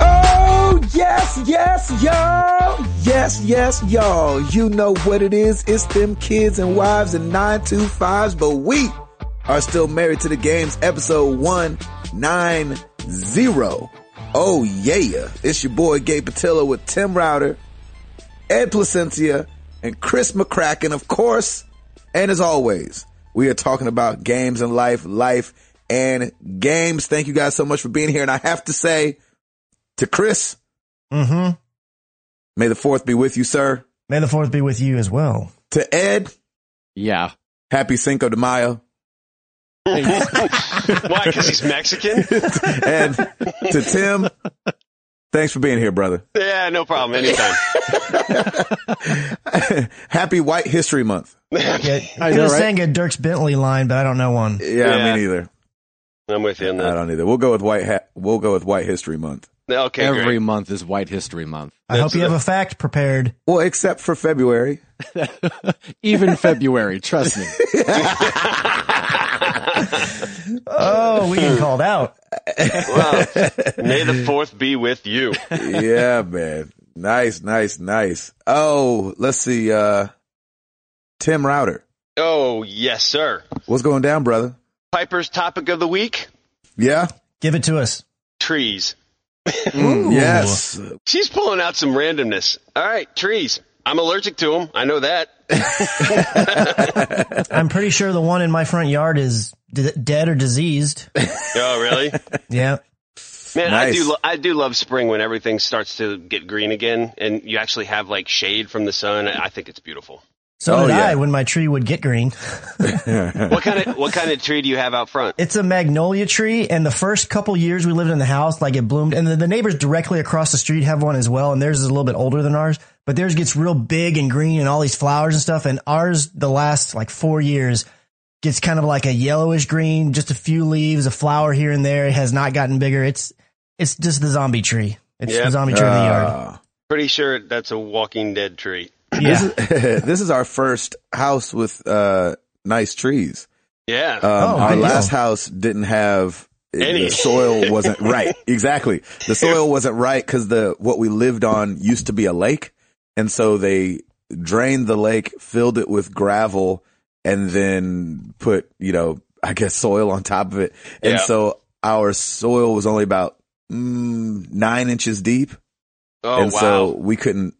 Oh, Yes, y'all. Yes, yes, y'all. You know what it is. It's them kids and wives and 925s, but we are still married to the games episode 190. Oh yeah. It's your boy Gabe Patillo with Tim Router, Ed Placencia, and Chris McCracken, of course. And as always, we are talking about games and life, life and games. Thank you guys so much for being here. And I have to say to Chris, Mm-hmm. May the fourth be with you, sir. May the fourth be with you as well. To Ed, Yeah. happy Cinco de Mayo. Why? Because he's Mexican? And to Tim, thanks for being here, brother. yeah, no problem. Anytime. happy White History Month. Yeah, I know, could have right? sang a Dirks Bentley line, but I don't know one. Yeah, Yeah. me neither. I'm with you on I that. don't either. We'll go with White ha- We'll go with White History Month. Okay, Every great. month is White History Month. I hope That's you have it. a fact prepared. Well, except for February. Even February, trust me. Oh, we get called out. Wow. May the fourth be with you. yeah, man. Nice, nice, nice. Oh, let's see. Uh, Tim Router, Oh, yes, sir. what's going down, brother? Piper's topic of the week Yeah. Give it to us. trees. Ooh. Yes. She's pulling out some randomness. All right, trees. I'm allergic to them. I know that. I'm pretty sure the one in my front yard is d- dead or diseased. Oh, really? Yeah. Man, I Nice. do. Lo- I do love spring when everything starts to get green again, and you actually have like shade from the sun. I I think it's beautiful. So Oh, did yeah. I when my tree would get green. What kind of what kind of tree do you have out front? It's a magnolia tree, and the first couple years we lived in the house, like it bloomed, and the, the neighbors directly across the street have one as well, and theirs is a little bit older than ours, but theirs gets real big and green and all these flowers and stuff, and ours the last like four years gets kind of like a yellowish green, just a few leaves, a flower here and there. It has not gotten bigger. It's it's just the zombie tree. It's the Yep. zombie tree in the yard. Uh, Pretty sure that's a Walking Dead tree. Yeah. this is our first house with uh, nice trees. Yeah. Um, Oh, our good last deal. house didn't have eh, Any. The soil wasn't right. Exactly. The soil wasn't right because the what we lived on used to be a lake, and so they drained the lake, filled it with gravel, and then put you know I guess soil on top of it, and Yeah. so our soil was only about mm, nine inches deep oh and wow. so we couldn't.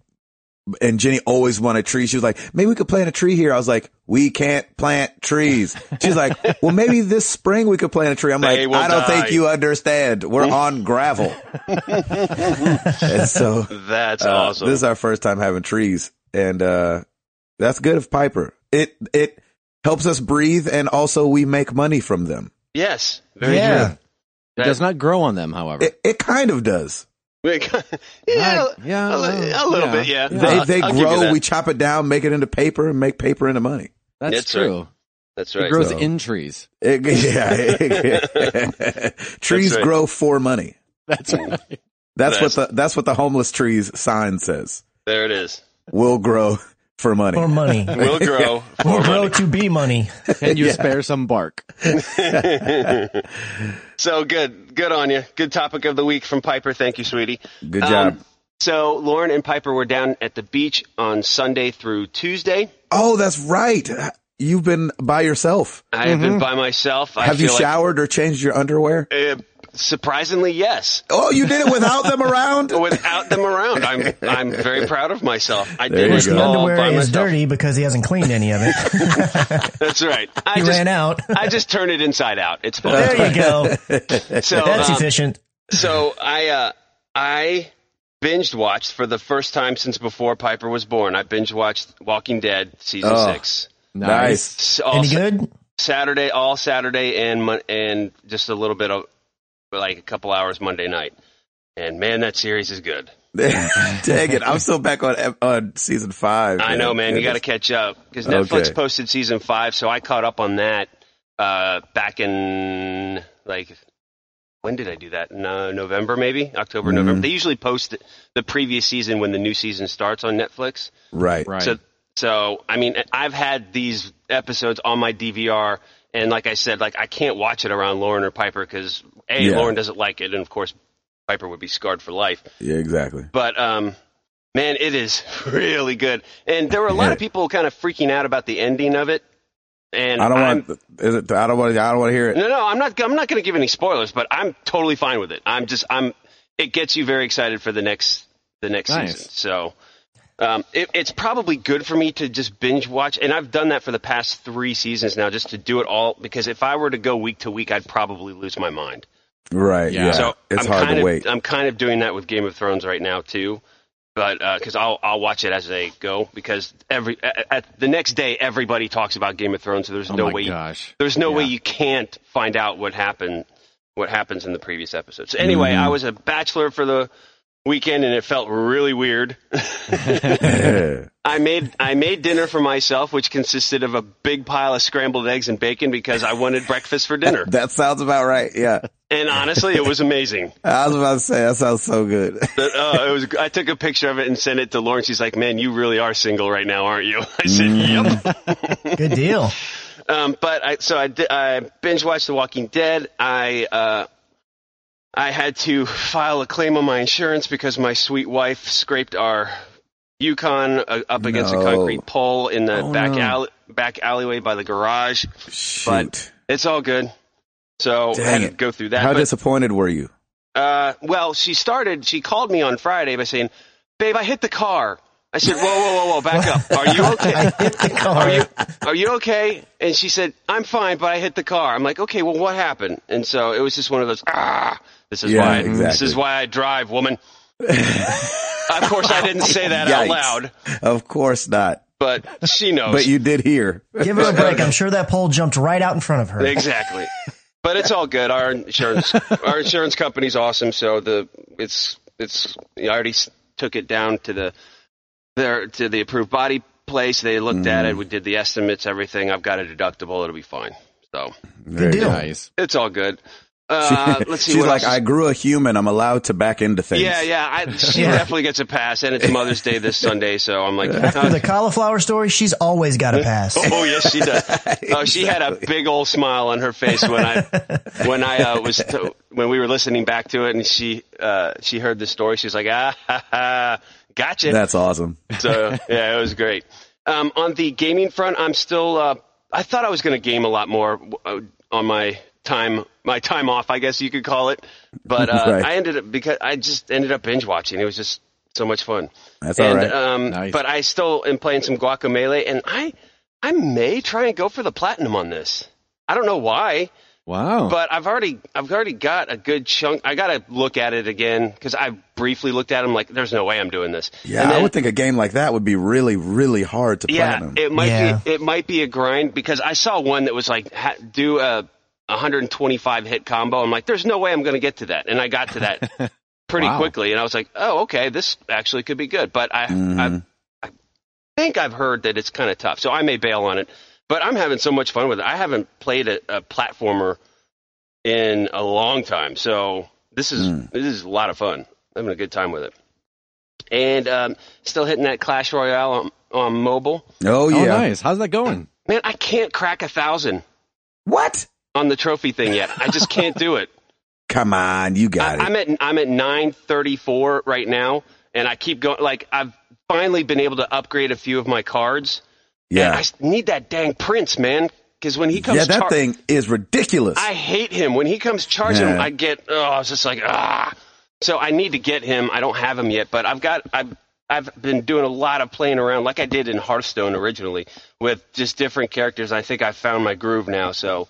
And Jenny always wanted trees. She was like, maybe we could plant a tree here. I was like, we can't plant trees. She's like, well, maybe this spring we could plant a tree. I'm They like, will I don't think die." you understand. We're on gravel. and so that's uh, awesome. this is our first time having trees. And, uh, that's good of Piper. It, it helps us breathe. And also we make money from them. yes. Very Yeah. It does not grow on them, however. It, it kind of does. true. yeah. Not- yeah, a, li- a little bit. Yeah. uh, They, I'll- they I'll give you grow. that. We chop it down, make it into paper and make paper into money. That's That's right. true. that's It right. grows So- in trees. It, yeah, it- trees That's right. grow for money. That's right. That's Nice. what the that's what the homeless trees sign says. There it is. Will grow for money. Or money. Will grow. Will grow to be money. Can you spare some bark? so good. Good on you. Good topic of the week from Piper. Thank you, sweetie. Good Um, job. So Lauren and Piper were down at the beach on Sunday through Tuesday. oh, that's right. You've been by yourself. I have been by myself. I Mm-hmm. Have you feel like- showered or changed your underwear? Uh, surprisingly, yes. Oh, you did it without them around. Without them around, I'm I'm very proud of myself. I There did you it go. The all by underwear is myself. dirty because he hasn't cleaned any of it. That's right. I He just ran out. I just turn it inside out. It's fine. There you go. So That's um, efficient. so I uh, I binged watched for the first time since before Piper was born. I binge watched Walking Dead season Oh. six. Nice. S- all Any sa- good? Saturday, all Saturday, and mon- and just a little bit of like a couple hours Monday night. And man, that series is good. Dang it! I'm still back on ep- on season five. I know, man. You got to catch up because Netflix Okay. posted season five, so I caught up on that uh, back in like when did I do that? No, November, maybe Mm-hmm. October, November. They usually post the previous season when the new season starts on Netflix. right. Right. So, so I mean, I've had these episodes on my DVR, and like I said, like I can't watch it around Lauren or Piper because a Yeah. Lauren doesn't like it, and of course Piper would be scarred for life. Yeah, exactly. But um, Man, it is really good. And there were a lot of people kind of freaking out about the ending of it. And I don't I'm- want. Is it? I don't want. I don't want to hear it. No, no, I'm not. I'm not going to give any spoilers, but I'm totally fine with it. I'm just. I'm. It gets you very excited for the next the next Nice. season. So, um, it, it's probably good for me to just binge watch, and I've done that for the past three seasons now, just to do it all. Because if I were to go week to week, I'd probably lose my mind. Right. Yeah. Yeah. So it's I'm hard kind to of, wait. I'm kind of doing that with Game of Thrones right now too, but because I'll I'll watch it as they go because every at, at the next day everybody talks about Game of Thrones, so there's Oh no my way you gosh. there's no way Yeah. you can't find out what happened what happens in the previous episode. So anyway, Mm-hmm. I was a bachelor for the weekend and it felt really weird. I made I made dinner for myself which consisted of a big pile of scrambled eggs and bacon because I wanted breakfast for dinner. that sounds about right. Yeah. And honestly, it was amazing. I was about to say that sounds so good. But, uh, it was I took a picture of it and sent it to Lawrence. He's like, "Man, you really are single right now, aren't you?" I said, "Yep." Good deal. Mm-hmm. Um, but I so I di- I binge watched The Walking Dead. I uh, I had to file a claim on my insurance because my sweet wife scraped our Yukon uh, up against No. a concrete pole in the Oh, back no. alley back alleyway by the garage. Shoot. It's all good. So I had Dang to it. go through that. How but- disappointed were you? uh, well, she started, she called me on Friday by saying, babe, I hit the car. I said, whoa, whoa, whoa, whoa, back up. Are you okay? Are you, are you okay? And she said, I'm fine, but I hit the car. I'm like, okay, well, what happened? And so it was just one of those, ah, this is Yeah, why, this exactly. is why I drive, woman. of course, I didn't say that Yikes. out loud, Of course not. but she knows. But you did hear. Give her a break. I'm sure that pole jumped right out in front of her. Exactly. But it's all good. Our insurance, our insurance company's awesome. So the it's it's I already s- took it down to the their to the approved body place. They looked at it. We did the estimates, everything. I've got a deductible. It'll be fine. So Good deal. Nice. it's all good. Uh, let's see She's what like, else. I grew a human. I'm allowed to back into things. yeah, yeah. I, she Yeah. definitely gets a pass, and it's Mother's Day this Sunday, so I'm like, After the cauliflower story, she's always got a pass. Oh yes, she does. Oh, she had a big old smile on her face when I when I uh, was t- when we were listening back to it, and she uh, she heard the story. She's like, ah, ha, ha, gotcha. That's awesome. so yeah, it was great. Um, on the gaming front, I'm still. Uh, I thought I was going to game a lot more uh, on my time my time off, I guess you could call it. But uh, Right. I ended up because I just ended up binge watching. It was just so much fun That's all and right. um, Nice. but I still am playing some Guacamole, and I I may try and go for the platinum on this. I don't know why, Wow. but I've already I've already got a good chunk. I got to look at it again because I briefly looked at it. I'm like, there's no way I'm doing this. yeah, and I then- would think a game like that would be really, really hard to Yeah, platinum. it might Yeah. be it might be a grind because I saw one that was like ha- do a 125 hit combo. I'm like, there's no way I'm going to get to that, and I got to that pretty Wow. quickly, and I was like, oh okay, this actually could be good. But I Mm-hmm. I, I think I've heard that it's kind of tough, so I may bail on it. But I'm having so much fun with it. I haven't played a, a platformer in a long time, so this is this is a lot of fun. I'm having a good time with it, and um, still hitting that Clash Royale on, on mobile. oh, yeah. Oh, nice. How's that going? Man, I can't crack a thousand What? on the trophy thing yet. I just can't do it. Come on. You I, got it. I'm at I'm at nine thirty four right now, and I keep going. Like I've finally been able to upgrade a few of my cards. And I yeah. s- need that dang prince, man, because when he comes, Yeah, that char- thing is ridiculous. I hate him. When he comes charging, Yeah. I get oh, I was just like ah. So I need to get him. I don't have him yet, but I've got I've I've been doing a lot of playing around, like I did in Hearthstone originally, with just different characters. I think I found my groove now. So,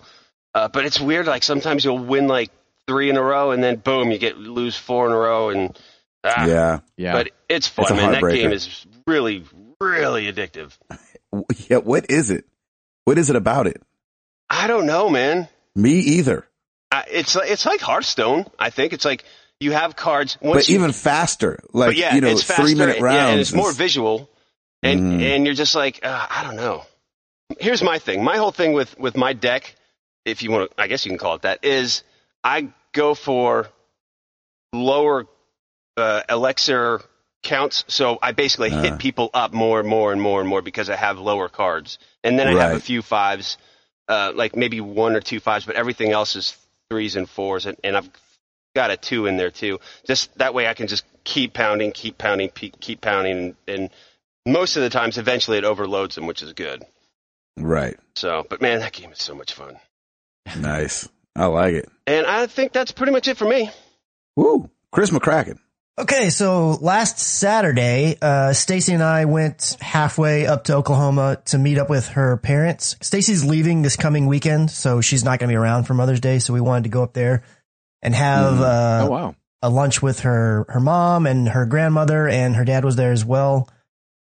uh, but it's weird. Like sometimes you'll win like three in a row, and then boom, you get lose four in a row, and ah. yeah. Yeah. But it's fun, It's a man. That heartbreaker. game is really really addictive. W- Yeah. What is it? What is it about it? I don't know, man. Me either. I, it's like- it's like Hearthstone. I think it's like you have cards. Once But you, even faster. Like, but yeah, you know, it's faster, three minute rounds. Yeah, and it's more is- visual, and Mm. and you're just like, uh, I don't know. Here's my thing. My whole thing with with my deck, if you want, to, I guess you can call it that, is I go for lower uh, elixir counts. So I basically Uh. hit people up more and more and more and more because I have lower cards, and then I have a Right. few fives, uh, like maybe one or two fives, but everything else is threes and fours, and, and I've got a two in there too. Just that way, I can just keep pounding, keep pounding, pe- keep pounding, and most of the times, eventually, it overloads them, which is good. Right. So, but man, that game is so much fun. Nice. I like it. And I think that's pretty much it for me. Woo. Chris McCracken. Okay, so last Saturday, uh, Stacy and I went halfway up to Oklahoma to meet up with her parents. Stacy's leaving this coming weekend, so she's not going to be around for Mother's Day. So we wanted to go up there and have Mm. uh, oh wow. a lunch with her her mom and her grandmother, and her dad was there as well.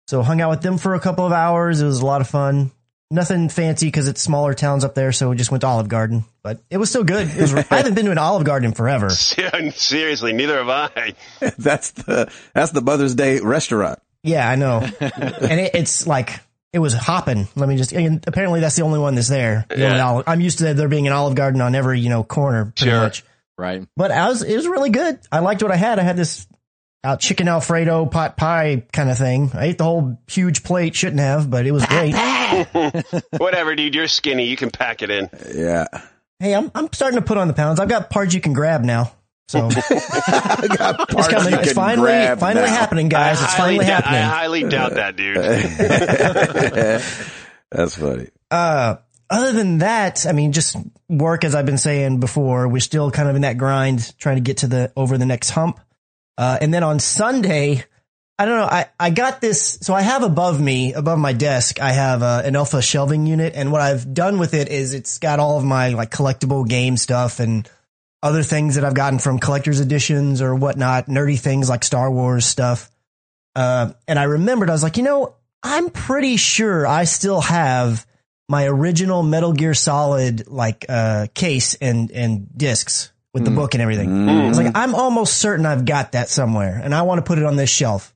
So hung out with them for a couple of hours. It was a lot of fun. Nothing fancy because it's smaller towns up there, so we just went to Olive Garden. But it was still good. It was, I haven't been to an Olive Garden in forever. Seriously, neither have I. That's the that's the Mother's Day restaurant. Yeah, I know. and it, it's like it was hopping. Let me just. And apparently, that's the only one that's there. The Yeah. only Olive- I'm used to there being an Olive Garden on every you know corner, pretty Sure. much. Right. But I was, it was really good. I liked what I had. I had this uh, chicken Alfredo pot pie kind of thing. I ate the whole huge plate. Shouldn't have, but it was great. Whatever, dude. You're skinny. You can pack it in. Yeah. Hey, I'm I'm starting to put on the pounds. I've got parts you can grab now. So it's I got parts coming. you It's can finally grab finally now. happening, guys. I It's highly finally dou- happening. I highly doubt that, dude. That's funny. uh, other than that, I mean, just work, as I've been saying before, we're still kind of in that grind trying to get to the, over the next hump. Uh, and then on Sunday, I don't know, I, I got this. So I have above me, above my desk, I have uh, an alpha shelving unit. And what I've done with it is it's got all of my like collectible game stuff and other things that I've gotten from collector's editions or whatnot, nerdy things like Star Wars stuff. Uh, and I remembered, I was like, you know, I'm pretty sure I still have my original Metal Gear Solid like uh case and and discs with the book and everything. I was like, I'm almost certain I've got that somewhere, and I want to put it on this shelf.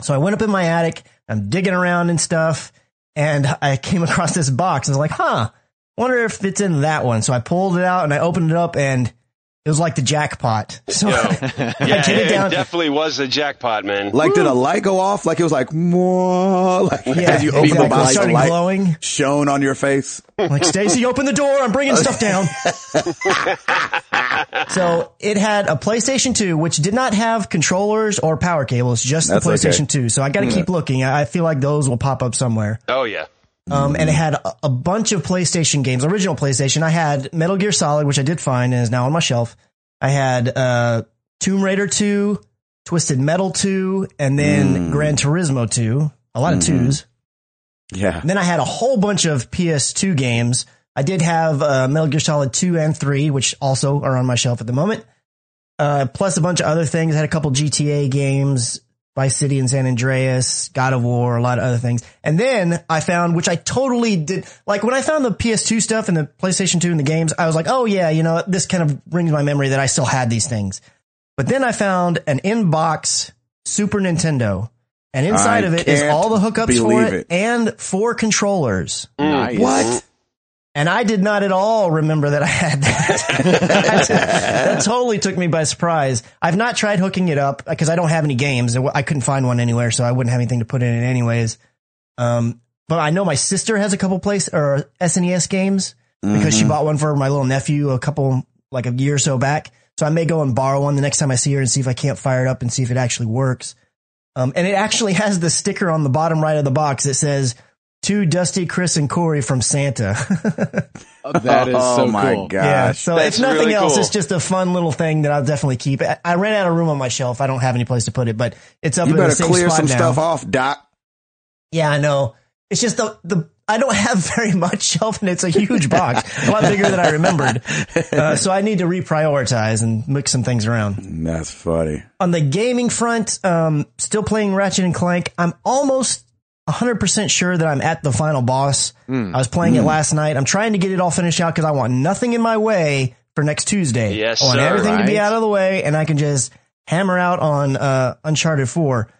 So I went up in my attic. I'm digging around and stuff, and I came across this box. And I was like, huh, wonder if it's in that one. So I pulled it out and I opened it up, and it was like the jackpot. So Yeah, took it it, down. definitely was a jackpot, man. Like, did a light go off? Like it was like more like yeah, as you open exactly. the box, it the started light glowing. shone on your face. Like Stacy, open the door. I'm bringing stuff down. so it had a PlayStation 2, which did not have controllers or power cables, just That's the okay. Mm. PlayStation 2. So I got to keep looking. I I feel like those will pop up somewhere. oh yeah. Um, and it had a, a bunch of PlayStation games, original PlayStation. I had Metal Gear Solid, which I did find and is now on my shelf. I had uh, Tomb Raider 2, Twisted Metal 2, and Mm. then Gran Turismo 2. A lot of Mm-hmm. twos. Yeah. And then I had a whole bunch of PS2 games. I did have uh, Metal Gear Solid 2 and 3, which also are on my shelf at the moment. Uh, plus a bunch of other things. I had a couple GTA games, Vice City and San Andreas, God of War, a lot of other things. And then I found, which I totally did, like when I found the PS2 stuff and the PlayStation 2 and the games, I was like, oh yeah, you know, this kind of brings my memory that I still had these things. But then I found an inbox Super Nintendo. And inside I of it is can't all the hookups for believe it, it. and four controllers. Hmm. Mm. Nice. What? And I did not at all remember that I had that. that, that totally took me by surprise. I've not tried hooking it up because I don't have any games. I w- I couldn't find one anywhere, so I wouldn't have anything to put in it anyways. Um, but I know my sister has a couple place or SNES games because she bought one for my little nephew a couple like a year or so back. So I may go and borrow one the next time I see her and see if I can't fire it up and see if it actually works. Um, and it actually has the sticker on the bottom right of the box that says to Dusty, Chris, and Corey from Santa. That is oh so my cool. yeah. gosh. So that's if nothing really else, cool. it's just a fun little thing that I'll definitely keep. I, I ran out of room on my shelf. I don't have any place to put it, but it's up You in the better same clear spot some now. stuff off, Doc. Yeah, I know. It's just the the I don't have very much shelf, and it's a huge box, a lot bigger than I remembered. Uh, so I need to reprioritize and mix some things around. That's funny. On the gaming front, um, still playing Ratchet and Clank. I'm almost 100% sure that I'm at the final boss. I was playing it last night. I'm trying to get it all finished out because I want nothing in my way for next Tuesday. Yes, I want sir, everything to be right? out of the way and I can just hammer out on uh, Uncharted 4.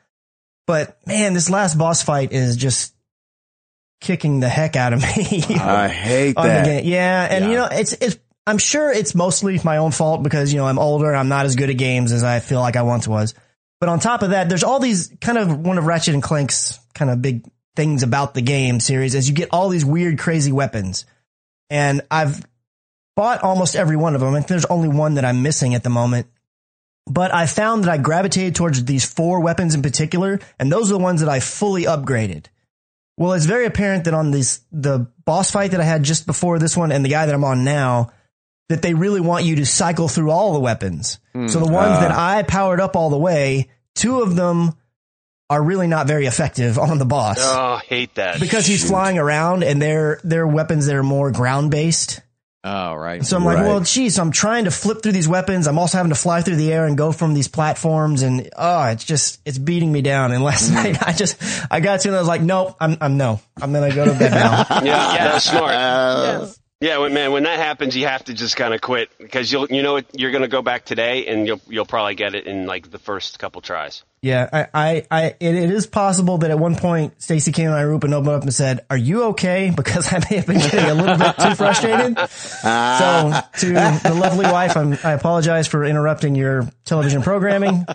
But man, this last boss fight is just kicking the heck out of me I hate Uh, on the that. game. Yeah, and you Yeah. know, it's it's. I'm sure it's mostly my own fault because you know I'm older and I'm not as good at games as I feel like I once was. But on top of that, there's all these kind of one of Ratchet and Clank's kind of big things about the game series is you get all these weird, crazy weapons, and I've bought almost every one of them. And there's only one that I'm missing at the moment. But I found that I gravitated towards these four weapons in particular, and those are the ones that I fully upgraded. Well, it's very apparent that on these the boss fight that I had just before this one and the guy that I'm on now, that they really want you to cycle through all the weapons. so the ones that I powered up all the way, two of them are really not very effective on the boss Oh, I hate that. because he's flying around and they're they're weapons that are more ground based. Oh, right. So I'm like, Right. well, geez, I'm trying to flip through these weapons. I'm also having to fly through the air and go from these platforms, and oh, it's just it's beating me down. And last night I just I got to and I was like, nope, I'm I'm no, I'm gonna go to bed now. yeah, yeah, that's smart. Yeah, when, man, when that happens, you have to just kind of quit because you'll you know it, you're going to go back today and you'll you'll probably get it in like the first couple tries. yeah, I I, I it, it is possible that at one point Stacy came in my room and opened up and said, "Are you okay?" Because I may have been getting a little bit too frustrated. so to the lovely wife, I'm, I apologize for interrupting your television programming.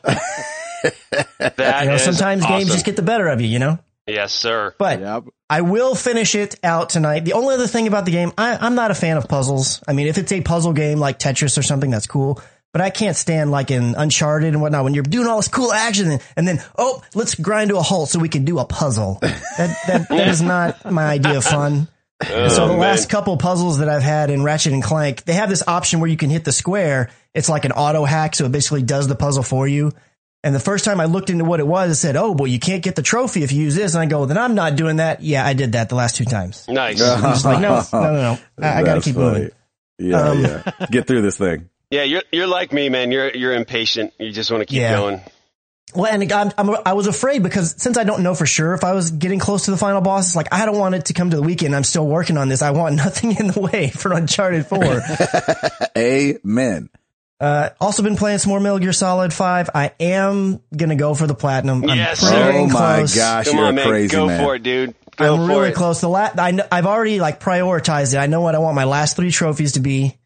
That You know, is sometimes awesome. games just get the better of you, you know. yes, sir. But Yep. I will finish it out tonight. The only other thing about the game, I, I'm not a fan of puzzles. I mean, if it's a puzzle game like Tetris or something, that's cool. But I can't stand like in Uncharted and whatnot when you're doing all this cool action and, and then, oh, let's grind to a halt so we can do a puzzle. That, that, that is not my idea of fun. Oh, Oh, so the last couple puzzles that I've had in Ratchet and Clank, they have this option where you can hit the square. It's like an auto hack. So it basically does the puzzle for you. And the first time I looked into what it was, it said, "Oh, well, you can't get the trophy if you use this." And I go, "Then I'm not doing that." Yeah, I did that the last two times. Nice. I'm just like, no, no, no, no. I, I got to That's keep funny. moving. Yeah, Um, yeah. Get through this thing. Yeah, you're you're like me, man. You're you're impatient. You just want to keep Yeah. going. Well, and I'm, I'm, I was afraid because since I don't know for sure if I was getting close to the final boss, it's like I don't want it to come to the weekend. I'm still working on this. I want nothing in the way for Uncharted Four. Amen. uh, also been playing some more Metal Gear Solid Five. I am gonna go for the platinum. I'm Yes, sir. pretty Oh my close. gosh, Come you're on, a man. crazy Go man. for it, dude. Go I'm for really it. close. The la- I know, I've already like prioritized it. I know what I want my last three trophies to be.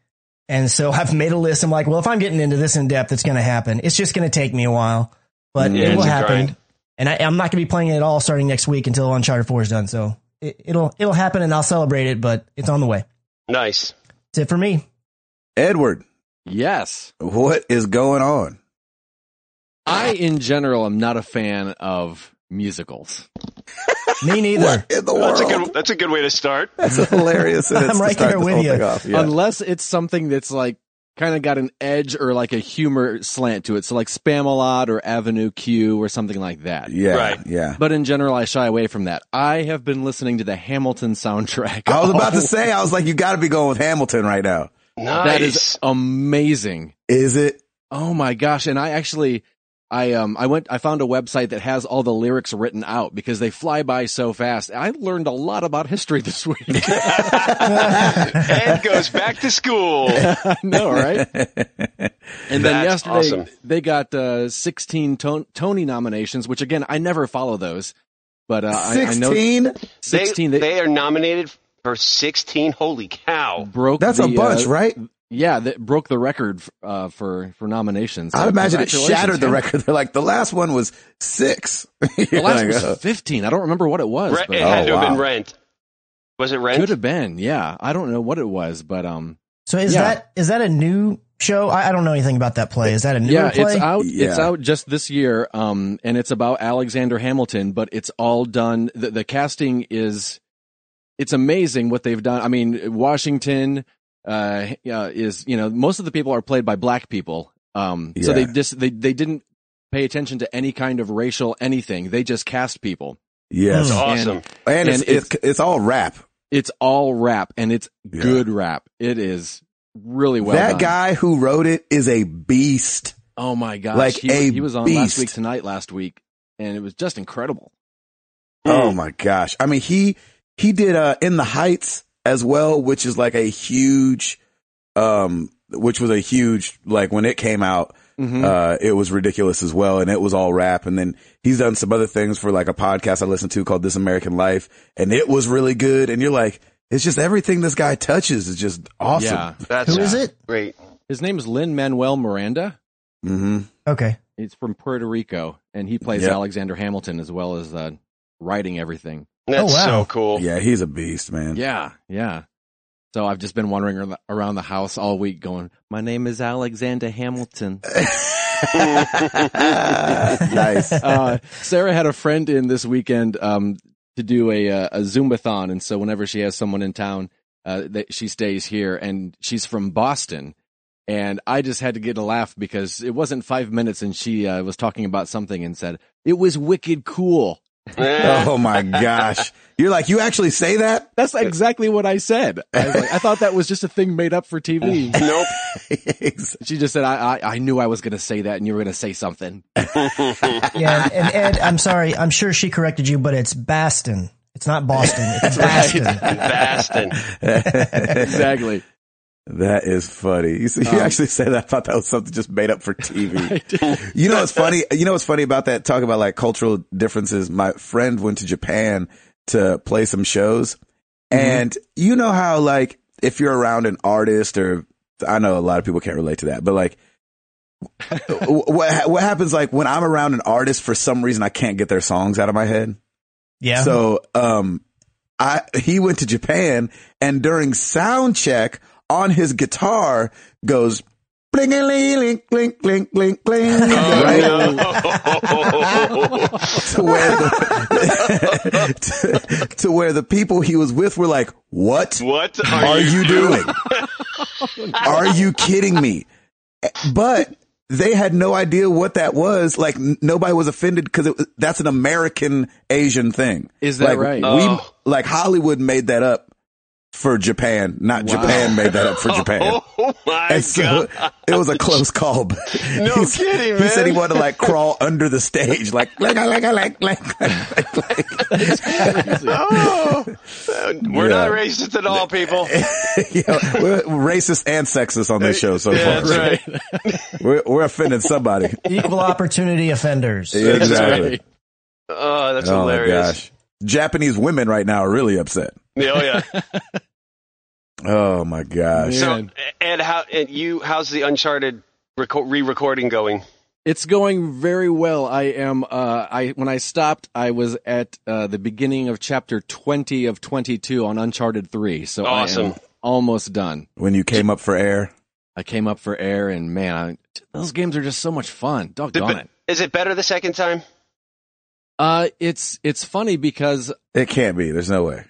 And so I've made a list. I'm like, well, if I'm getting into this in depth, it's going to happen. It's just going to take me a while, but Yeah, it will it's a happen. grind. And I, I'm not going to be playing it at all starting next week until Uncharted 4 is done. So it, it'll, it'll happen and I'll celebrate it, but it's on the way. Nice. That's it for me. Edward, Yes. what is going on? I, in general, am not a fan of musicals. Me neither. In the world. Oh, That's a good. That's a good way to start. That's hilarious. I'm right there with you. Yeah. Unless it's something that's like kind of got an edge or like a humor slant to it. So like Spamalot or Avenue Q or something like that. Yeah. Right. Yeah. But in general, I shy away from that. I have been listening to the Hamilton soundtrack. I was Oh. about to say, I was like, you got to be going with Hamilton right now. Nice. that is amazing. Is it? Oh my gosh! And I actually, I um, I went, I found a website that has all the lyrics written out because they fly by so fast. I learned a lot about history this week. Uh, Ed goes back to school. I know, right? And then That's yesterday awesome. they got uh, 16 ton- Tony nominations, which again I never follow those, but uh, I, I know 16? 16. They, They, they are nominated for 16. Holy cow. broke. That's a the, bunch, uh, right? Yeah, that broke the record uh, for for nominations. I'd So imagine it congratulations, shattered the Hamilton. record. They're like, the last one was six. The You're last like, uh, was 15. I don't remember what it was. Re- but, it had Oh, to have been wow. Rent. Was it Could Rent? have been, yeah. I don't know what it was, but um, So is Yeah. that, is that a new show? I, I don't know anything about that play. Is that a new yeah, play? it's out. It's Yeah. out just this year, um, and it's about Alexander Hamilton, but it's all done. The, the casting is, it's amazing what they've done. I mean, Washington, uh, uh, is you know most of the people are played by black people, um, so they Yeah. just they they didn't pay attention to any kind of racial anything. They just cast people. Hmm. yes. Mm. awesome. And, it's, And it's- it's, it's all rap. It's all rap, and it's Yeah. good rap. It is really well. that done. guy who wrote it is a beast. Oh my gosh. Like he, was- a he was on last beast. week tonight last week and it was just incredible. Oh my gosh. I mean, he, he did, uh, In the Heights as well, which is like a huge, um, which was a huge, like when it came out, Mm-hmm. uh, it was ridiculous as well. And it was all rap. And then he's done some other things for like a podcast I listened to called This American Life and it was really good. And you're like, it's just everything this guy touches is just awesome. Yeah. That's Who is it? great. His name is Lynn Manuel Miranda. hmm Okay. He's from Puerto Rico and he plays Yep. Alexander Hamilton as well as uh, writing everything. Oh, That's wow. so cool. Yeah. He's a beast, man. Yeah. Yeah. So I've just been wandering ar- around the house all week going, my name is Alexander Hamilton. nice. uh, Sarah had a friend in this weekend um, to do a uh, a Zumbathon, and so whenever she has someone in town, uh, that she stays here, and she's from Boston. And I just had to get a laugh because it wasn't five minutes, and she uh, was talking about something and said it was wicked cool. Oh my gosh. You're like, you actually say that? That's exactly what I said. I, was like, I thought that was just a thing made up for TV. nope. She just said, "I I, I knew I was going to say that, and you were going to say something." Yeah, and Ed, I'm sorry. I'm sure she corrected you, but it's Baston. It's not Boston. It's Baston. Bastin. Exactly. That is funny. You, see, you actually said that. I thought that was something just made up for TV. you know what's funny? You know what's funny about that? Talk about like cultural differences. My friend went to Japan to play some shows. And you know how like if you're around an artist or I know a lot of people can't relate to that, but like w- what ha- what happens like when I'm around an artist for some reason I can't get their songs out of my head. Yeah. So, um, I, he went to Japan and during sound check on his guitar goes bling a ling blink blink blink blink right Oh, to where the, to, to where the people he was with were like what no. what are, are you? you doing? Are you kidding me? But they had no idea what that was. Like n- nobody was offended because that's an American Asian thing. Is that Like, right? We Oh. like Hollywood made that up for Japan, not Japan made that up for Japan. Oh my And so god! it was a close call. but No he's- kidding, He said he man. wanted to like crawl under the stage, like like like like like. like, like. Oh, we're Yeah. not racist at all, people. you know, we're racist and sexist on this show so Uh, Yeah, far. that's right. We're, we're offending somebody. Equal opportunity offenders. exactly. Oh, that's Oh my hilarious. gosh. Japanese women right now are really upset. Yeah, oh yeah. Oh my gosh. So, Man. Ed, how and you? How's the Uncharted reco- re-recording going? It's going very well. I am. Uh, I when I stopped, I was at uh, the beginning of chapter twenty of twenty-two on Uncharted three. So I am Awesome. almost done. When you came up for air. I came up for air, and man, I, those games are just so much fun. Is Doggone it. it better the second time? Uh, it's it's funny because It can't be. There's no way.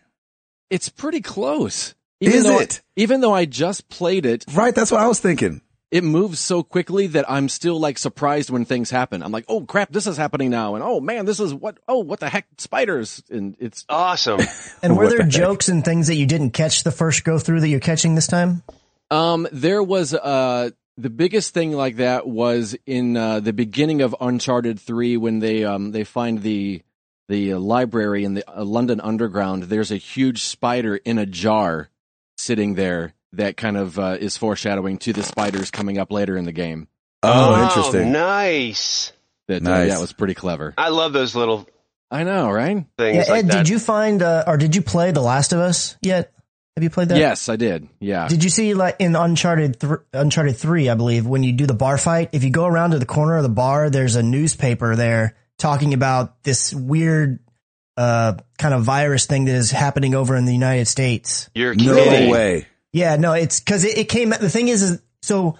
it's pretty close. Is though- it? Even though I just played it, Right. That's what I was thinking. it moves so quickly that I'm still like surprised when things happen. I'm like, oh crap, this is happening now, and oh man, this is what? Oh, what the heck, spiders! And it's Awesome. And were What the there heck? jokes and things that you didn't catch the first go through that you're catching this time? Um, there was uh the biggest thing like that was in uh, the beginning of Uncharted Three when they um they find the the uh, library in the uh, London Underground. There's a huge spider in a jar sitting there that kind of uh, is foreshadowing to the spiders coming up later in the game. Oh, interesting. Nice. That uh, Nice. yeah, it was pretty clever. I love those little I know, right? things Yeah, like Ed, that. did you find uh, or did you play The Last of Us yet? Have you played that? Yes, I did. Yeah. Did you see like in Uncharted thr Uncharted Three, I believe, when you do the bar fight, if you go around to the corner of the bar, there's a newspaper there talking about this weird uh, kind of virus thing that is happening over in the United States. You're No kidding. way. Yeah, no, it's because it, it came. The thing is, is so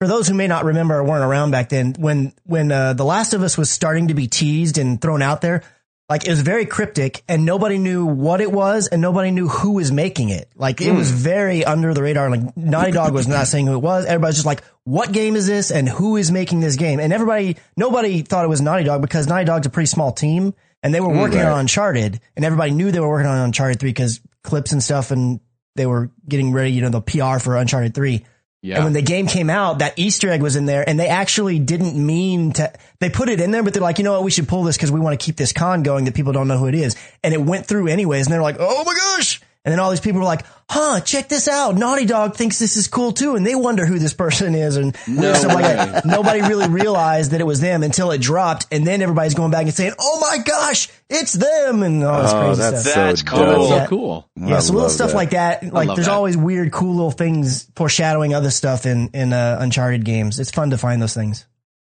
for those who may not remember or weren't around back then, when when uh, The Last of Us was starting to be teased and thrown out there, like it was very cryptic and nobody knew what it was and nobody knew who was making it. Like it was very under the radar. Like Naughty Dog was not saying who it was. Everybody's just like, what game is this and who is making this game? And everybody, nobody thought it was Naughty Dog because Naughty Dog's a pretty small team and they were working on Uncharted and everybody knew they were working on Uncharted 3 because clips and stuff and they were getting ready, you know, the PR for Uncharted 3. Yeah. And when the game came out, that Easter egg was in there, and they actually didn't mean to. They put it in there, but they're like, you know what, we should pull this because we want to keep this con going that people don't know who it is. And it went through anyways, and they're like, oh my gosh. And then all these people were like, huh, check this out. Naughty Dog thinks this is cool too. And they wonder who this person is. And weird stuff like that. nobody really realized that it was them until it dropped. And then everybody's going back and saying, oh my gosh, it's them. And all this Oh, crazy that's stuff. That's so cool. dope. so Yeah. cool. I Yeah, so little love stuff that. like that. Like love there's that. always weird, cool little things foreshadowing other stuff in in uh, Uncharted games. It's fun to find those things.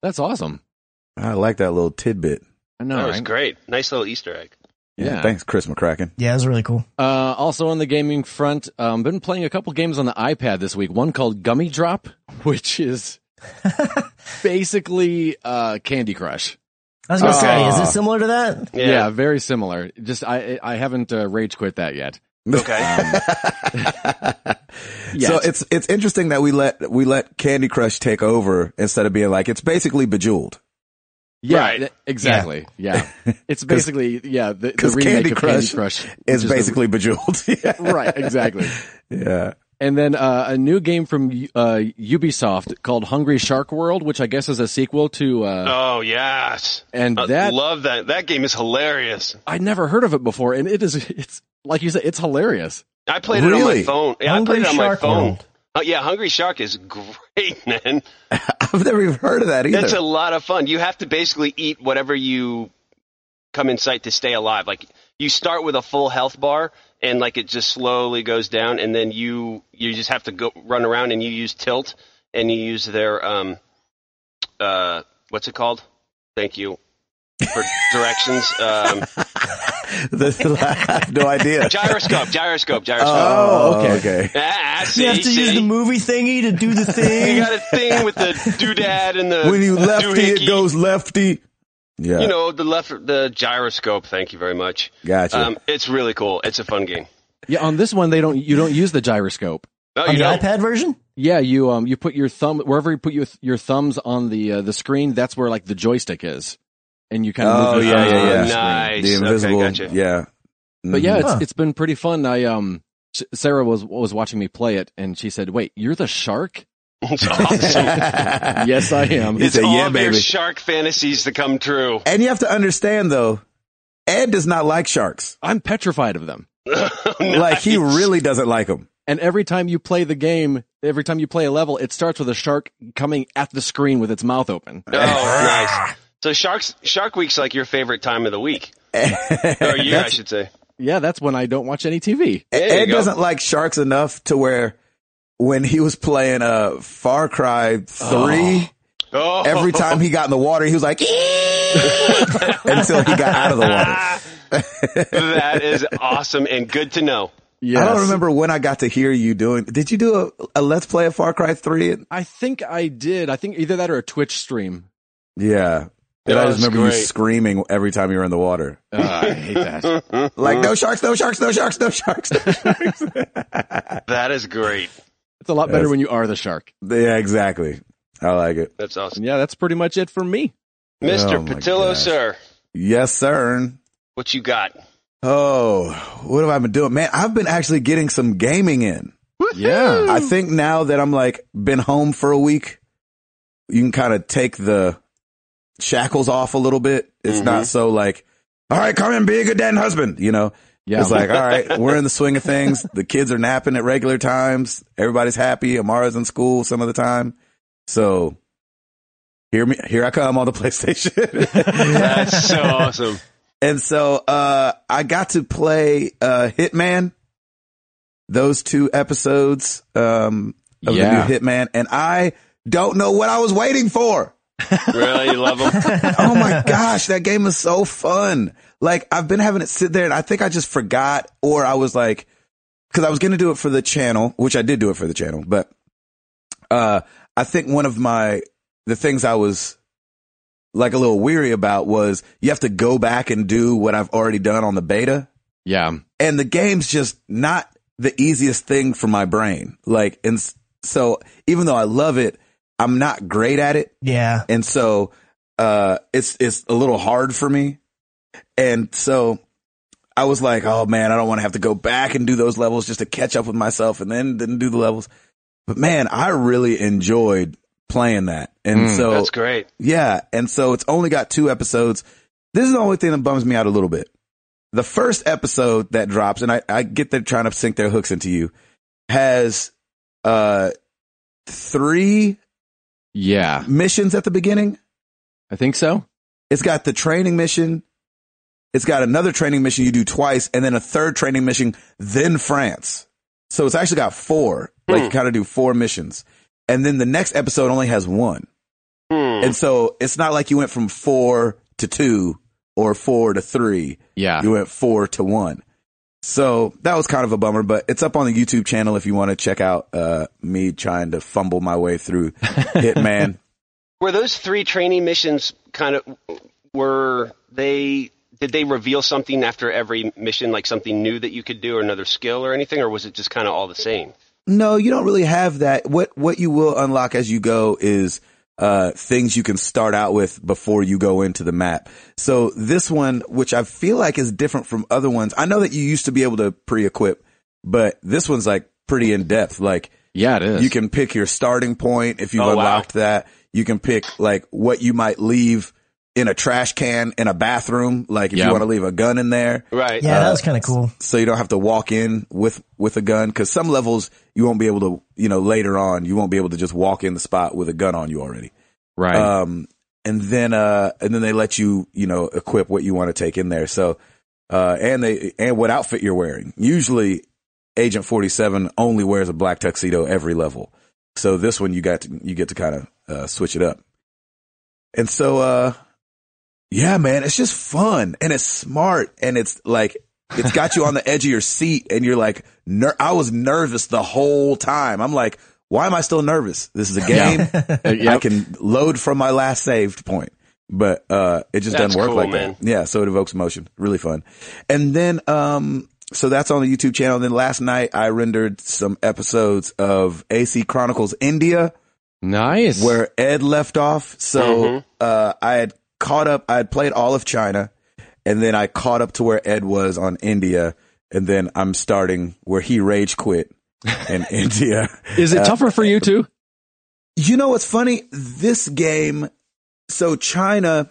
That's awesome. I like that little tidbit. I know. That was right? great. Nice little Easter egg. Yeah. Thanks, Chris McCracken. Yeah, it was really cool. Uh, also on the gaming front, um, been playing a couple games on the iPad this week. One called Gummy Drop, which is basically uh, Candy Crush. I was gonna Uh, say, Okay. is it similar to that? Yeah. very similar. Just I I haven't uh, rage quit that yet. Um, Okay. Yet. So it's it's interesting that we let we let Candy Crush take over instead of being like it's basically Bejeweled yeah, Right. th- exactly. Yeah, it's basically yeah the, the 'cause remake Candy of Crush Candy Crush is which the- basically Bejeweled. yeah. right exactly. yeah. And then uh, a new game from uh, Ubisoft called Hungry Shark World, which I guess is a sequel to. Uh, oh yes. and I that love that. That game is hilarious. I never heard of it before, and it is it's like you said, it's hilarious. I played it on my Really? phone. Yeah, I Hungry played it on my Shark phone. World. Uh, yeah, Hungry Shark is great, man. I've never even heard of that either. That's a lot of fun. You have to basically eat whatever you come in sight to stay alive. Like you start with a full health bar and like it just slowly goes down and then you you just have to go run around and you use tilt and you use their um uh what's it called? Thank you for directions. Um I have no idea. gyroscope, gyroscope, gyroscope. Oh, okay. okay. Ah, see, You have to see? use the movie thingy to do the you thing. got a thing with the doodad and the When you lefty, doohickey. it goes lefty. Yeah. You know the left, the gyroscope. Thank you very much. gotcha. Um, it's really cool. It's a fun game. Yeah, on this one they don't you don't use the gyroscope. Oh, on you the know, iPad version? Yeah, you um you put your thumb wherever you put your your thumbs on the uh, the screen. That's where like the joystick is, and you kind of Oh, move your yeah, thumbs yeah, on yeah. the screen. Oh, nice. the invisible. Okay, gotcha. Yeah. But yeah, Mhm. it's Huh. it's been pretty fun. I um S- Sarah was was watching me play it, and she said, "Wait, you're the shark? It's awesome. yes, I am. Mm-hmm. He it's said, all "Yeah, of your baby." shark fantasies to come true. And you have to understand though, Ed does not like sharks. I'm petrified of them." Like he really doesn't like them. And every time you play the game, every time you play a level, it starts with a shark coming at the screen with its mouth open. Oh, nice. So sharks, Shark Week's like your favorite time of the week or year, I should say. Yeah, that's when I don't watch any TV. There you Ed go. doesn't like sharks enough to where when he was playing uh Far Cry three, Oh, every time he got in the water, he was like "Eeeeh," until he got out of the water. that is awesome and good to know. Yes. I don't remember when I got to hear you doing. Did you do a, a Let's Play of Far Cry three? I think I did. I think either that or a Twitch stream. Yeah. That And I was just remember you great. screaming every time you were in the water. Uh, I hate that. Like, Mm-hmm. no sharks, no sharks, no sharks, no sharks. No sharks. That is great. It's a lot better Yes. when you are the shark. yeah, exactly. I like it. That's awesome, And yeah, that's pretty much it for me. Mister Oh, my Patillo, gosh. sir. Yes, sir. What you got? Oh, what have I been doing? Man, I've been actually getting some gaming in. Yeah. Hmm. I think now that I'm like been home for a week, you can kind of take the shackles off a little bit. It's Mm-hmm. not so like, all right, come in, be a good dad and husband, you know? Yeah. It's like, all right, we're in the swing of things. The kids are napping at regular times. Everybody's happy. Amara's in school some of the time. So here me, here I come on the PlayStation. That's so awesome. and so, uh, I got to play, uh, Hitman, those two episodes, um, of Yeah. the new Hitman. And I don't know what I was waiting for. Really, you love him. oh my gosh, that game is so fun. Like I've been having it sit there and I think I just forgot or I was like, cause I was going to do it for the channel, which I did do it for the channel, but, uh, I think one of my, the things I was like a little weary about was you have to go back and do what I've already done on the beta Yeah. and the game's just not the easiest thing for my brain. Like, and s- so even though I love it, I'm not great at it Yeah. and so uh it's it's a little hard for me and so i was like oh man i don't want to have to go back and do those levels just to catch up with myself and then didn't do the levels but man i really enjoyed playing that and so That's great. yeah, and so it's only got two episodes. This is the only thing that bums me out a little bit. The first episode that drops, and I, I get they're trying to sink their hooks into you, has uh three Yeah. missions at the beginning. I think so. It's got the training mission. It's got another training mission you do twice and then a third training mission, then France. So it's actually got four, like you kind of do four missions. And then the next episode only has one. Hmm. And so it's not like you went from four to two or four to three. Yeah. You went four to one. So that was kind of a bummer, but it's up on the YouTube channel if you want to check out uh, me trying to fumble my way through Hitman. Were those three training missions kind of were they did they reveal something after every mission like something new that you could do or another skill or anything or was it just kind of all the same? No, you don't really have that. What what you will unlock as you go is uh things you can start out with before you go into the map. So this one, which I feel like is different from other ones, I know that you used to be able to pre-equip, but this one's like pretty in depth. Like Yeah, it is. you can pick your starting point if you've Oh, wow. unlocked that. You can pick like what you might leave in a trash can in a bathroom, like if Yeah. you want to leave a gun in there Right. Yeah, that was kind of cool. Uh, so you don't have to walk in with with a gun because some levels you won't be able to you know later on you won't be able to just walk in the spot with a gun on you already right. Uh, um and then uh and then they let you you know equip what you want to take in there so uh and they and what outfit you're wearing usually agent 47 only wears a black tuxedo every level so this one you got to, you get to kind of uh switch it up and so uh yeah man it's just fun and it's smart and it's like it's got you on the edge of your seat and you're like ner- I was nervous the whole time I'm like why am I still nervous this is a Yeah. game Uh, yep. I can load from my last saved point, but uh, it just That's doesn't work cool, like man. that. Yeah, so it evokes emotion. Really fun. And then, um, so that's on the YouTube channel. And then last night I rendered some episodes of AC Chronicles India nice. where Ed left off. So Mm-hmm. uh, I had caught up. I had played all of China, and then I caught up to where Ed was on India, and then I'm starting where he rage quit in India. is it tougher for uh, you too? You know what's funny? This game, so China,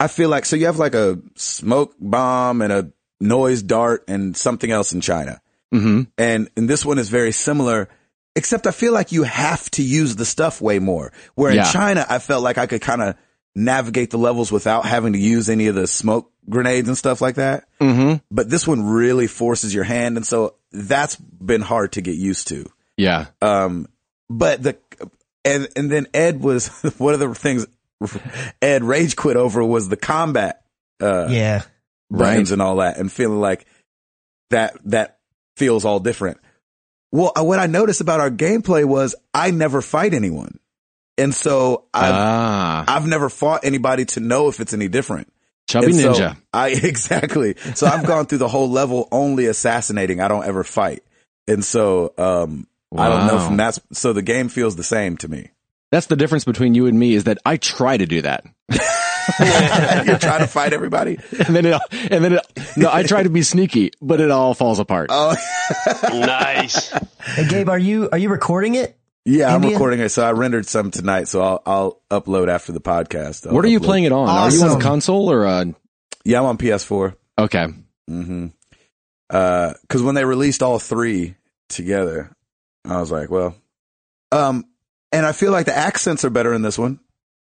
I feel like, so you have like a smoke bomb and a noise dart and something else in China. Mm-hmm. And, and this one is very similar, except I feel like you have to use the stuff way more. Where Yeah. in China, I felt like I could kind of navigate the levels without having to use any of the smoke grenades and stuff like that. Mm-hmm. But this one really forces your hand. And so that's been hard to get used to. Yeah. Um, but the and and then Ed was one of the things Ed rage quit over was the combat uh Yeah. buttons and all that, and feeling like that that feels all different. Well, uh, what I noticed about our gameplay was I never fight anyone, and so I've ah. I've never fought anybody to know if it's any different. Chubby And so Ninja. I exactly. So I've gone through the whole level only assassinating. I don't ever fight, and so um, I don't know Wow. from that. So the game feels the same to me. That's the difference between you and me is that I try to do that. You're trying to fight everybody. And then it, all- and then it, no, I try to be sneaky, but it all falls apart. Oh nice. Uh, Hey, Gabe, are you are you recording it? yeah, I'm Indian? recording it. So I rendered some tonight. So I'll I'll upload after the podcast. I'll what are you upload. playing it on? Are you on Awesome. a console or a, Yeah, I'm on PS4. okay. Mm-hmm. Uh, cause when they released all three together, I was like, well, um, and I feel like the accents are better in this one.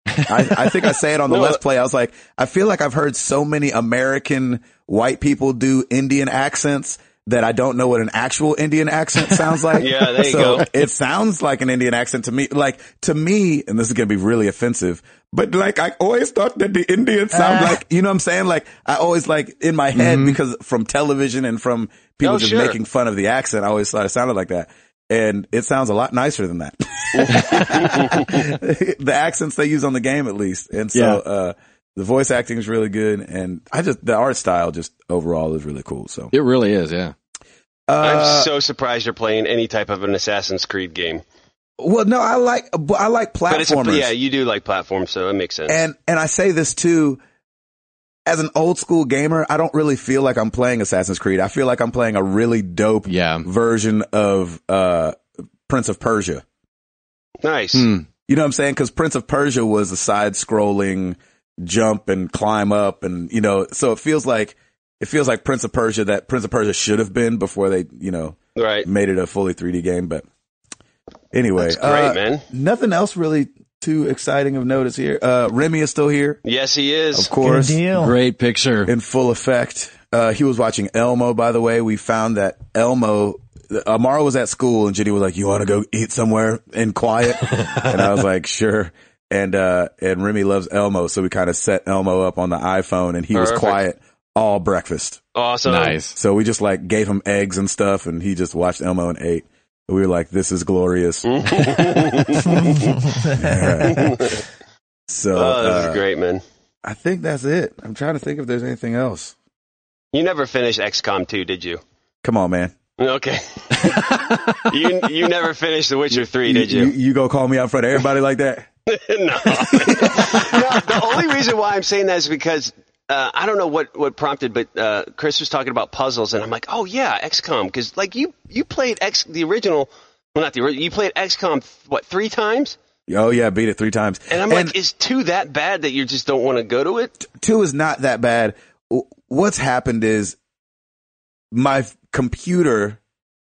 I, I think I say it on the No, last uh, play. I was like, I feel like I've heard so many American white people do Indian accents that I don't know what an actual Indian accent sounds like. Yeah, there you so go. It sounds like an Indian accent to me. Like to me, and this is gonna be really offensive, but like I always thought that the Indians sound Uh. Ah. like you know what I'm saying? Like I always like in my head because from television and from people Mm-hmm. Oh, just sure. making fun of the accent, I always thought it sounded like that. And it sounds a lot nicer than that. the accents they use on the game at least. And so Yeah. uh the voice acting is really good and I just the art style just overall is really cool. So It really is. Yeah. uh, I'm so surprised you're playing any type of an Assassin's Creed game. well no, I like but I like But it's platformers. yeah, you do like platforms, so it makes sense. And and I say this too, as an old school gamer, I don't really feel like I'm playing Assassin's Creed. I feel like I'm playing a really dope Yeah. version of uh Prince of Persia. nice. Hmm. You know what I'm saying? Because Prince of Persia was a side scrolling jump and climb up and you know, so it feels like it feels like Prince of Persia that Prince of Persia should have been before they, you know, Right. made it a fully 3D game. But anyway, That's great, uh, man. nothing else really too exciting of notice here. Uh Remy is still here, Yes, he is. of course. Good deal. Great picture. in full effect. Uh, he was watching Elmo, by the way. We found that Elmo, Amara was at school and Jenny was like, you want to go eat somewhere in quiet? and I was like, sure. and uh and Remy loves Elmo, so we kind of set Elmo up on the iPhone, and he was Perfect. quiet all breakfast. Awesome. nice. So we just like gave him eggs and stuff, and he just watched Elmo and ate. We were like, "This is glorious." Oh, so Oh, this uh, is great, man. I think that's it. I'm trying to think if there's anything else. You never finished XCOM 2, did you? Come on, man. Okay. you you never finished The Witcher 3, did You, you? you go call me out in front of everybody like that. no. no. The only reason why I'm saying that is because uh, I don't know what, what prompted, but uh, Chris was talking about puzzles, and I'm like, oh yeah, XCOM, because like you you played X the original, well not the original, you played XCOM what three times, Oh yeah, beat it three times. and I'm like, is two that bad that you just don't want to go to it? two is not that bad. W- What's happened is my f- computer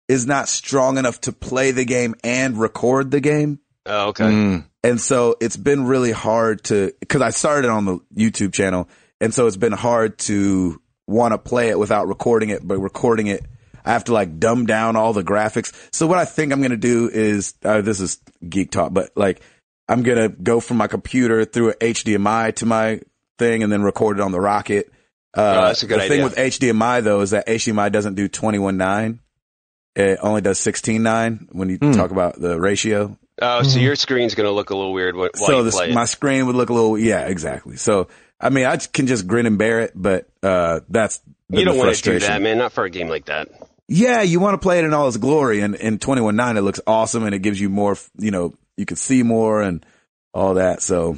is not strong enough to play the game and record the game. Oh okay. Mm. And so it's been really hard to, cause I started on the YouTube channel. And so it's been hard to want to play it without recording it, but recording it, I have to like dumb down all the graphics. So what I think I'm going to do is, uh, this is geek talk, but like I'm going to go from my computer through a HDMI to my thing and then record it on the rocket. Uh, Oh, that's a good the idea. thing with HDMI though is that HDMI doesn't do 21.9. It only does 16.9 when you Hmm. talk about the ratio. Oh, so your screen's gonna look a little weird wh- while Mm-hmm. So you this, play. it. my screen would look a little, yeah, exactly. So, I mean, I j- can just grin and bear it, but, uh, that's been you don't the want to do frustration. that, man. Not for a game like that. yeah, you want to play it in all its glory and in 21.9, it looks awesome and it gives you more, f- you know, you can see more and all that. So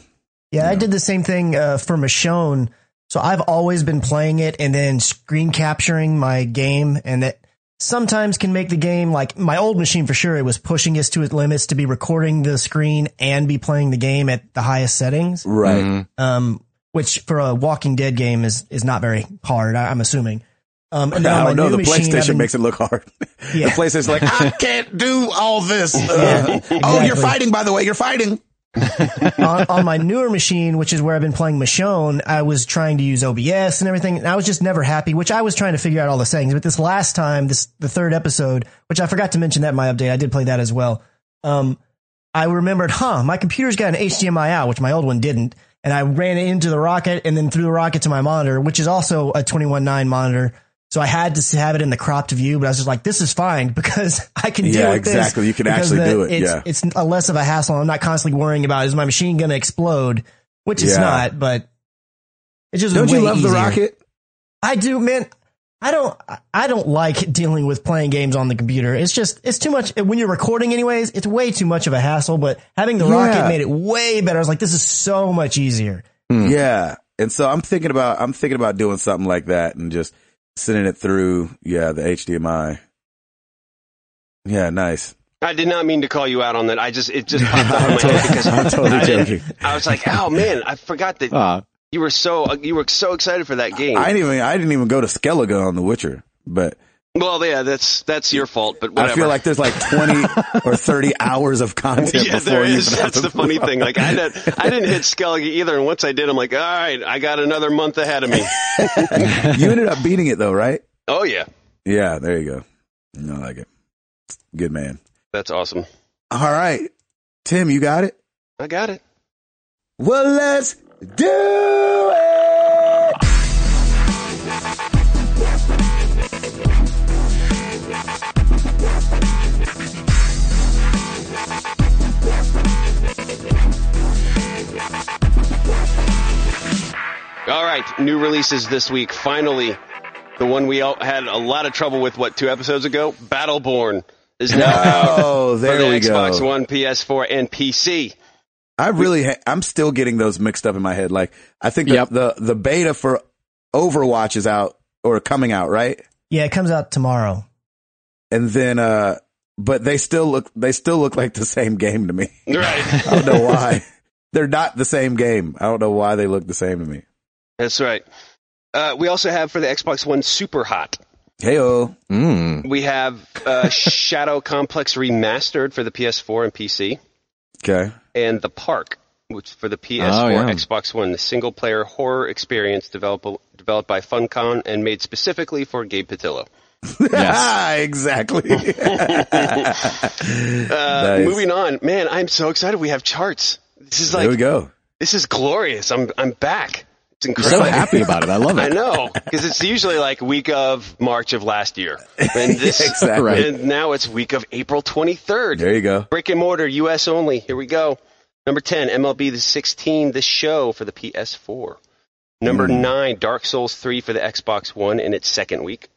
Yeah, I did the same thing uh, for Michonne. So I've always been playing it and then screen capturing my game, and that sometimes can make the game like my old machine for sure. It was pushing us to its limits to be recording the screen and be playing the game at the highest settings, right. Mm-hmm. Mhm. um, which for a Walking Dead game is is not very hard. I, I'm assuming. Um, and then on I my don't know. new The machine, I've PlayStation been- makes it look hard. Yeah. The PlayStation's like, I can't do all this. Uh, Oh, you're exactly. fighting, by the way. You're fighting. on, on my newer machine, which is where I've been playing Michonne, I was trying to use OBS and everything, and I was just never happy, which I was trying to figure out all the settings. But this last time, this the third episode, which I forgot to mention that in my update, I did play that as well. Um, I remembered, huh, my computer's got an HDMI out, which my old one didn't, and I ran it into the rocket and then through the rocket to my monitor, which is also a 21.9 monitor. So I had to have it in the cropped view, but I was just like, this is fine because I can deal Yeah, with this. exactly. You can Because actually the- do it. It's, Yeah. it's a less of a hassle. I'm not constantly worrying about is my machine going to explode, which it's Yeah. not. But it just Don't way you love the easier. rocket? I do, man. I don't. I don't like dealing with playing games on the computer. It's just it's too much. When you're recording, anyways, it's way too much of a hassle. But having the Yeah. rocket made it way better. I was like, this is so much easier. Yeah. And so I'm thinking about I'm thinking about doing something like that and just sending it through yeah, the HDMI. Yeah, nice. I did not mean to call you out on that. I just it just popped out of my head because I'm totally I didn't- joking. I was like, oh man, I forgot that Ah, you were so you were so excited for that game. Oh. I didn't even I didn't even go to Skellige on The Witcher, but well, yeah, that's that's your fault, but whatever. I feel like there's like 20 or 30 hours of content yeah, before there you is. even have That's to the funny thing. Like I didn't, I didn't hit Skellige either, and once I did, I'm like, all right, I got another month ahead of me. You ended up beating it though, right? oh yeah, Yeah, there you go. I like it. Good man. that's awesome. All right. Tim, you got it? I got it. Well, let's do it. All right, new releases this week. Finally, the one we all had a lot of trouble with. What two episodes ago? Battleborn is now out. Oh, for there the we Xbox go. One, PS4, and PC. I really, ha- I'm still getting those mixed up in my head. Like, I think the, Yep. the, the beta for Overwatch is out or coming out, right? Yeah, it comes out tomorrow. And then, uh, but they still look, they still look like the same game to me. Right. I don't know why. They're not the same game. I don't know why they look the same to me. That's right. Uh, we also have for the Xbox One Super Hot. Hey, oh, mm. We have uh, Shadow Complex Remastered for the PS4 and PC, okay. and The Park, which for the PS4, Oh, yeah. Xbox One, the single-player horror experience developed developed by Funcom and made specifically for Gabe Patillo. Ah, exactly. Uh, Moving on, man, I'm so excited. We have charts. This is There we like go. this is glorious. I'm I'm back. It's I'm so incredible. happy about it. I love I it. know because it's usually like week of March of last year, and this exactly. Right. and now it's week of April 23rd. There you go. Brick and mortar, U.S. only. Here we go. Number 10, MLB the 16, The Show for the PS4. Number Hmm. 9, Dark Souls 3 for the Xbox One in its second week.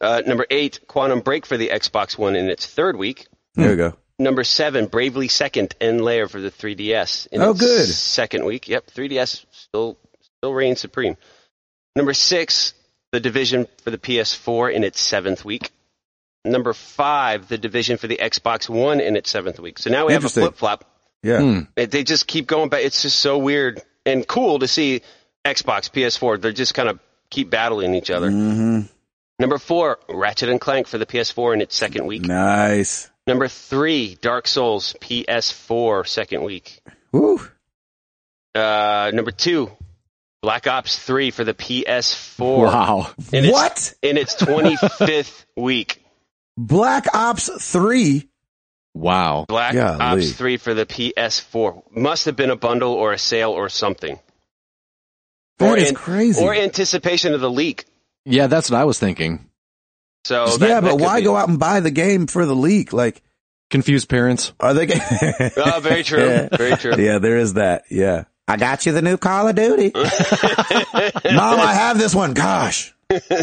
Uh, number 8, Quantum Break for the Xbox One in its third week. There we go. Number 7, Bravely Second and Layer for the 3DS in Oh, its good. second week. Yep, 3DS still still reigns supreme. Number 6, The Division for the PS4 in its seventh week. Number 5, The Division for the Xbox One in its seventh week. So now we have a Interesting. flip flop. Yeah. Hmm. It- they just keep going back. It's just so weird and cool to see Xbox, PS4. They're just kind of keep battling each other. hmm Number four, Ratchet and Clank for the PS4 in its second week. Nice. Number three, Dark Souls PS4 second week. Woo. Uh, number two, Black Ops 3 for the PS4 Wow. in its, What? in its 25th week. Black Ops 3. Wow. Black Golly. Ops 3 for the PS4 must have been a bundle or a sale or something. That or is an- crazy. Or anticipation of the leak. Yeah, that's what I was thinking. So Oh, that- yeah, that but could why be- go out and buy the game for the leak? Like, Confused parents. are they? G- Oh, very true. Yeah. Very true. yeah, there is that. Yeah. I got you the new Call of Duty. Mom, I have this one. Gosh.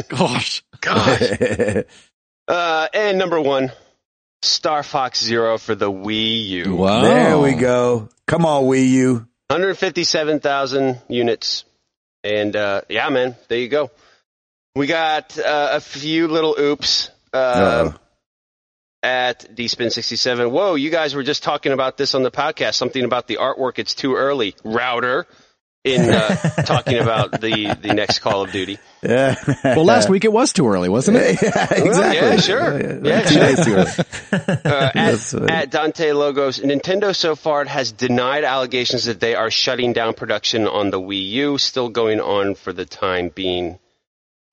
Gosh. Gosh. Uh, and number one, Star Fox Zero for the Wii U. Wow. There Oh. we go. Come on, Wii U. 157,000 units. And uh, yeah, man, there you go. We got uh, a few little oops uh, Uh-oh. at Dspin 67. Whoa, you guys were just talking about this on the podcast. Something about the artwork. It's too early. Router in uh, talking about the the next Call of Duty. Yeah. Well, last week it was too early, wasn't yeah, it? exactly. yeah, sure. Yeah, Two sure. days too early. Uh, Yes, at, uh, at Dante Logos, Nintendo so far has denied allegations that they are shutting down production on the Wii U, still going on for the time being.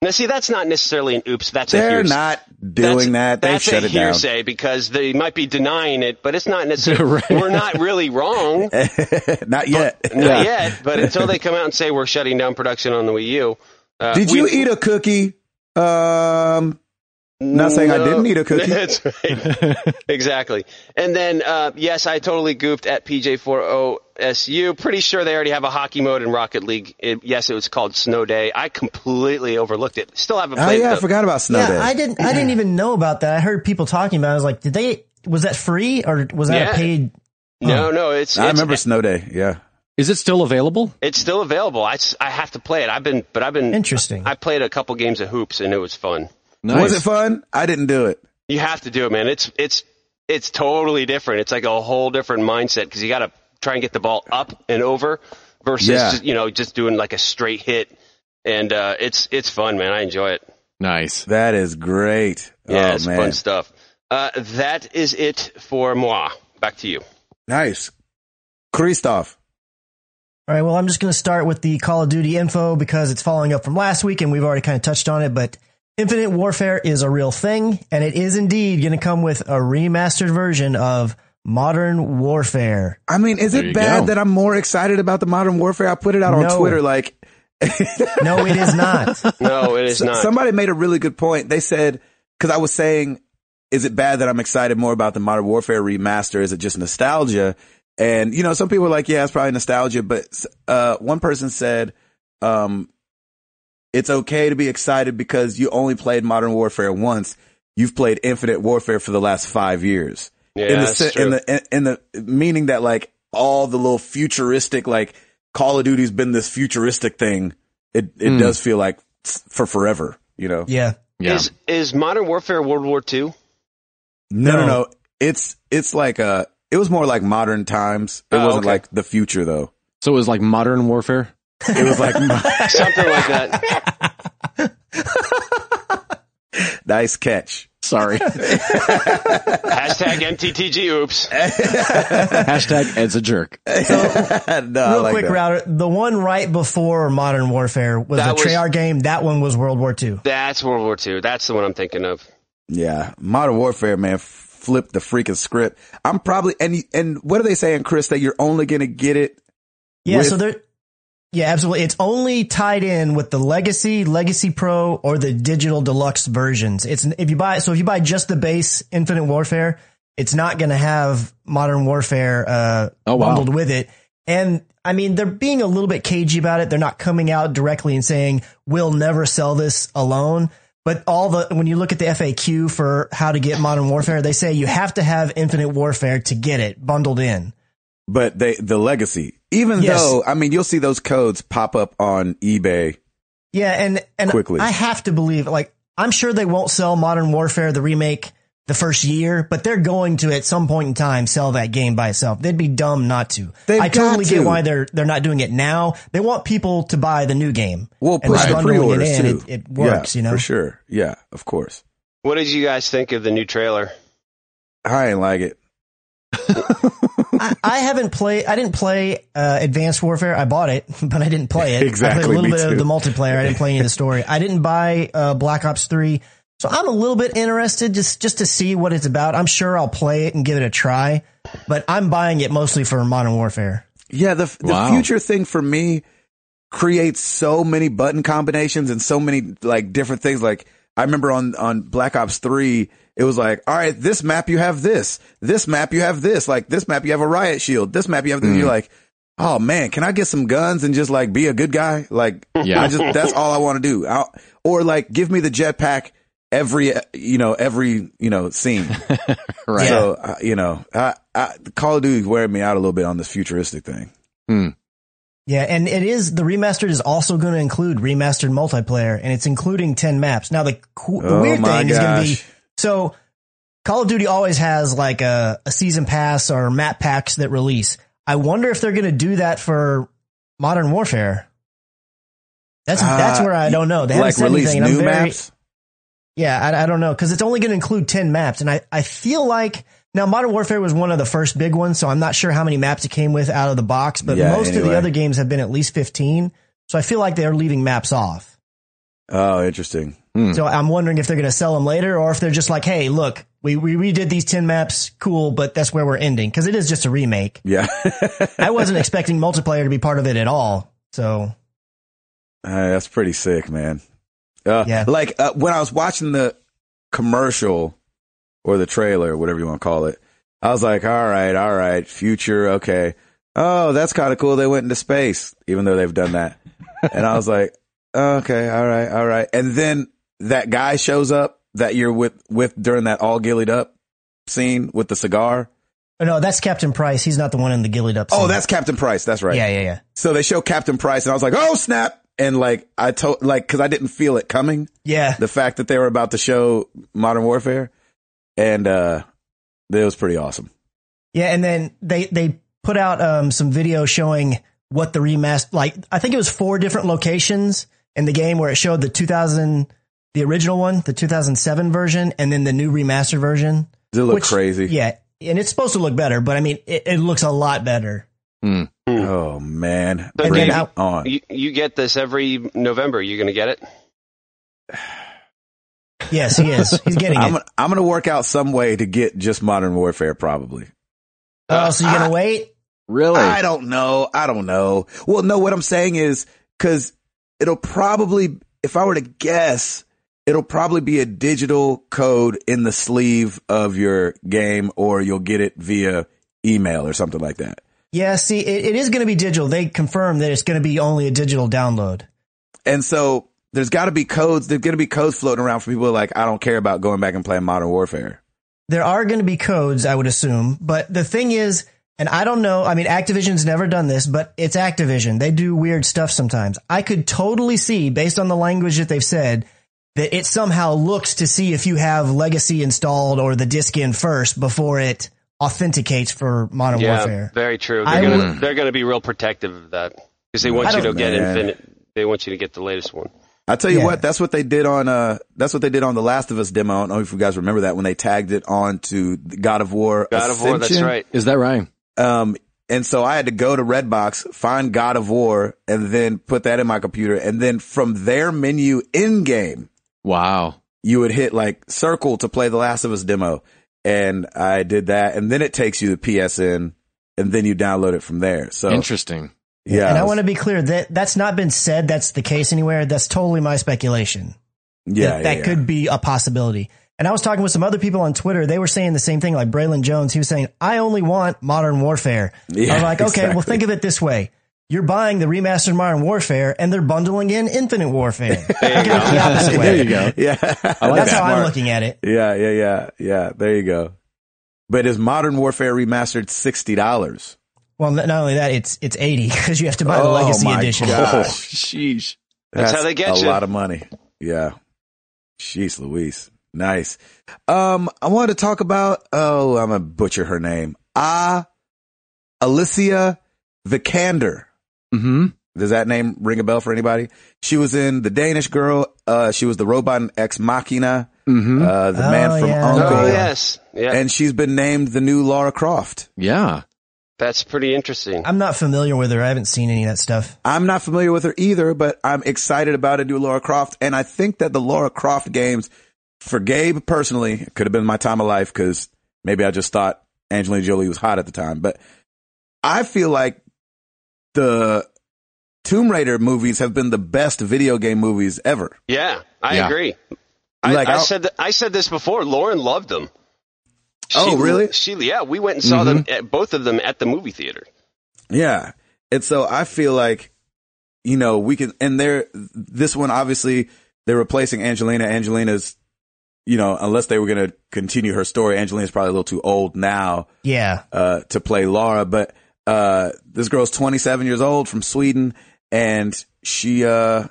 Now, see, that's not necessarily an oops. That's a They're hearsay. not doing that's, that. They that's shut a it down. hearsay because they might be denying it, but it's not necessarily. Right. We're not really wrong, Not yet. not yet. But until they come out and say we're shutting down production on the Wii U, uh, Did we- you eat a cookie? Um, Not saying I didn't eat a cookie. That's right. exactly. And then, uh, yes, I totally goofed at PJ40SU. Pretty sure they already have a hockey mode in Rocket League. It- yes, it was called Snow Day. I completely overlooked it. Still haven't oh played yeah, I the- forgot about Snow yeah, Day. I didn't. I didn't even know about that. I heard people talking about. it. I was like, did they? Was that free or was that Yeah. a paid? No, no, it's, I it's, remember Snow Day. Yeah. Is it still available? it's still available. I, s- I have to play it. I've been, but I've been, Interesting. I played a couple games of hoops and it was fun. Nice. Was it fun? I didn't do it. You have to do it, man. It's, it's, it's totally different. It's like a whole different mindset because you got to try and get the ball up and over versus, Yeah. just, you know, just doing like a straight hit. And uh, it's it's fun, man. I enjoy it. nice. That is great. Yeah, oh it's man. fun stuff. Uh, that is it for moi. Back to you. Nice. Christoph. All right. Well, I'm just going to start with the Call of Duty info because it's following up from last week and we've already kind of touched on it, but Infinite Warfare is a real thing and it is indeed going to come with a remastered version of Modern Warfare. I mean, is There it you bad go. that I'm more excited about the Modern Warfare? I put it out on No. Twitter like No, it is not. No, it is S- not. Somebody made a really good point. They said, cause I was saying, is it bad that I'm excited more about the Modern Warfare remaster? Is it just nostalgia? And, you know, some people are like, yeah, it's probably nostalgia, but, uh, one person said, um, it's okay to be excited because you only played Modern Warfare once. You've played Infinite Warfare for the last five years yeah, in the that's se- true. in the in- in the meaning that like all the little futuristic like Call of Duty's been this futuristic thing. It it Mm. does feel like f- for forever, you know. Yeah. Yeah. Is is Modern Warfare World War II? No, no, No. no. It's it's like uh it was more like modern times. It Oh, wasn't okay. like the future though. so it was like modern warfare? It was like mo- Something like that. nice catch. Sorry. Hashtag MTTG. Oops. Eh. Hashtag Ed's a jerk. no, I Real like quick that. router. The one right before Modern Warfare was That the was- Treyarch game. That one was World War II. That's World War II. That's the one I'm thinking of. Yeah, Modern Warfare, man. f- flipped the freaking script. I'm probably and and what are they saying, Chris? That you're only gonna get it. Yeah, with- so there. Yeah, absolutely. It's only tied in with the Legacy, Legacy Pro, or the Digital Deluxe versions. It's if you buy so if you buy just the base Infinite Warfare, it's not going to have Modern Warfare uh, Oh, wow. bundled with it. And I mean, they're being a little bit cagey about it. They're not coming out directly and saying we'll never sell this alone. But all the when you look at the FAQ for how to get Modern Warfare, they say you have to have Infinite Warfare to get it bundled in. But they the legacy, even Yes. though I mean, you'll see those codes pop up on eBay. Yeah, and and Quickly. I have to believe like I'm sure they won't sell Modern Warfare the remake the first year, but they're going to at some point in time sell that game by itself. They'd be dumb not to. They've I got totally to. get why they're they're not doing it now. They want people to buy the new game. Well, And push they're the bundling it pre-orders in, too. it- it works, Yeah, you know? for sure. Yeah, of course. What did you guys think of the new trailer? I ain't like it. I, I haven't played. I didn't play uh, Advanced Warfare. I bought it, but I didn't play it. I Exactly, played a little me bit too. of the multiplayer. I didn't play any of the story. I didn't buy uh, Black Ops Three, so I'm a little bit interested just just to see what it's about. I'm sure I'll play it and give it a try, but I'm buying it mostly for Modern Warfare. Yeah, the the Wow. future thing for me creates so many button combinations and so many like different things. Like I remember on on Black Ops Three, it was like, all right, this map you have this, this map you have this, like this map you have a riot shield, this map you have this. You're like, oh man, can I get some guns and just like be a good guy? Like, Yeah. I just that's all I want to do. i or like, give me the jetpack every you know every you know scene. Right. So uh, you know, I, I, Call of Duty's wearing me out a little bit on this futuristic thing. Yeah, and it is the remastered is also going to include remastered multiplayer, and it's including ten maps. Now the, qu- the Oh weird my thing is going to be gosh. so Call of Duty always has like a, a season pass or map packs that release. I wonder if they're going to do that for Modern Warfare. That's that's Uh, where I don't know. They haven't like said release anything. and new I'm very, maps. yeah, I, I don't know because it's only going to include ten maps, and I I feel like now Modern Warfare was one of the first big ones, so I'm not sure how many maps it came with out of the box, but Yeah, most of anyway. the other games have been at least fifteen, so I feel like they're leaving maps off. Oh, interesting. So I'm wondering if they're going to sell them later, or if they're just like, hey, look, we we redid these ten maps, cool, but that's where we're ending because it is just a remake. Yeah, I wasn't expecting multiplayer to be part of it at all, so Uh, that's pretty sick, man. Uh, Yeah. Like uh, when I was watching the commercial or the trailer, whatever you want to call it, I was like, all right, all right, future, okay. Oh, that's kind of cool. They went into space, even though they've done that. and I was like, okay, all right, all right. And then that guy shows up that you're with with during that all gillied up scene with the cigar. oh, no, that's Captain Price. He's not the one in the gilded up. Oh, scene. that's Captain Price. That's right. yeah, yeah, yeah, So they show Captain Price, and I was like, "Oh snap!" And like I told, like, because I didn't feel it coming, yeah. the fact that they were about to show Modern Warfare, and uh it was pretty awesome. Yeah, and then they they put out um, some video showing what the remaster like. I think it was four different locations in the game where it showed the 2000, the original one, the 2007 version, and then the new remastered version. Did it look Which- crazy? Yeah, and it's supposed to look better, but I mean, it, it looks a lot better. Oh man, So bring Again, it I- on. You, you get this every November. You're going to get it? Yes, he is. He's getting I'm it. gonna- I'm gonna work out some way to get just Modern Warfare, probably. Oh, so you're gonna wait? Really? I don't know. I don't know. Well, no, what I'm saying is because it'll probably, if I were to guess, it'll probably be a digital code in the sleeve of your game, or you'll get it via email or something like that. Yeah. See, it, it is going to be digital. They confirmed that it's going to be only a digital download. And so there's got to be codes. There's going to be codes floating around for people who are like, I don't care about going back and playing Modern Warfare. there are going to be codes, I would assume. But the thing is, and I don't know, I mean, Activision's never done this, but it's Activision. They do weird stuff sometimes. I could totally see, based on the language that they've said, that it somehow looks to see if you have Legacy installed or the disc in first before it authenticates for Modern yeah, Warfare. very true. I They're going would- to they're going to be real protective of that because they want I you to don't- get Man. infinite. They want you to get the latest one. I tell you Yeah. what, that's what they did on, uh, that's what they did on the Last of Us demo. I don't know if you guys remember that when they tagged it on to God of War. God of War. That's Ascension. right. Is that right? Um, and so I had to go to Redbox, find God of War, and then put that in my computer. And then from their menu in game, Wow. you would hit like circle to play the Last of Us demo. and I did that, and then it takes you to PSN, and then you download it from there. So Interesting. yeah, and I it was- want to be clear that that's not been said. That's the case anywhere. That's totally my speculation. yeah, that, yeah, that yeah. could be a possibility. And I was talking with some other people on Twitter. They were saying the same thing, like Braylon Jones. He was saying, I only want Modern Warfare. I Yeah, was like, okay, well, exactly. think of it this way. You're buying the remastered Modern Warfare and they're bundling in Infinite Warfare. Look at it the opposite way. there you go. Yeah, That's that. how I'm Smart. looking at it. Yeah, yeah, yeah, yeah. There you go. But is Modern Warfare remastered sixty dollars? Well, not only that, it's, it's 80 because you have to buy Oh the Legacy Edition. gosh, Sheesh. That's how they get a you. lot of money. Yeah. Jeez, Louise. Nice. Um, I wanted to talk about. Oh, I'm gonna butcher her name. Ah, Alicia Vikander. Mm-hmm. Does that name ring a bell for anybody? She was in The Danish Girl. Uh, she was the robot in Ex Machina. Mm-hmm. Uh, the Oh, man from yeah. Uncle. Oh yes, yeah, And she's been named the new Laura Croft. yeah. that's pretty interesting. I'm not familiar with her. I haven't seen any of that stuff. I'm not familiar with her either, but I'm excited about a new Laura Croft. And I think that the Laura Croft games for Gabe personally it could have been my time of life because maybe I just thought Angelina Jolie was hot at the time, but I feel like the Tomb Raider movies have been the best video game movies ever. Yeah, I Yeah. agree. I, Like, I I'll- said th- I said this before. Lauren loved them. Oh, She- really? She yeah. We went and saw them at, both of them at the movie theater. Yeah. And so I feel like, you know, we can, and they're, this one, obviously, they're replacing Angelina. Angelina's, you know, unless they were going to continue her story, Angelina's probably a little too old now, Yeah. uh, to play Laura, but, uh, this girl's 27 years old from Sweden and she, uh,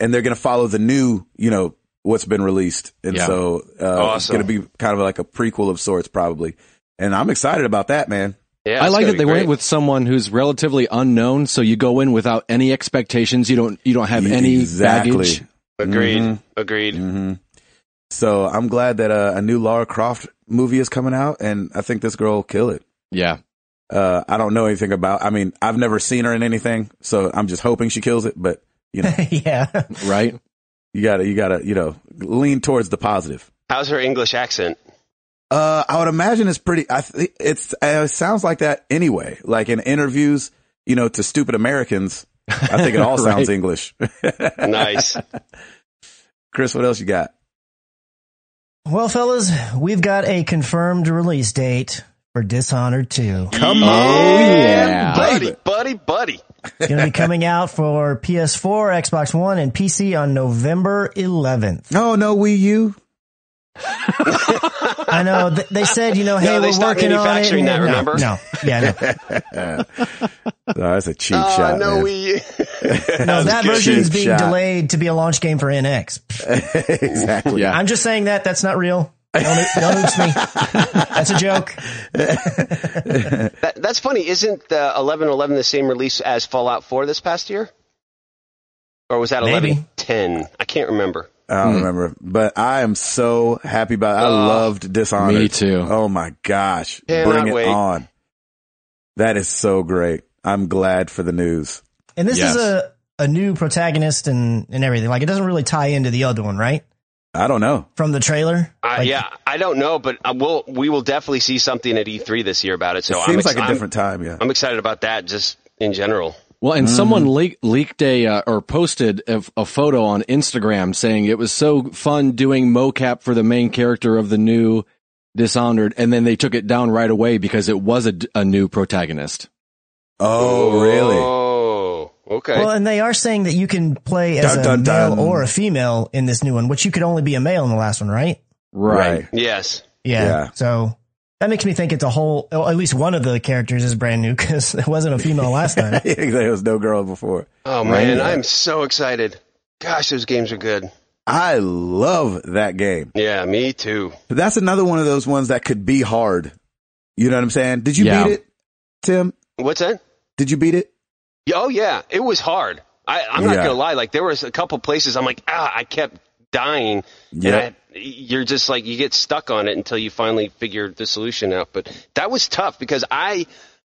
and they're going to follow the new, you know, what's been released. And Yeah. so, uh, it's Awesome. going to be kind of like a prequel of sorts, probably. And I'm excited about that, man. Yeah, I it's like gonna that be they great. went with someone who's relatively unknown, so you go in without any expectations. You don't you don't have any Exactly. baggage. agreed, Mhm. agreed. hmm So I'm glad that uh, a new Lara Croft movie is coming out, and I think this girl will kill it. Yeah. Uh, I don't know anything about. I mean, I've never seen her in anything, so I'm just hoping she kills it. But you know, yeah. Right. you gotta, you gotta, you know, lean towards the positive. How's her English accent? Uh, I would imagine it's pretty. I th- it's uh, it sounds like that anyway. Like in interviews, you know, to stupid Americans, I think it all sounds Right. English. Nice. Chris, what else you got? Well, fellas, we've got a confirmed release date for Dishonored 2. Come Oh yeah. buddy, buddy, buddy. It's going to be coming out for PS4, Xbox One, and PC on November 11th. No, Oh, no, Wii U. I know th- they said, you know, hey, they we're stopped working on it. and- manufacturing that, no, remember? No, yeah, no, Oh, that's a cheap Oh, shot. no, man. we. no that version is being Shot. delayed to be a launch game for NX. exactly. Yeah. I'm just saying that that's not real. Don't, don't oops me. That's a joke. that, that's funny. Isn't the eleven eleven the same release as Fallout Four this past year? Or was that Maybe. eleven ten? I can't remember. I don't remember, but I am so happy about. I loved Dishonored. me too. Oh my gosh! Cannot Bring it wait. on. That is so great. I'm glad for the news. And this Yes. is a a new protagonist and and everything. Like it doesn't really tie into the other one, right? I don't know. From the trailer. Uh, Like, yeah, I don't know, but uh, we'll we will definitely see something at E3 this year about it. So I'm Seems ex- like a I'm- different time. Yeah. I'm, excited about that just in general. Well, and someone leak, leaked a uh, or posted a, a photo on Instagram saying it was so fun doing mocap for the main character of the new Dishonored, and then they took it down right away because it was a, d- a new protagonist. oh really? Oh, okay. Well, and they are saying that you can play as Dun, dun, a male dun. or a female in this new one, which you could only be a male in the last one, right? Right. yes. Yeah. Yeah. So that makes me think it's a whole, oh, at least one of the characters is brand new because it wasn't a female last time. there was no girl before. Oh Right. man, I'm so excited. Gosh, those games are good. I love that game. Yeah, me too. But that's another one of those ones that could be hard. You know what I'm saying? Did you Yeah. beat it, Tim? What's that? Did you beat it? Yeah, Oh yeah, it was hard. I, I'm not Yeah. gonna lie. Like there was a couple places I'm like, ah, I kept dying. Yeah. And I, you're just like you get stuck on it until you finally figure the solution out. But that was tough because I,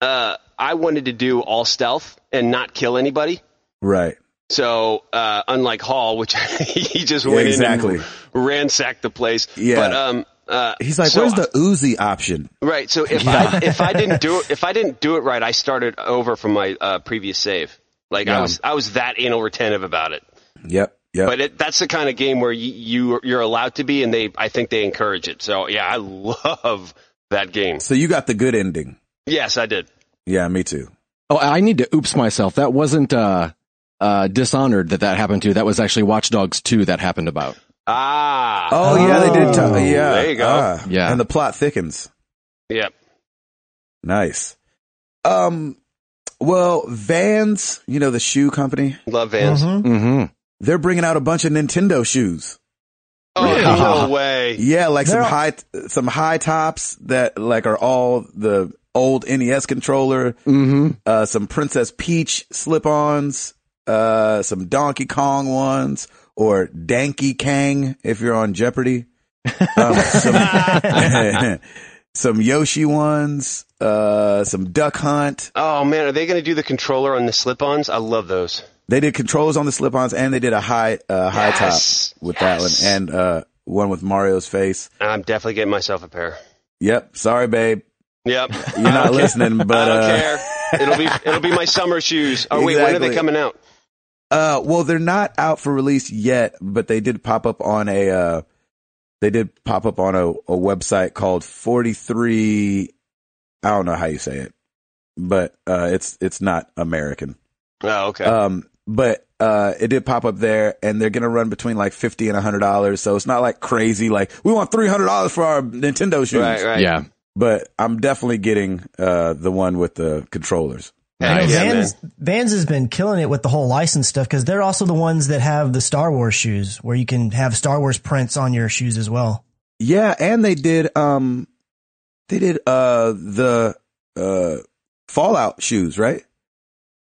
uh, I wanted to do all stealth and not kill anybody. Right. So uh, unlike Hall, which he just went in exactly. and ransacked the place. Yeah. But um, Uh, He's like, so where's the Uzi option? Right. So if I if I didn't do it if I didn't do it right, I started over from my uh, previous save. Like I Yeah. was I was that anal retentive about it. Yep. Yep. But it, that's the kind of game where you, you you're allowed to be, and they I think they encourage it. So yeah, I love that game. so you got the good ending. Yes, I did. Yeah, me too. Oh, I need to oops myself. That wasn't uh, uh, Dishonored that that happened to. That was actually Watch Dogs 2 that happened about. Ah. Oh, yeah, they did. Oh. T- yeah. There you go. Ah. Yeah. And the plot thickens. Yeah. Nice. Um, well, Vans, you know, the shoe company, Love Vans. Mhm. Mm-hmm. they're bringing out a bunch of Nintendo shoes. Oh no way. Yeah, like They're some all- high, some high tops that like are all the old NES controller, Mm-hmm. uh, some Princess Peach slip-ons, uh, some Donkey Kong ones or Danky Kang if you're on Jeopardy. Um, some, some Yoshi ones, uh, some Duck Hunt. Oh man, are they going to do the controller on the slip-ons? I love those. They did controllers on the slip-ons, and they did a high uh, high Yes. top with Yes. that one, and uh, one with Mario's face. I'm definitely getting myself a pair. Yep. Sorry, babe, Yep. you're not listening, I but don't uh, care. It'll be it'll be my summer shoes. Oh wait, when are they Exactly. coming out? uh, well, they're not out for release yet, but they did pop up on a uh, they did pop up on a, a website called Forty Three. I don't know how you say it, but uh, it's it's not American. Oh okay. Um, but uh, it did pop up there, and they're gonna run between like fifty and hundred dollars. So it's not like crazy. Like we want three hundred dollars for our Nintendo shoes. right. Right. Yeah. But I'm definitely getting uh, the one with the controllers. I know Nice. Yeah, Vans, Vans has been killing it with the whole license stuff because they're also the ones that have the Star Wars shoes where you can have Star Wars prints on your shoes as well. Yeah, and they did um, they did uh the uh Fallout shoes right.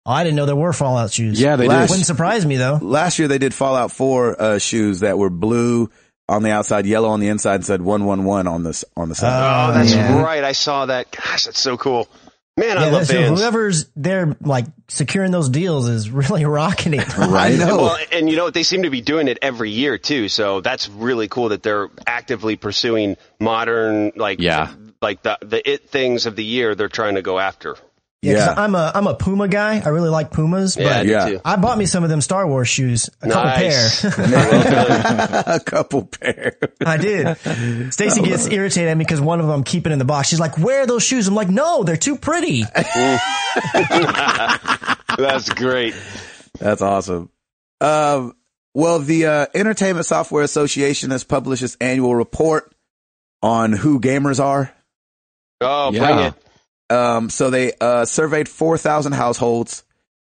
Oh, I didn't know there were Fallout shoes. Yeah, they Last- did. Wouldn't surprise me though. Last year they did Fallout Four uh, shoes that were blue on the outside, yellow on the inside, and said one one one on this on the side. Oh, that's yeah. right. I saw that. Gosh, that's so cool. Man, I Yeah, love so Vans. whoever's there, like securing those deals, is really rocking it. I know. Well, and you know what? They seem to be doing it every year too. So that's really cool that they're actively pursuing modern, like, Yeah. like the the it things of the year. They're trying to go after. Yeah, 'cause Yeah. I'm a I'm a Puma guy. I really like Pumas, but Yeah, I do Yeah. too. I bought me some of them Star Wars shoes, a couple Nice. pair. a couple pairs. I did. Stacy gets irritated at me because one of them I'm keeping in the box. She's like, "Where are those shoes?" I'm like, "No, they're too pretty." That's great. That's awesome. Um, well, the uh, Entertainment Software Association has published its annual report on who gamers are. Oh, bring Yeah. it. Um, so they uh, surveyed 4,000 households.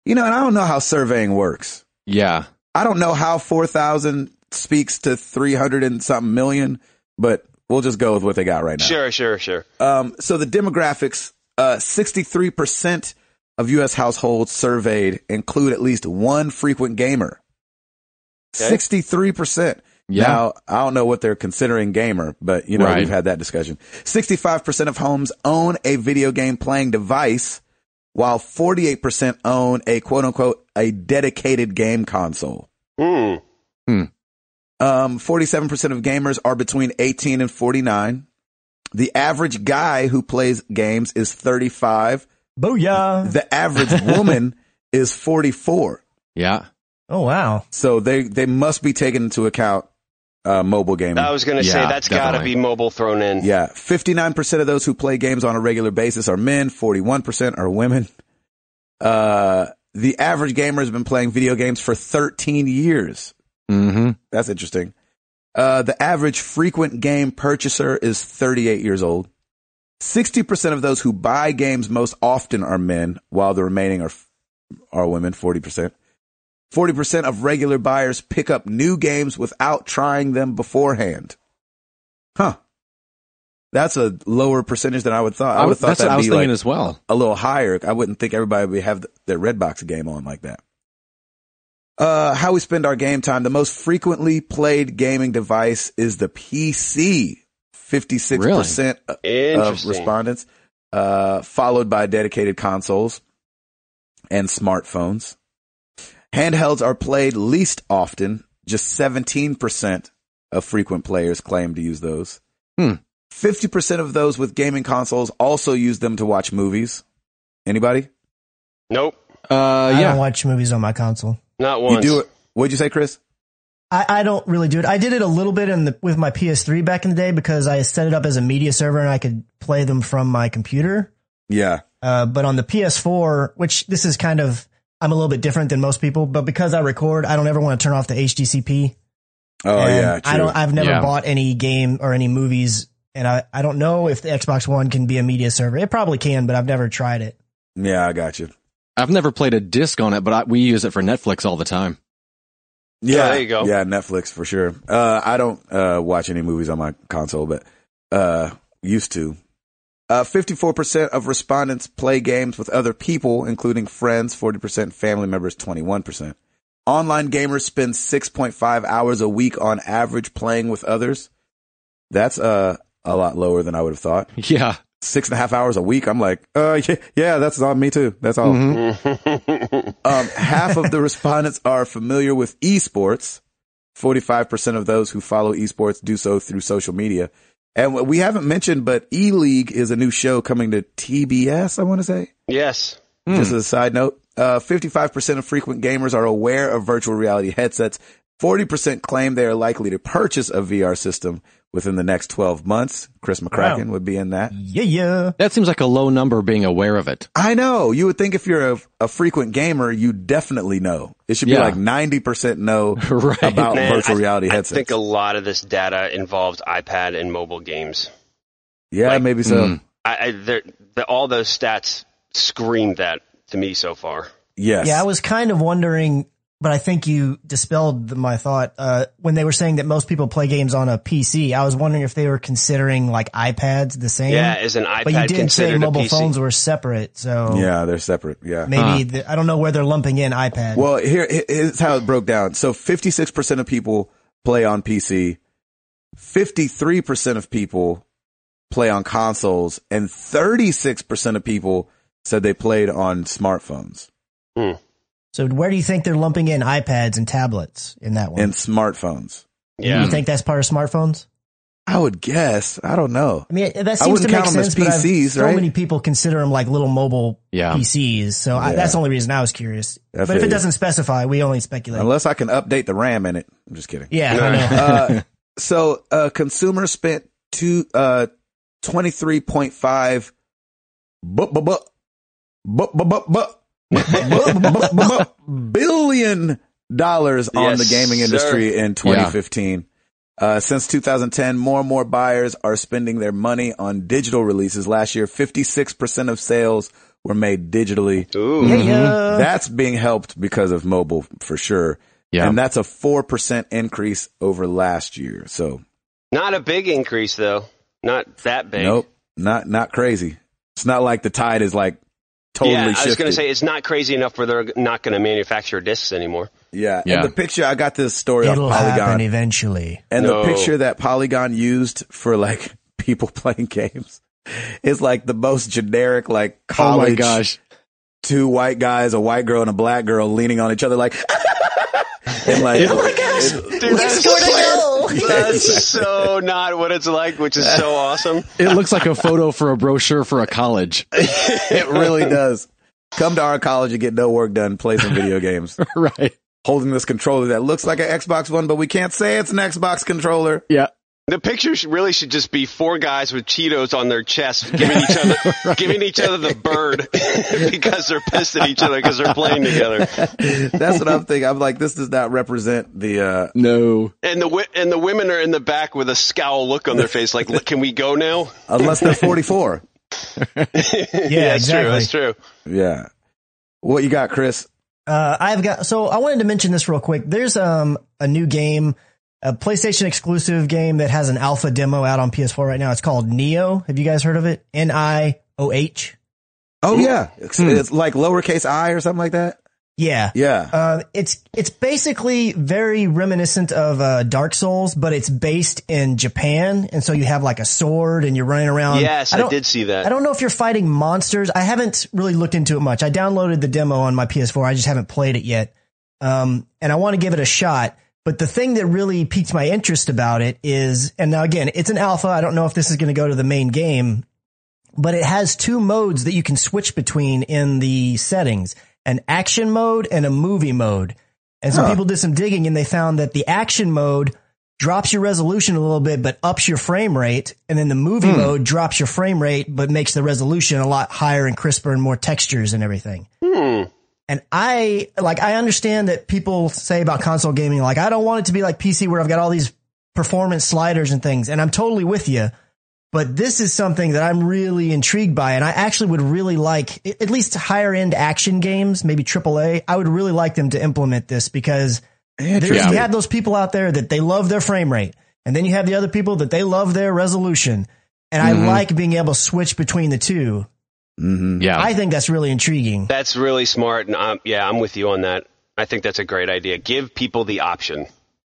You know, and I don't know how surveying works. Yeah. I don't know how 4,000 speaks to 300 and something million, but we'll just go with what they got right now. Sure, sure, sure. Um, so the demographics, uh, 63% of U.S. households surveyed include at least one frequent gamer. Okay. 63%. Yeah. Now, I don't know what they're considering gamer, but you know, Right. we've had that discussion. 65% of homes own a video game playing device, while 48% own a quote unquote, a dedicated game console. Hmm. Um, 47% of gamers are between 18 and 49. The average guy who plays games is 35. Booyah! The average woman is 44. Yeah. Oh wow! So they, they must be taking into account, uh, mobile gaming. I was going to say Yeah, that's got to definitely. be mobile thrown in. yeah. 59% of those who play games on a regular basis are men. 41% are women. Uh, the average gamer has been playing video games for 13 years. Mm-hmm. That's interesting. Uh, the average frequent game purchaser is 38 years old. 60% of those who buy games most often are men, while the remaining are, are women, 40%. 40% of regular buyers pick up new games without trying them beforehand. Huh. That's a lower percentage than I would thought. I would have thought that's that'd what I was be thinking like as well. a little higher. I wouldn't think everybody would have their Redbox game on like that. Uh, how we spend our game time. The most frequently played gaming device is the PC. 56% of Interesting. respondents, uh, followed by dedicated consoles and smartphones. Handhelds are played least often. Just 17% of frequent players claim to use those. Hmm. 50% of those with gaming consoles also use them to watch movies. Anybody? Nope. Uh, I don't yeah. watch movies on my console. Not once. You do it. What'd you say, Chris? I, I don't really do it. I did it a little bit in the, with my PS3 back in the day because I set it up as a media server and I could play them from my computer. Yeah. Uh, but on the PS4, which this is kind of, I'm a little bit different than most people, but because I record, I don't ever want to turn off the HDCP. Oh And yeah. I don't. true. I've never Yeah. bought any game or any movies, and I, I don't know if the Xbox One can be a media server. It probably can, but I've never tried it. yeah, I got you. I've never played a disc on it, but I, we use it for Netflix all the time. Yeah, Oh, there you go. Yeah, Netflix for sure. Uh, I don't uh, watch any movies on my console, but uh, used to. Uh, 54% of respondents play games with other people, including friends, 40%, family members, 21%. Online gamers spend 6.5 hours a week on average playing with others. That's uh, a lot lower than I would have thought. Yeah. Six and a half hours a week. I'm like, uh, yeah, yeah that's on me too. That's Mm-hmm. all. Um, half of the respondents are familiar with esports. 45% of those who follow esports do so through social media. And what we haven't mentioned, but E League is a new show coming to TBS, I want to say. yes. Just as a side note, uh, 55% of frequent gamers are aware of virtual reality headsets. 40% claim they are likely to purchase a VR system within the next 12 months. Chris McCracken would be in that. Yeah, yeah. That seems like a low number being aware of it. I know. You would think if you're a, a frequent gamer, you definitely know. It should be Yeah. like 90% know Right. about Man, virtual I- reality I headsets. think a lot of this data involves iPad and mobile games. yeah, like- maybe so. Mm. I, I they're, the, all those stats scream that to me so far. Yes. Yeah, I was kind of wondering, but I think you dispelled the, my thought uh, when they were saying that most people play games on a PC. I was wondering if they were considering like iPads the same. Yeah, is an iPad but you did considered say mobile a PC? phones were separate, so yeah, they're separate. Yeah. maybe the, I don't know where they're lumping in iPad. Well, here here- here's how it broke down. So 56% of people play on PC, 53% of people play on consoles, and 36% of people said they played on smartphones. so where do you think they're lumping in iPads and tablets in that one? And smartphones. Do Yeah. you think that's part of smartphones? I would guess. I don't know. I mean, that I seems wouldn't to make count 'em as sense. but I've- PCs, so right? many people consider them like little mobile Yeah. PCs, so I, Yeah. that's the only reason I was curious. I but if feel it you. doesn't specify, we only speculate. Unless I can update the RAM in it. I'm just kidding. yeah, I know. Uh, so uh, consumers spent two uh, 23.5 bu- bu- bu- bu- bu- bu- bu- bu- bu- bu- bu- bu- billion dollars on Yes, the gaming industry in 2015. Uh, since 2010, more and more buyers are spending their money on digital releases. Last year, 56% of sales were made digitally. Ooh. yeah, yeah. That's being helped because of mobile for sure. Yeah. And that's a 4% increase over last year. So, Not a big increase though. Not that big. nope, not, not crazy. It's not like the tide is like totally yeah, I was shifted. going to say it's not crazy enough where they're not going to manufacture discs anymore. yeah. Yeah. And the picture, I got this story on It'll happen Polygon eventually. and No. the picture that Polygon used for like people playing games is like the most generic, like oh college, my gosh. two white guys, a white girl and a black girl leaning on each other, like, and Oh like, Dude, that's goal. so not what it's like, which is so awesome. It looks like a photo for a brochure for a college. It really does. Come to our college and get no work done. Play some video games. right. Holding this controller that looks like an Xbox One, but we can't say it's an Xbox controller. Yeah. The picture should- really should just be four guys with Cheetos on their chest, giving each other giving each other the bird because they're pissed at each other because they're playing together. That's what I'm thinking. I'm like, this does not represent the. uh No. And the wi- and the women are in the back with a scowl look on their face, like, "Look, "Can we go now?" Unless they're 44. Yeah, that's exactly. true. That's true. yeah. What you got, Chris? Uh, I've got so I wanted to mention this real quick. There's um a new game, a PlayStation exclusive game that has an alpha demo out on PS4 right now. It's called Neo. Have you guys heard of it? N I O H. Oh yeah, it's, it's like lowercase i or something like that. Yeah. Yeah. Uh, it's it's basically very reminiscent of uh, Dark Souls, but it's based in Japan, and so you have like a sword and you're running around. yes, I, don't- did see that. Um, I don't know if you're fighting monsters. I haven't really looked into it much. I downloaded the demo on my PS4. I just haven't played it yet. Um, and I want to give it a shot, But the thing that really piqued my interest about it is, and now again, it's an alpha. I don't know if this is going to go to the main game, but it has two modes that you can switch between in the settings, an action mode and a movie mode. And so Huh. people did some digging and they found that the action mode drops your resolution a little bit, but ups your frame rate. And then the movie mode drops your frame rate, but makes the resolution a lot higher and crisper and more textures and everything. And I like I understand that people say about console gaming like I don't want it to be like PC where I've got all these performance sliders and things and I'm totally with you. But this is something that I'm really intrigued by and I actually would really like a- at least higher end action games, maybe AAA. I would really like them to implement this because there's, Interesting. you have those people out there that they love their frame rate, and then you have the other people that they love their resolution. And I like being able to switch between the two. Mhm. Yeah. I think that's really intriguing. That's really smart, and um, yeah, I'm with you on that. I think that's a great idea. Give people the option.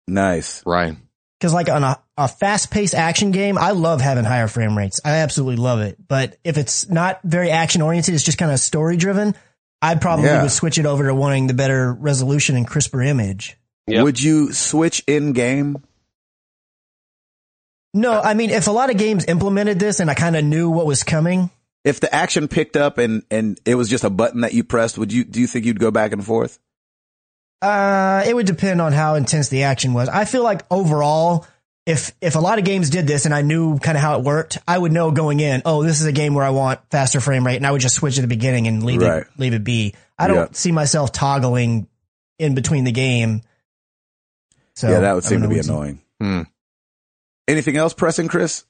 Nice. right. Cause like on a, a fast paced action game, I love having higher frame rates. I absolutely love it. But if it's not very action oriented, it's just kind of story driven. I probably Yeah. would switch it over to wanting the better resolution and crisper image. Yep. Would you switch in game? No, I mean, if a lot of games implemented this and I kind of knew what was coming, If the action picked up and, and it was just a button that you pressed, would you, do you think you'd go back and forth? Uh, it would depend on how intense the action was. I feel like overall, if if a lot of games did this and I knew kind of how it worked, I would know going in. Oh, this is a game where I want faster frame rate, and I would just switch at the beginning and leave Right. it leave it be. I don't Yeah. see myself toggling in between the game. So yeah, that would I seem to don't be know what annoying. Hmm. Anything else pressing, Chris?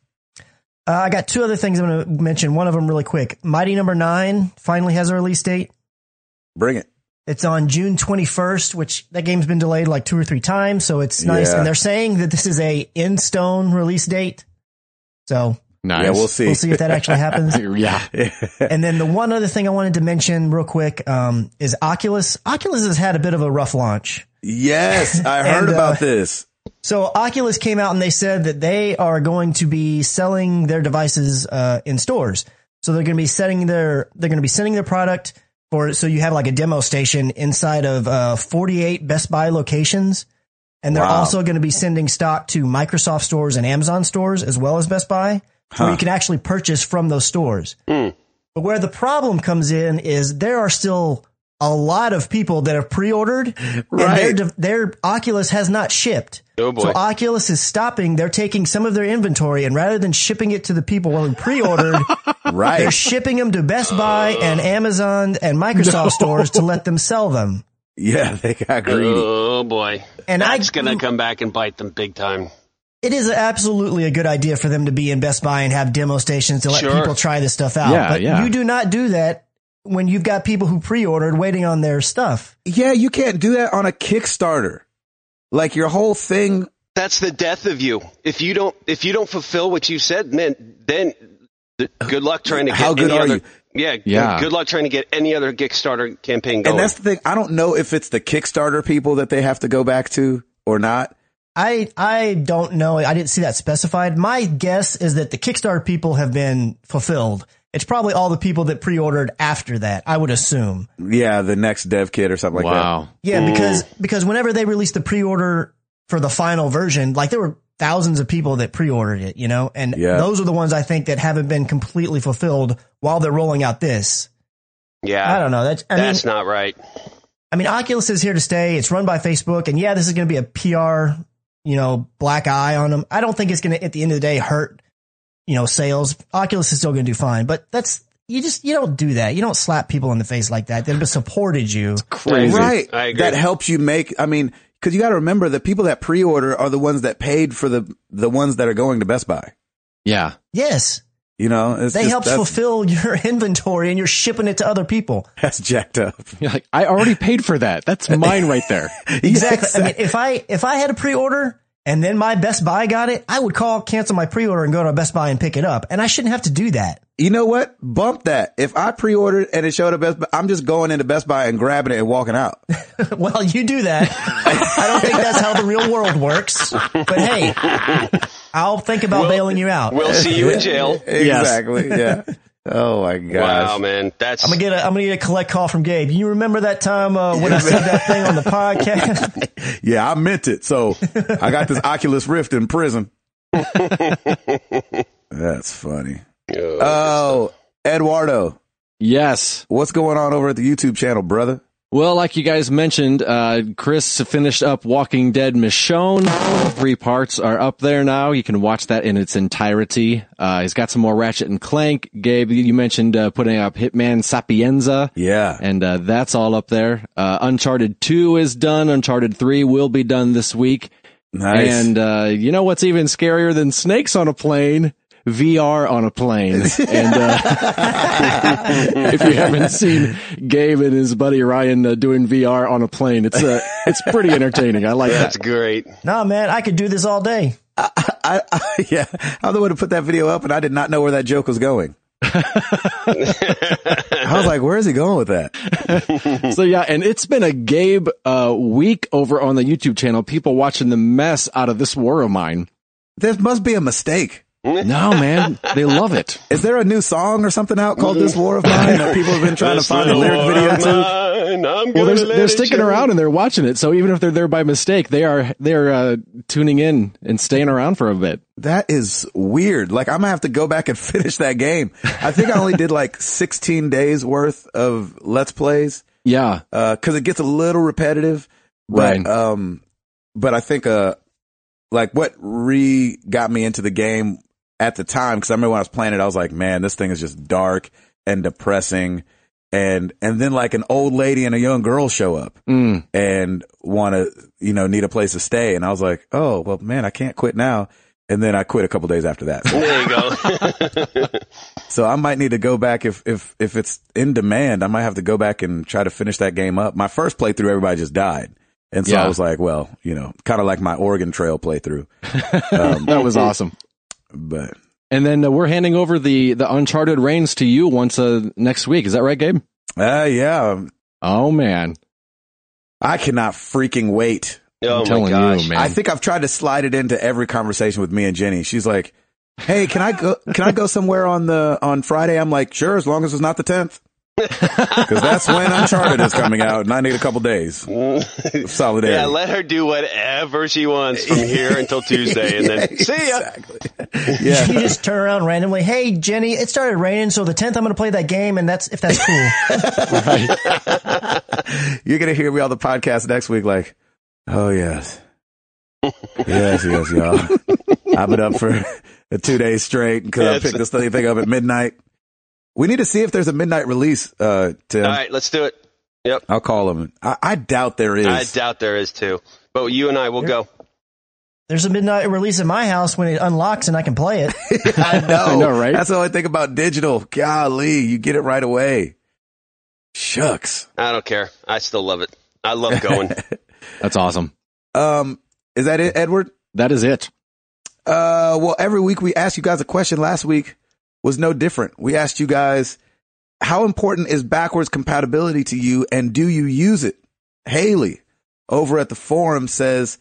Uh, I got two other things I'm going to mention. One of them really quick. Mighty Number Nine finally has a release date. Bring it. It's on June 21st, which that game's been delayed like two or three times, so it's nice. Yeah. And they're saying that this is a in stone release date. So Nice. Yeah, we'll see. we'll see if that actually happens. yeah. And then the one other thing I wanted to mention real quick um, is Oculus. Oculus has had a bit of a rough launch. yes, I heard And, uh, about this. So Oculus came out and they said that they are going to be selling their devices uh, in stores. So they're going to be setting their they're going to be sending their product for so you have like a demo station inside of uh, 48 Best Buy locations, and they're Wow. also going to be sending stock to Microsoft stores and Amazon stores as well as Best Buy, where you can actually purchase from those stores. Hmm. But where the problem comes in is there are still a lot of people that have pre-ordered Right. and their, their Oculus has not shipped. Oh, boy. So Oculus is stopping. They're taking some of their inventory and rather than shipping it to the people who pre-ordered, they're Right. shipping them to Best Buy and Amazon and Microsoft stores to let them sell them. yeah, they got greedy. Oh boy, And I- that's gonna come back and bite them big time. It is absolutely a good idea for them to be in Best Buy and have demo stations to let Sure. people try this stuff out. Yeah, but yeah. you do not do that when you've got people who pre-ordered waiting on their stuff. Yeah, you can't do that on a Kickstarter. Like your whole thing. That's the death of you. If you don't, if you don't fulfill what you said, man, then th- good luck trying to get How good any are other. you? Yeah, Yeah. Good luck trying to get any other Kickstarter campaign going. And that's the thing. I don't know if it's the Kickstarter people that they have to go back to or not. I I don't know. I didn't see that specified. My guess is that the Kickstarter people have been fulfilled. It's probably all the people that pre-ordered after that. I would assume. Yeah, the next dev kit or something like that. wow. Yeah, because because whenever they released the pre-order for the final version, like there were thousands of people that pre-ordered it, you know, and Yeah. those are the ones I think that haven't been completely fulfilled while they're rolling out this. I yeah, don't know. That's I mean, Uh, that's not right. I mean, Oculus is here to stay. It's run by Facebook, and yeah, this is going to be a PR, you know, black eye on them. I don't think it's going to, at the end of the day, hurt, you know, sales. Oculus is still going to do fine, but that's you just you don't do that. You don't slap people in the face like that. They've supported you. Crazy. Right. I agree. That helps you make, I mean, cause you got to remember the people that pre-order are the ones that paid for the, the ones that are going to Best Buy. Yeah. Yes, You know, it's they just- helped that's, fulfill your inventory, and you're shipping it to other people. that's jacked up. You're like, I already paid for that. That's mine right there. Exactly. I mean, if I if I had a pre-order. And then my Best Buy got it. I would call, cancel my pre-order, and go to Best Buy and pick it up. And I shouldn't have to do that. You know what? Bump that. If I pre-ordered and it showed up Best Buy, I'm just going into Best Buy and grabbing it and walking out. Well, you do that. I don't think that's how the real world works. But hey, I'll think about bailing you out. We'll see you in jail. exactly. Yeah. Oh my gosh. Wow, man, that's I'm gonna get a I'm gonna get a collect call from Gabe. You remember that time uh, when I said that thing on the podcast? Yeah, I meant it. So I got this Oculus Rift in prison. That's funny. Oh, Oh, Eduardo, Yes. what's going on over at the YouTube channel, brother? Well, like you guys mentioned, uh, Chris finished up Walking Dead Michonne. Three parts are up there now. You can watch that in its entirety. Uh, he's got some more Ratchet and Clank. Gabe, you mentioned uh, putting up Hitman Sapienza. Yeah. And uh, that's all up there. Uh, Uncharted 2 is done. Uncharted 3 will be done this week. Nice. And uh, you know what's even scarier than snakes on a plane? VR on a plane. and uh, if you haven't seen Gabe and his buddy Ryan uh, doing VR on a plane, it's uh, it's pretty entertaining. I like that's that. great. nah, man, I could do this all day. I, I, yeah, I'm the one to put that video up and I did not know where that joke was going. I was like, where is he going with that? So yeah, and it's been a Gabe uh, week over on the YouTube channel. People watching the mess out of this war of mine. This must be a mistake. No man, they love it. Is there a new song or something out called This War of Mine that people have been trying to This find a lyric little war video of to? mine, I'm Well, gonna they're, let they're it sticking show. around and they're watching it. So even if they're there by mistake, they are they're uh, tuning in and staying around for a bit. That is weird. Like I'm gonna have to go back and finish that game. I think I only did like 16 days worth of Let's Plays. Yeah, Uh 'cause cause it gets a little repetitive, but, Right. um, but I think, uh, like what re got me into the game at the time, cause I remember when I was playing it, I was like, man, this thing is just dark and depressing. And, and then like an old lady and a young girl show up Mm. and want to, you know, need a place to stay. And I was like, oh, well, man, I can't quit now. And then I quit a couple days after that. So, There you go. so I might need to go back if, if, if it's in demand, I might have to go back and try to finish that game up. My first playthrough, everybody just died. And so I Yeah. was like, well, you know, kind of like my Oregon Trail playthrough. that was awesome. But And then uh, we're handing over the the Uncharted reins to you once uh, next week. Is that right, Gabe? uh, yeah, Oh man, I cannot freaking wait. oh I'm telling my gosh. you, man. I think I've tried to slide it into every conversation with me and Jenny. She's like, Hey, can I go, can I go somewhere on the, on Friday? I'm like, sure, as long as it's not the 10th. Cause that's when Uncharted is coming out and I need a couple days. of Solidarity. Yeah, let her do whatever she wants from here until Tuesday, and then see ya. Exactly. Yeah. You just turn around randomly. Hey, Jenny, it started raining, so the tenth I'm gonna play that game, and that's if that's cool. You're going to hear me on the podcast next week. Like, Oh yes. Yes, yes, y'all. I've been up for two days straight because I Yes. picked this thing up at midnight. We need to see if there's a midnight release, uh, Tim. All right, let's do it. Yep, I'll call him. I, I doubt there is. I doubt there is too, but you and I will go. There's a midnight release at my house when it unlocks and I can play it. I know. I know, right? That's the only thing about digital. Golly, you get it right away. Shucks. I don't care. I still love it. I love going. that's awesome. Um, is that it, Edward? That is it. Uh, well, every week we asked you guys a question. Last week was no different. We asked you guys, how important is backwards compatibility to you and do you use it? Haley over at the forum says,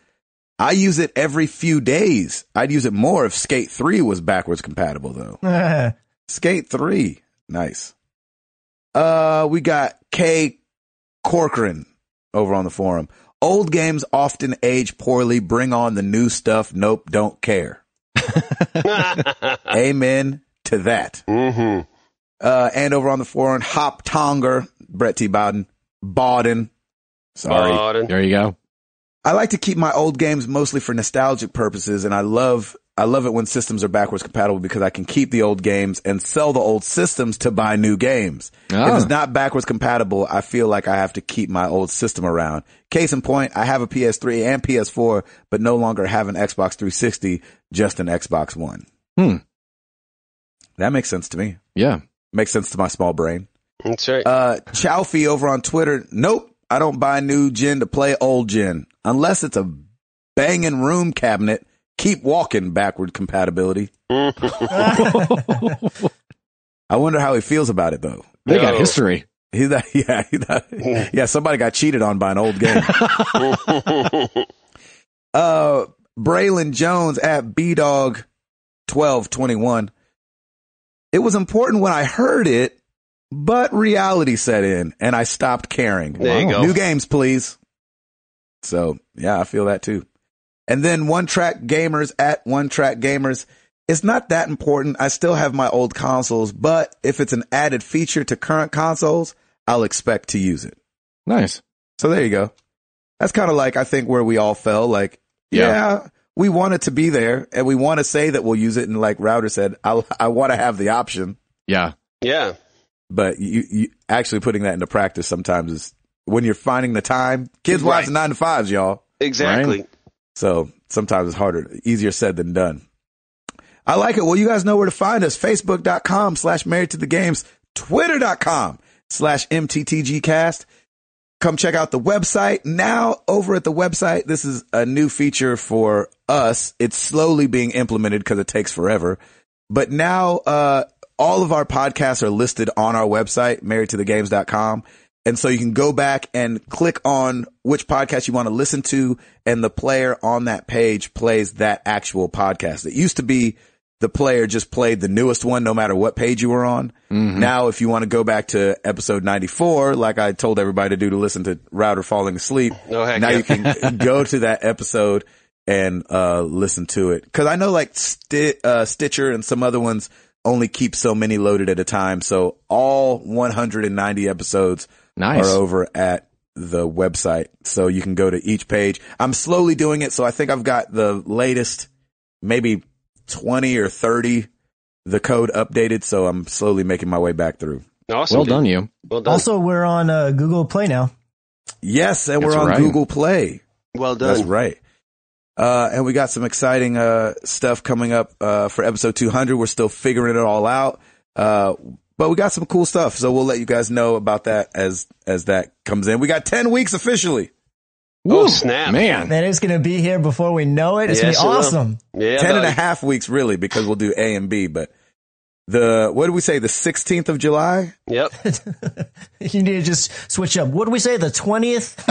I use it every few days. I'd use it more if Skate 3 was backwards compatible though. That's Skate 3. Nice. Uh, we got K Corcoran over on the forum. Old games often age poorly. Bring on the new stuff. Nope. Don't care. Amen to that. hmm Uh, and over on the forum, Hop Tonger, Brett T. Bowden, Bowden. Sorry. There you go. I like to keep my old games mostly for nostalgic purposes, and I love I love it when systems are backwards compatible because I can keep the old games and sell the old systems to buy new games. If Ah. it's not backwards compatible, I feel like I have to keep my old system around. Case in point, I have a PS3 and PS4, but no longer have an Xbox 360, just an Xbox One. Hmm. That makes sense to me. Yeah. Makes sense to my small brain. That's right. Uh, Chowfee over on Twitter. Nope. I don't buy new gin to play old gin unless it's a banging room cabinet. Keep walking backward compatibility. I wonder how he feels about it though. They got No. history. He's not, yeah, he's not, yeah, somebody got cheated on by an old game. uh, Braylon Jones at B Dog 1221. It was important when I heard it, but reality set in and I stopped caring. There you go. New games, please. So yeah, I feel that too. And then one track gamers at one track gamers. It's not that important. I still have my old consoles, but if it's an added feature to current consoles, I'll expect to use it. Nice. So there you go. That's kind of like I think where we all fell. Like, Yeah. yeah. we want it to be there, and we want to say that we'll use it. And like Router said, I I want to have the option, Yeah. Yeah. but you, you actually putting that into practice sometimes is when you're finding the time. Kids Right. watching nine to fives, y'all. Exactly. So sometimes it's harder, easier said than done. I like it. Well, you guys know where to find us. Facebook.com slash married to the games, twitter.com slash MTTGcast. Come check out the website. Now over at the website, this is a new feature for us. It's slowly being implemented because it takes forever. But now, uh, all of our podcasts are listed on our website, marriedtothegames.com. And so you can go back and click on which podcast you want to listen to. And the player on that page plays that actual podcast. It used to be the player just played the newest one, no matter what page you were on. Now, if you want to go back to episode 94, like I told everybody to do to listen to Router Falling Asleep, Oh, heck now yeah. you can go to that episode and uh, listen to it. Cause I know like Sti- uh, Stitcher and some other ones only keep so many loaded at a time. So all 190 episodes Nice. are over at the website. So you can go to each page. I'm slowly doing it. So I think I've got the latest, maybe 20 or 30, the code updated. So I'm slowly making my way back through. Awesome. Well dude. done, you. Well done. Also, we're on uh, Google Play now. Yes. And That's we're on right. Google Play. well done. That's right. Uh, and we got some exciting, uh, stuff coming up, uh, for episode 200. We're still figuring it all out. Uh, but we got some cool stuff. So we'll let you guys know about that as, as that comes in. We got 10 weeks officially. Oh, Woo, snap. Man. Man, it's going to be here before we know it. It's Yes, it going to will. be awesome. Yeah. Ten and a half dog. weeks really because we'll do A and B, but the, what did we say? The 16th of July? Yep. you need to just switch up. What did we say? The 20th?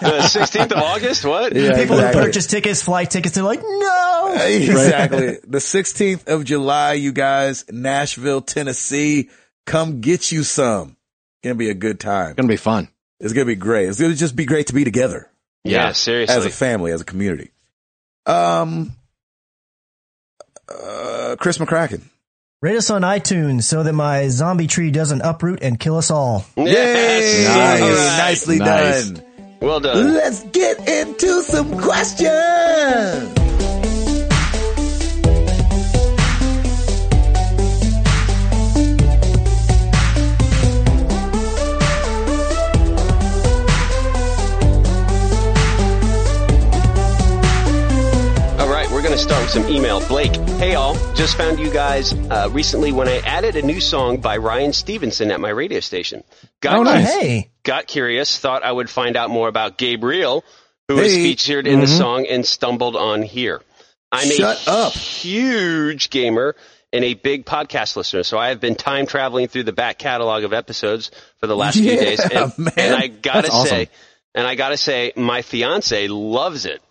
The 16th of August? What? Yeah, People exactly. who purchase tickets, flight tickets, they're like, no. Exactly. The 16th of July, you guys, Nashville, Tennessee, come get you some. Gonna be a good time. Gonna be fun. It's gonna be great. It's gonna just be great to be together Yeah, Yeah. seriously. as a family, as a community. Um, uh, Chris McCracken. Rate us on iTunes so that my zombie tree doesn't uproot and kill us all. Yay! Yes. Nicely Nice. done. Nice. Well done. Let's get into some questions. All right, we're going to start with some email. Blake, hey all, just found you guys uh, recently when I added a new song by Ryan Stevenson at my radio station. Got Oh, nice. Hey, got curious, thought I would find out more about Gabriel, who is Hey. Mm-hmm. featured in the song, and stumbled on here. I'm Shut a up. huge gamer and a big podcast listener, so I have been time traveling through the back catalog of episodes for the last few Yeah, days, and, man. and I gotta That's awesome. say, and I gotta say, my fiance loves it.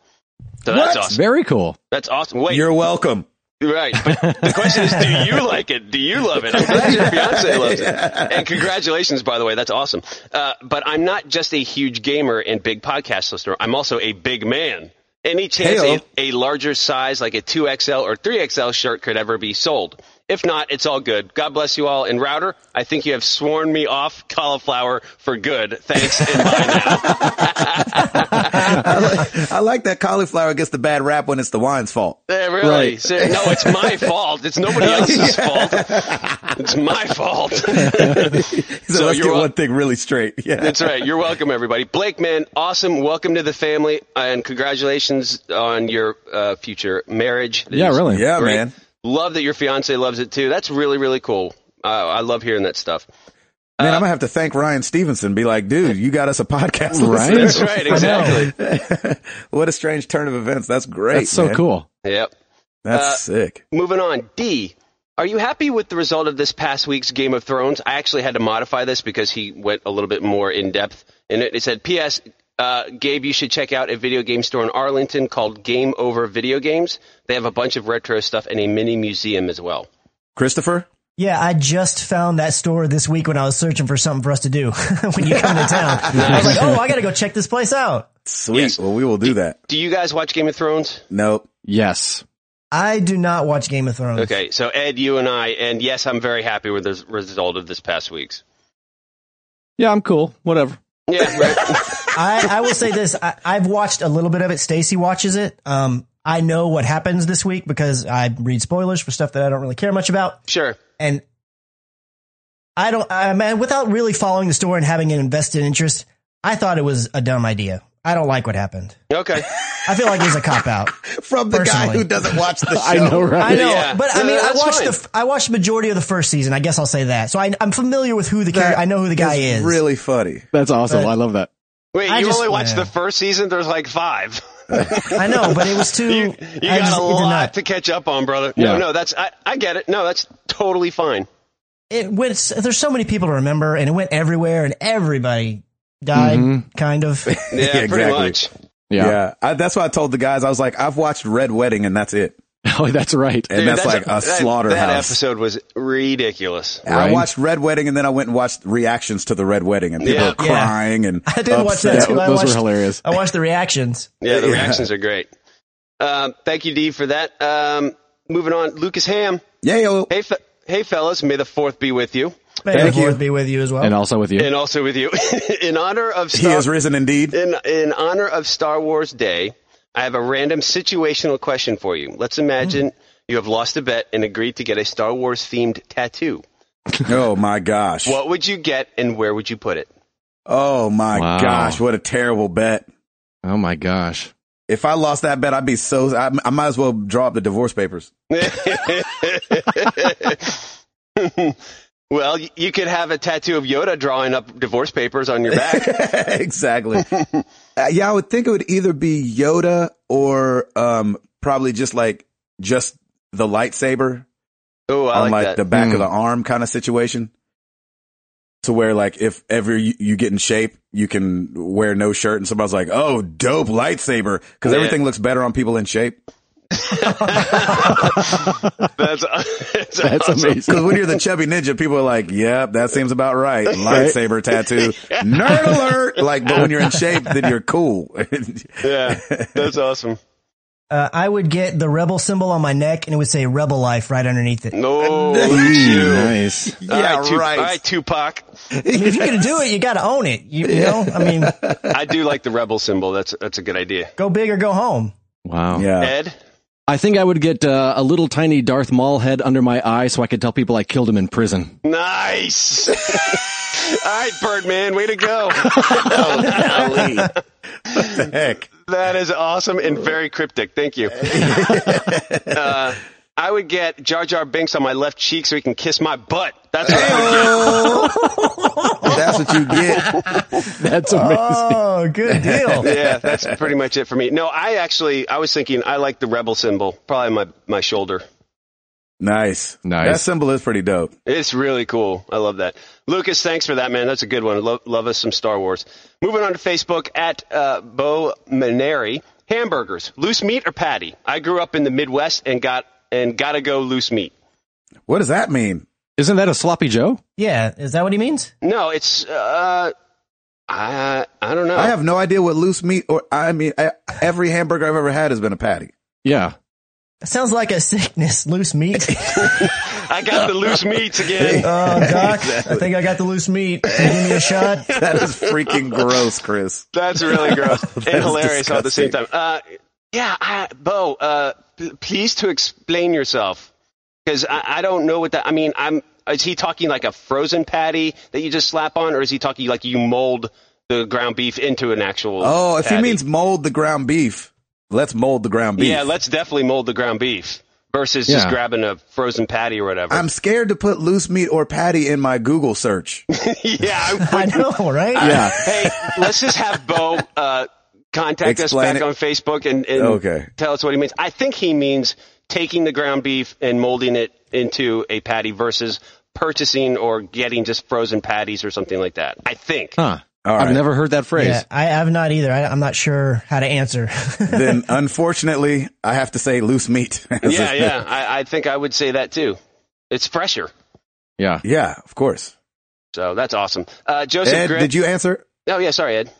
So that's awesome. Very cool. That's awesome. Wait, You're welcome. Right. But the question is, do you like it? Do you love it? I'm glad your fiance loves it. And congratulations, by the way. That's awesome. Uh, but I'm not just a huge gamer and big podcast listener. I'm also a big man. Any chance Heyo. a, a larger size, like a 2XL or 3XL shirt, could ever be sold? If not, it's all good. God bless you all. And Router, I think you have sworn me off cauliflower for good. Thanks. And bye now. I like, I like that cauliflower gets the bad rap when it's the wine's fault. Yeah, really? Right. Ser- No, it's my fault. It's nobody else's fault. It's my fault. So, So let's you're get wel- one thing really straight. Yeah. That's right. You're welcome, everybody. Blake, man, awesome. Welcome to the family, and congratulations on your uh, future marriage. That Yeah, is really. Yeah, man. Love that your fiance loves it too. That's really, really cool. Uh, I love hearing that stuff. Uh, Man, I'm gonna have to thank Ryan Stevenson. Be like, dude, you got us a podcast. Right? listener. That's right. Exactly. what a strange turn of events. That's great. That's so man. cool. yep. That's Uh, sick. Moving on. D. Are you happy with the result of this past week's Game of Thrones? I actually had to modify this because he went a little bit more in depth in it. It said, P.S. Uh, Gabe, you should check out a video game store in Arlington called Game Over Video Games. They have a bunch of retro stuff and a mini museum as well. Christopher? Yeah, I just found that store this week when I was searching for something for us to do when you come to town. I was like, oh, I got to go check this place out. Sweet. Yes. Well, we will do that. Do you guys watch Game of Thrones? Nope. Yes. I do not watch Game of Thrones. Okay, so Ed, you and I, and yes, I'm very happy with the result of this past week's. Yeah, I'm cool. Whatever. Yeah, right. I, I will say this. I, I've watched a little bit of it. Stacy watches it. Um, I know what happens this week because I read spoilers for stuff that I don't really care much about. sure. and I don't, I mean, without really following the story and having an invested interest, I thought it was a dumb idea. I don't like what happened. Okay. I feel like it was a cop out. From the guy Personally. who doesn't watch the show. I know, right? I know, Yeah. but I No, mean, I that's watched fine. the f- I watched the majority of the first season. I guess I'll say that. So I, I'm familiar with who the That character. I know who the guy is. Really funny. That's awesome. I love that. Wait, I you just- only watched yeah. the first season? There's like five. I know, but it was too. You, you I got just- a it did lot not- to catch up on, brother. Yeah. No, no, that's I, I get it. No, that's totally fine. It went. There's so many people to remember, and it went everywhere, and everybody died. Mm-hmm. Mhm. Kind of. Yeah, Yeah, pretty exactly. much. Yeah. Yeah. I, that's why I told the guys, I was like, I've watched Red Wedding and that's it. Oh, that's right. And that's, like a, that- slaughterhouse. That episode was ridiculous. I Right. watched Red Wedding and then I went and watched reactions to the Red Wedding and people Yeah. were crying and I did watch that upset. too. I those watched- were hilarious. I watched the reactions. Yeah, the Yeah. reactions are great. Um, thank you, Dee, for that. Um, moving on, Lucas Ham. Yeah, oh, yo. Hey, fe- hey, fellas, may the fourth be with you, May the Thank you. Fourth be with you as well. And also with you. and also with you. in honor of he Star- is risen indeed. in in honor of Star Wars Day, I have a random situational question for you. Let's Hmm. imagine you have lost a bet and agreed to get a Star Wars themed tattoo. Oh my gosh. What would you get, and where would you put it? Oh my Wow. gosh. What a terrible bet. oh my gosh. If I lost that bet, I'd be so, I, I might as well draw up the divorce papers. well, y- you could have a tattoo of Yoda drawing up divorce papers on your back. exactly. Uh, yeah, I would think it would either be Yoda or um, probably just like just the lightsaber Oh, I on like, like, that. the back Mm. of the arm kind of situation. To where like if ever you, you get in shape, you can wear no shirt, and somebody's like, "Oh, dope lightsaber," because Yeah. everything looks better on people in shape. that's that's, That's awesome. amazing. Because when you're the chubby ninja, people are like, "Yep, that seems about right." Lightsaber tattoo, nerd alert! Like, but when you're in shape, then you're cool. Yeah, that's awesome. Uh, I would get the rebel symbol on my neck and it would say rebel life right underneath it. No, look at you. Ooh, nice. yeah, all right, Tu- right. All right, Tupac. I mean, if you're going to do it, you got to own it. You, you know, I mean, I do like the rebel symbol. That's that's a good idea. go big or go home. Wow. Yeah. Ed, I think I would get uh, a little tiny Darth Maul head under my eye so I could tell people I killed him in prison. nice. All right, Birdman, way to go. what the heck? That is awesome and very cryptic. Thank you. uh, I would get Jar Jar Binks on my left cheek so he can kiss my butt. That's what I would get. That's what you get. That's Uh-huh. amazing. Oh, good deal. yeah, that's pretty much it for me. No, I actually, I was thinking, I like the rebel symbol, probably my my shoulder. Nice. Nice. That symbol is pretty dope. It's really cool. I love that. Lucas, thanks for that, man. That's a good one. Love, love us some Star Wars. Moving on to Facebook at uh, Bo Maneri. Hamburgers, loose meat or patty? I grew up in the Midwest and got and gotta go loose meat. What does that mean? Isn't that a sloppy Joe? Yeah. Is that what he means? No, it's uh, I I don't know. I have no idea what loose meat or I mean I, every hamburger I've ever had has been a patty. Yeah. That sounds like a sickness, loose meat. I got the loose meats again. Oh, doc, I think I got the loose meat. Can you give me a shot? That is freaking gross, Chris. That's really gross and That's hilarious all at the same time. disgusting. Uh, yeah, I, Bo, uh, p- please to explain yourself because I, I don't know what that. I mean, I'm. Is he talking like a frozen patty that you just slap on, or is he talking like you mold the ground beef into an actual? Oh, if he patty? means mold the ground beef, let's mold the ground beef. yeah, let's definitely mold the ground beef versus just Yeah. grabbing a frozen patty or whatever. I'm scared to put loose meat or patty in my Google search. yeah, I I know, right? Yeah. hey, let's just have Bo uh, contact Explain us back it. on Facebook and, and Okay. tell us what he means. I think he means taking the ground beef and molding it into a patty versus purchasing or getting just frozen patties or something like that. I think. Huh. All I've right. never heard that phrase. Yeah, I have not either. I, I'm not sure how to answer. then unfortunately, I have to say loose meat. Yeah, yeah. I, I think I would say that too. It's fresher. Yeah. Yeah, of course. So that's awesome. Uh, Joseph Ed, Grin- did you answer? Oh yeah, sorry, Ed.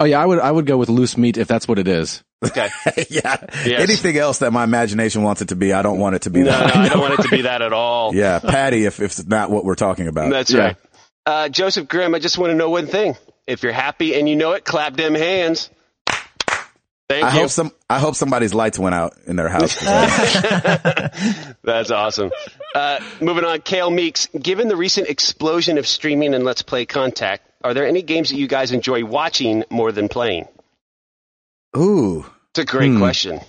Oh yeah, I would I would go with loose meat if that's what it is. Okay. yeah. Yes. Anything else that my imagination wants it to be, I don't want it to be No, no, that. I don't want it to be that at all. yeah, Patty, if, if it's not what we're talking about. That's Yeah. right. Uh, Joseph Grimm, I just want to know one thing. If you're happy and you know it, clap them hands. Thank I you. hope some. I hope somebody's lights went out in their house. That's awesome. Uh, moving on, Kale Meeks. Given the recent explosion of streaming and Let's Play contact, are there any games that you guys enjoy watching more than playing? Ooh, It's a great Hmm. question.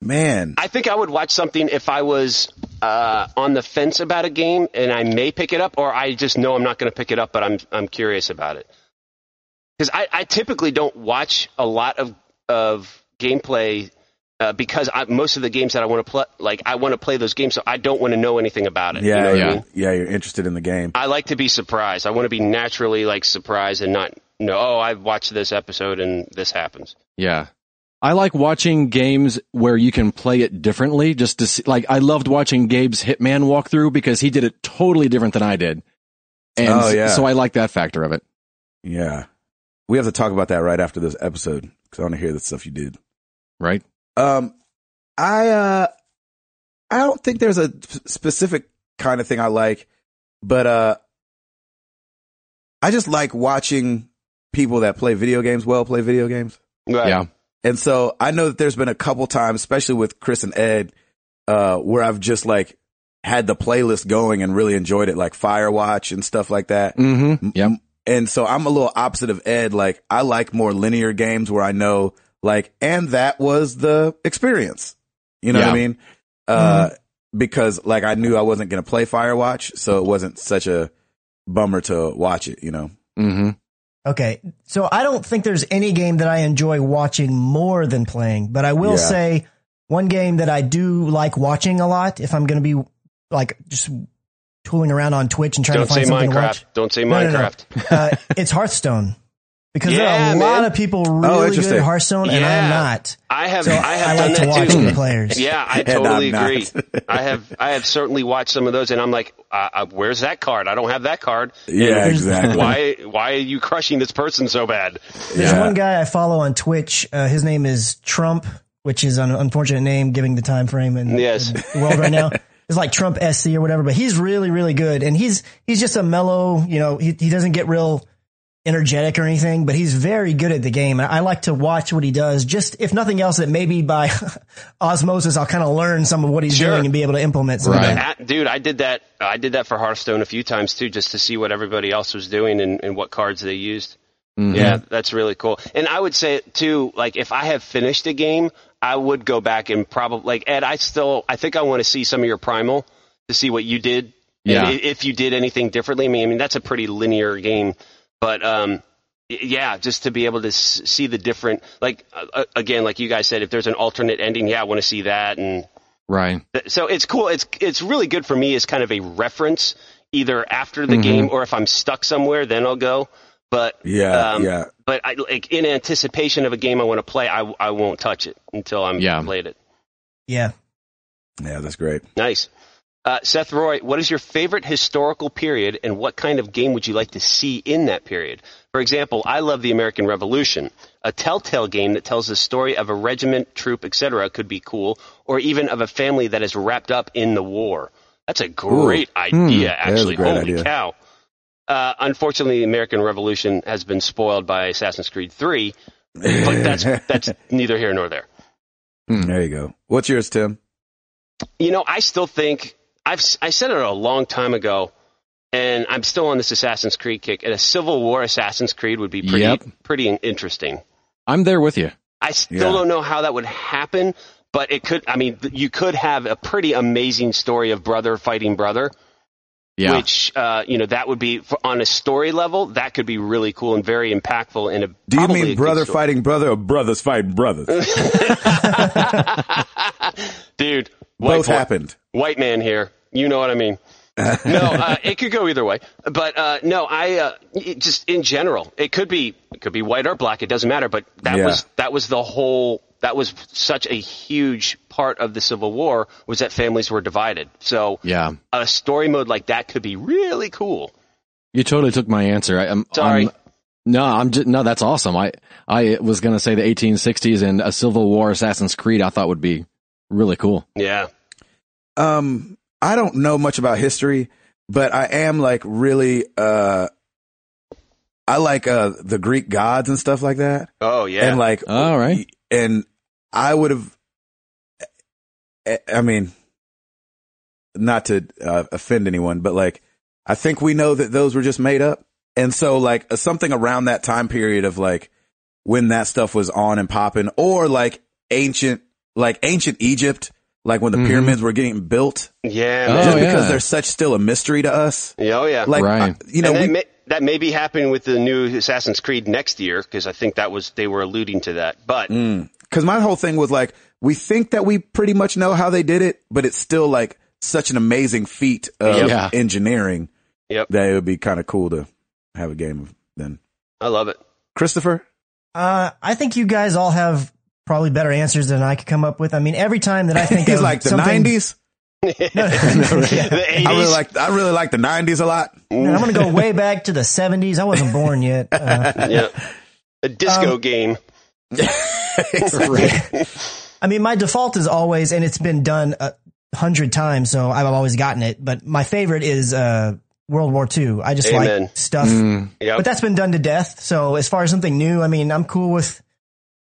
man. I think I would watch something if I was uh, on the fence about a game and I may pick it up, or I just know I'm not going to pick it up, but I'm I'm curious about it. Because I, I typically don't watch a lot of of gameplay uh, because I, most of the games that I want to play, like I want to play those games, so I don't want to know anything about it. you know Yeah, what I yeah, mean? yeah, You're interested in the game. I like to be surprised. I want to be naturally like surprised and not know. Oh, I watched this episode and this happens. Yeah. I like watching games where you can play it differently just to see, like, I loved watching Gabe's Hitman walkthrough because he did it totally different than I did. And Oh, yeah. so I like that factor of it. Yeah, we have to talk about that right after this episode because I want to hear the stuff you did. Right. Um, I uh, I don't think there's a sp- specific kind of thing I like, but uh, I just like watching people that play video games well play video games. Right. Yeah. And so I know that there's been a couple times, especially with Chris and Ed, uh, where I've just like had the playlist going and really enjoyed it, like Firewatch and stuff like that. Mm-hmm. Yep. And so I'm a little opposite of Ed. Like I like more linear games where I know like, and that was the experience. You know what I Yeah. mean? Uh, Mm-hmm. because like I knew I wasn't going to play Firewatch. So it wasn't such a bummer to watch it, you know? Mm-hmm. Okay. So I don't think there's any game that I enjoy watching more than playing, but I will Yeah. say one game that I do like watching a lot if I'm going to be like just tooling around on Twitch and trying Don't to say find something Minecraft. Don't say No, no, no. Minecraft. to watch. Uh, it's Hearthstone. Because Yeah, there are a lot man. Oh, of people really good interesting. at Hearthstone and I'm Yeah. not. I have So I have like to done watch that the too. players. Yeah, I And I'm totally not. agree. I have I have certainly watched some of those, and I'm like, uh, uh, where's that card? I don't have that card. Yeah, there's- exactly. Why why are you crushing this person so bad? There's Yeah. one guy I follow on Twitch. Uh, his name is Trump, which is an unfortunate name given the time frame and Yes. and the world right now. It's like Trump SC or whatever, but he's really, really good. And he's, he's just a mellow, you know, he, he doesn't get real energetic or anything, but he's very good at the game. And I like to watch what he does. Just if nothing else, that maybe by osmosis, I'll kind of learn some of what he's Sure. doing and be able to implement some of Right. that. Ah, Dude, I did that. I did that for Hearthstone a few times too, just to see what everybody else was doing and, and what cards they used. Mm-hmm. Yeah, that's really cool. And I would say too, like if I have finished a game, I would go back and probably like Ed. I still, I think I want to see some of your primal to see what you did. Yeah. And i- if you did anything differently, I mean, I mean that's a pretty linear game, but um, y- yeah, just to be able to s- see the different, like uh, uh, again, like you guys said, if there's an alternate ending, yeah, I want to see that and Right. Th- so it's cool. It's it's really good for me as kind of a reference, either after the game or if I'm stuck somewhere, then I'll go. But Yeah, Um, yeah. But I, like in anticipation of a game I want to play, I, I won't touch it until I'm Yeah. played it. Yeah. Yeah, that's great. Nice. Uh, Seth Roy, what is your favorite historical period, and what kind of game would you like to see in that period? For example, I love the American Revolution. A telltale game that tells the story of a regiment, troop, etc., could be cool, or even of a family that is wrapped up in the war. That's a great idea, Hmm. that is a actually. great Holy idea. cow! Uh, unfortunately, the American Revolution has been spoiled by Assassin's Creed Three, but that's that's neither here nor there. There you go. What's yours, Tim? you know, I still think I've I said it a long time ago, and I'm still on this Assassin's Creed kick. And a Civil War Assassin's Creed would be pretty Yep. pretty interesting. I'm there with you. I still Yeah. don't know how that would happen, but it could. I mean, th- you could have a pretty amazing story of brother fighting brother, Yeah. which uh, you know that would be for, on a story level that could be really cool and very impactful. In a Do you probably a mean good brother story. fighting brother or brothers fighting brothers? dude? Both white boy- happened. White man here. You know what I mean? no, uh, it could go either way. But uh, no, I uh, it just in general, it could be it could be white or black. It doesn't matter. But that Yeah. was that was the whole. That was such a huge part of the Civil War was that families were divided. So Yeah. a story mode like that could be really cool. You totally took my answer. I, I'm Sorry. I'm- no, I'm just, no, that's awesome. I, I was going to say the 1860s and a Civil War Assassin's Creed I thought would be really cool. Yeah. um i don't know much about history but i am like really uh i like uh the greek gods and stuff like that Oh yeah. and like All right. and i would have I- i mean not to uh, offend anyone but like i think we know that those were just made up and so like uh, something around that time period of like when that stuff was on and popping or like ancient like ancient egypt like when the Mhm. pyramids were getting built yeah. Oh, man. just yeah. because they're such still a mystery to us. Yeah, Oh yeah. uh, Like, Right. uh, you know, and that, we, may, that may be happening with the new Assassin's Creed next year because I think that was they were alluding to that. But Mm. cause my whole thing was like, we think that we pretty much know how they did it, but it's still like such an amazing feat of Yeah. engineering Yep. that it would be kind of cool to have a game of then. I love it. Christopher? Uh, I think you guys all have probably better answers than I could come up with. I mean, every time that I think He's of like the something- 90s. The 80s, I really like, I really like the 90s a lot. Man, I'm going to go way back to the 70s. I wasn't born yet. Uh, yeah, a disco game. I mean, my default is always, and it's been done a hundred times, so I've always gotten it. But my favorite is uh, World War II. I just Amen. like stuff, Yep. but that's been done to death. So as far as something new, I mean, I'm cool with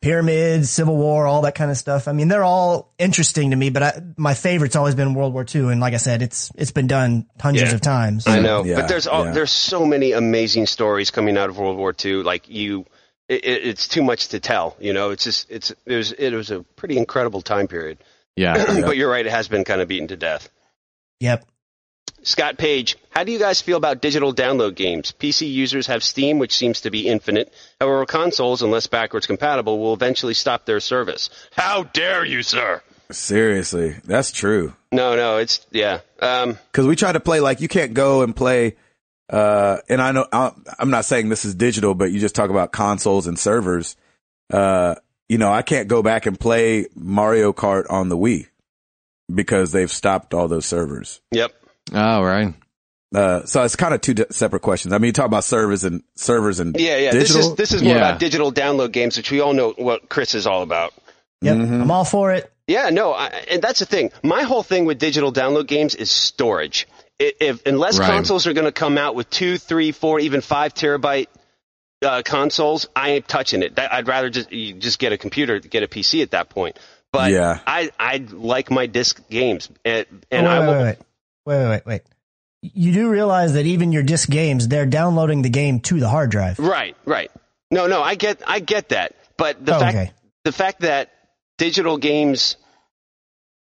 pyramids, Civil War, all that kind of stuff. I mean, they're all interesting to me, but I, my favorite's always been World War II, and like I said, it's it's been done hundreds Yeah. of times. I know, Yeah, but there's all, yeah. there's so many amazing stories coming out of World War II. Like you, it, it- it's too much to tell. You know, it's just it's it was it was a pretty incredible time period. Yeah. but you're right, it has been kind of beaten to death. Yep. Scott Page, how do you guys feel about digital download games? PC users have Steam, which seems to be infinite. However, consoles, unless backwards compatible, will eventually stop their service. How dare you, sir? Seriously. That's true. No, no, it's yeah. Um, Cause we try to play like you can't go and play, uh, and I know I- I'm not saying this is digital, but you just talk about consoles and servers. Uh, you know, I can't go back and play Mario Kart on the Wii because they've stopped all those servers. yep. All right. Uh, so it's kind of two di- separate questions. I mean, you talk about servers and servers and Yeah, yeah. digital. This is this is more Yeah. about digital download games, which we all know what Chris is all about. Yep. Mhm. I'm all for it. Yeah, no, I, and that's the thing. My whole thing with digital download games is storage. I- If unless Right. consoles are going to come out with two, three, four, even five terabyte uh, consoles, I ain't touching it. That, I'd rather just you just get a computer, get a PC at that point. But Yeah. I I like my disc games, and, and Oh, I wait, will. wait, wait, wait, wait, wait, wait. You do realize that even your disc games, they're downloading the game to the hard drive. Right, right. No, no, I get I get that. But the Oh, fact okay. the fact that digital games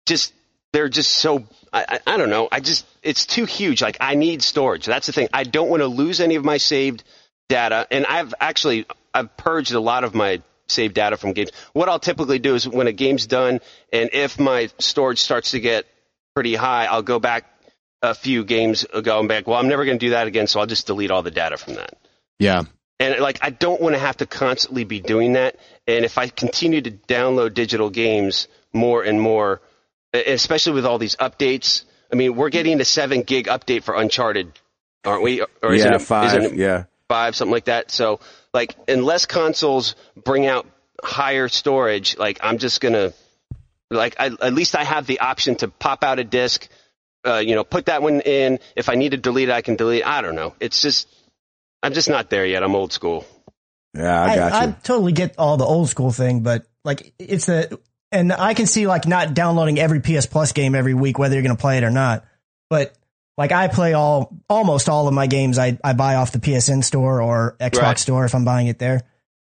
just they're just so I, I I don't know. I just it's too huge. Like I need storage. That's the thing. I don't want to lose any of my saved data. And I've actually I've purged a lot of my saved data from games. What I'll typically do is when a game's done and if my storage starts to get pretty high, I'll go back a few games ago and back. Well, I'm never going to do that again, so I'll just delete all the data from that. Yeah. And like, I don't want to have to constantly be doing that. And if I continue to download digital games more and more, e- especially with all these updates, I mean, we're getting a seven gig update for Uncharted, aren't we? Or yeah, isn't it- five. isn't it yeah. five, something like that. So like, unless consoles bring out higher storage, like I'm just gonna like I, at least I have the option to pop out a disc, uh, you know, put that one in. If I need to delete, it, I can delete. it. I don't know. It's just I'm just not there yet. I'm old school. Yeah, I got I, you. totally get all the old school thing, but like it's a, and I can see like not downloading every PS Plus game every week, whether you're going to play it or not. But like I play all, almost all of my games I, I buy off the PSN store or Xbox Right. store if I'm buying it there.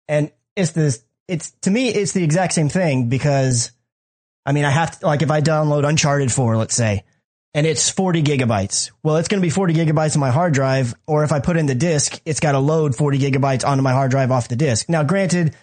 And it's this, it's to me, it's the exact same thing because I mean, I have to, like if I download Uncharted 4, let's say, and it's 40 gigabytes. Well, it's going to be 40 gigabytes on my hard drive, or if I put in the disk, it's got to load 40 gigabytes onto my hard drive off the disk. Now, granted,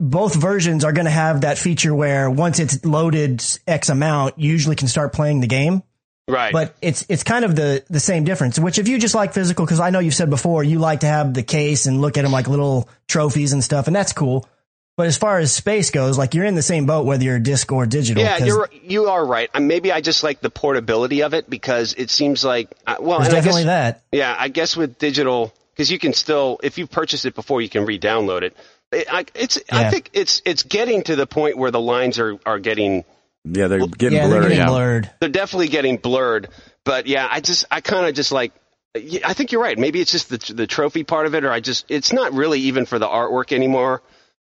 both versions are going to have that feature where once it's loaded X amount, you usually can start playing the game. Right. But it's it's kind of the the same difference. Which if you just like physical, because I know you've said before you like to have the case and look at them like little trophies and stuff, and that's cool. But as far as space goes, like you're in the same boat whether you're disc or digital. yeah, 'cause you're you are right. Uh, Maybe I just like the portability of it because it seems like uh, well, there's and I guess- definitely that. Yeah, I guess with digital, because you can still, if you've purchased it before, you can re-download it. It- I, it's, Yeah. I think it's, it's getting to the point where the lines are, are getting, Yeah, they're getting Yeah, they're blurry. getting yeah. blurred. they're definitely getting blurred. But yeah, I just, I kind of just like, yeah, I think you're right. Maybe it's just the, the trophy part of it, or I just, it's not really even for the artwork anymore,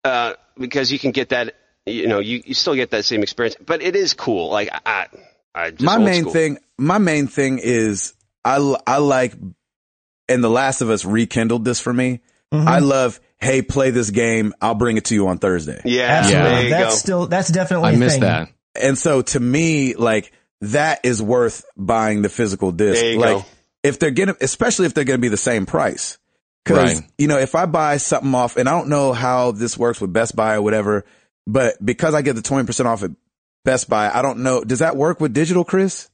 uh, because you can get that, you know, you, you still get that same experience. But it is cool. Like I, I just my old main school. thing my main thing is i l- I like and the last of us rekindled this for me i love hey play this game i'll bring it to you on thursday Yeah, Absolutely. there you that's go. still that's definitely. I a missed thing. that. and so to me like that is worth buying the physical disc There you like go. if they're gonna especially if they're gonna be the same price because Right. you know if i buy something off and i don't know how this works with best buy or whatever but because i get the 20% off at best buy i don't know does that work with digital chris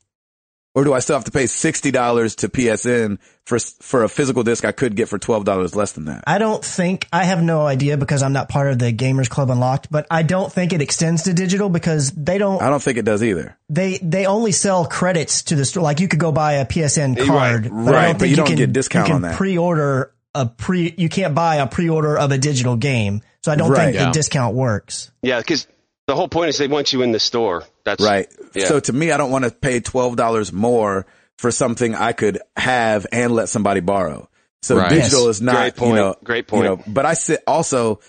or do i still have to pay $60 to psn for for a physical disc i could get for $12 less than that I don't think I have no idea because I'm not part of the Gamers Club Unlocked, but I don't think it extends to digital because they don't i don't think it does either they they only sell credits to the store. Like you could go buy a PSN Right, card, but, I right, don't but think you don't can, get discount you can on that. Pre-order a pre. You can't buy a pre-order of a digital game, so I don't Right. think the Yeah. discount works. Yeah, because the whole point is they want you in the store. That's Right. Yeah. So to me, I don't want to pay $12 more for something I could have and let somebody borrow. So Right. digital Yes. is not, Great point. you know, Great you point. know, but I sit also,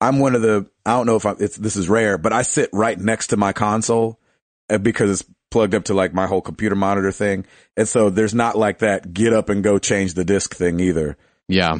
I'm one of the, I don't know if I'm, it's, this is rare, but I sit right next to my console uh, because it's plugged up to like my whole computer monitor thing. And so there's not like that get up and go change the disc thing either. Yeah.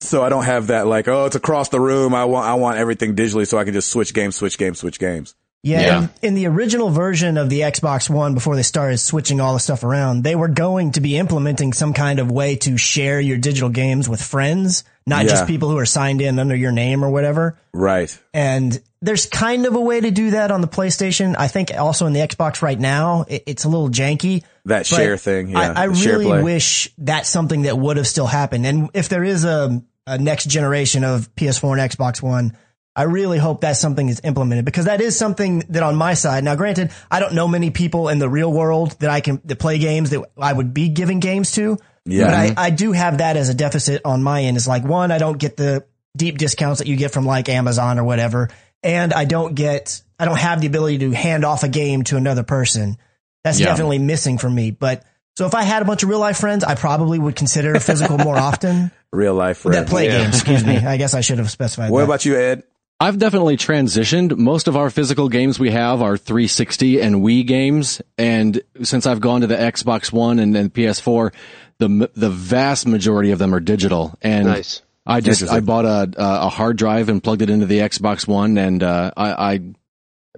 So I don't have that like, oh, it's across the room. I want, I want everything digitally so I can just switch games, switch games, switch games. Yeah, Yeah. In, in the original version of the Xbox One, before they started switching all the stuff around, they were going to be implementing some kind of way to share your digital games with friends, not Yeah. just people who are signed in under your name or whatever. Right. And there's kind of a way to do that on the PlayStation. I think also in the Xbox right now, it, it's a little janky. That But share thing. Yeah. I, I the share really play. wish that's something that would have still happened. And if there is a, a next generation of PS4 and Xbox One, I really hope that something is implemented because that is something that on my side. Now, granted, I don't know many people in the real world that I can that play games that I would be giving games to. Yeah. Mm-hmm. But I, I do have that as a deficit on my end. Is like one, I don't get the deep discounts that you get from like Amazon or whatever, and I don't get I don't have the ability to hand off a game to another person. That's Yeah. definitely missing from me. But so if I had a bunch of real life friends, I probably would consider physical more often. real life that friends. play Yeah. games, excuse me. I guess I should have specified. What that. about you, Ed? I've definitely transitioned. Most of our physical games we have are 360 and Wii games, and since I've gone to the Xbox One and, and PS4, the m- the vast majority of them are digital. And Nice. I just I Interesting. bought a uh, a hard drive and plugged it into the Xbox One, and uh, I, I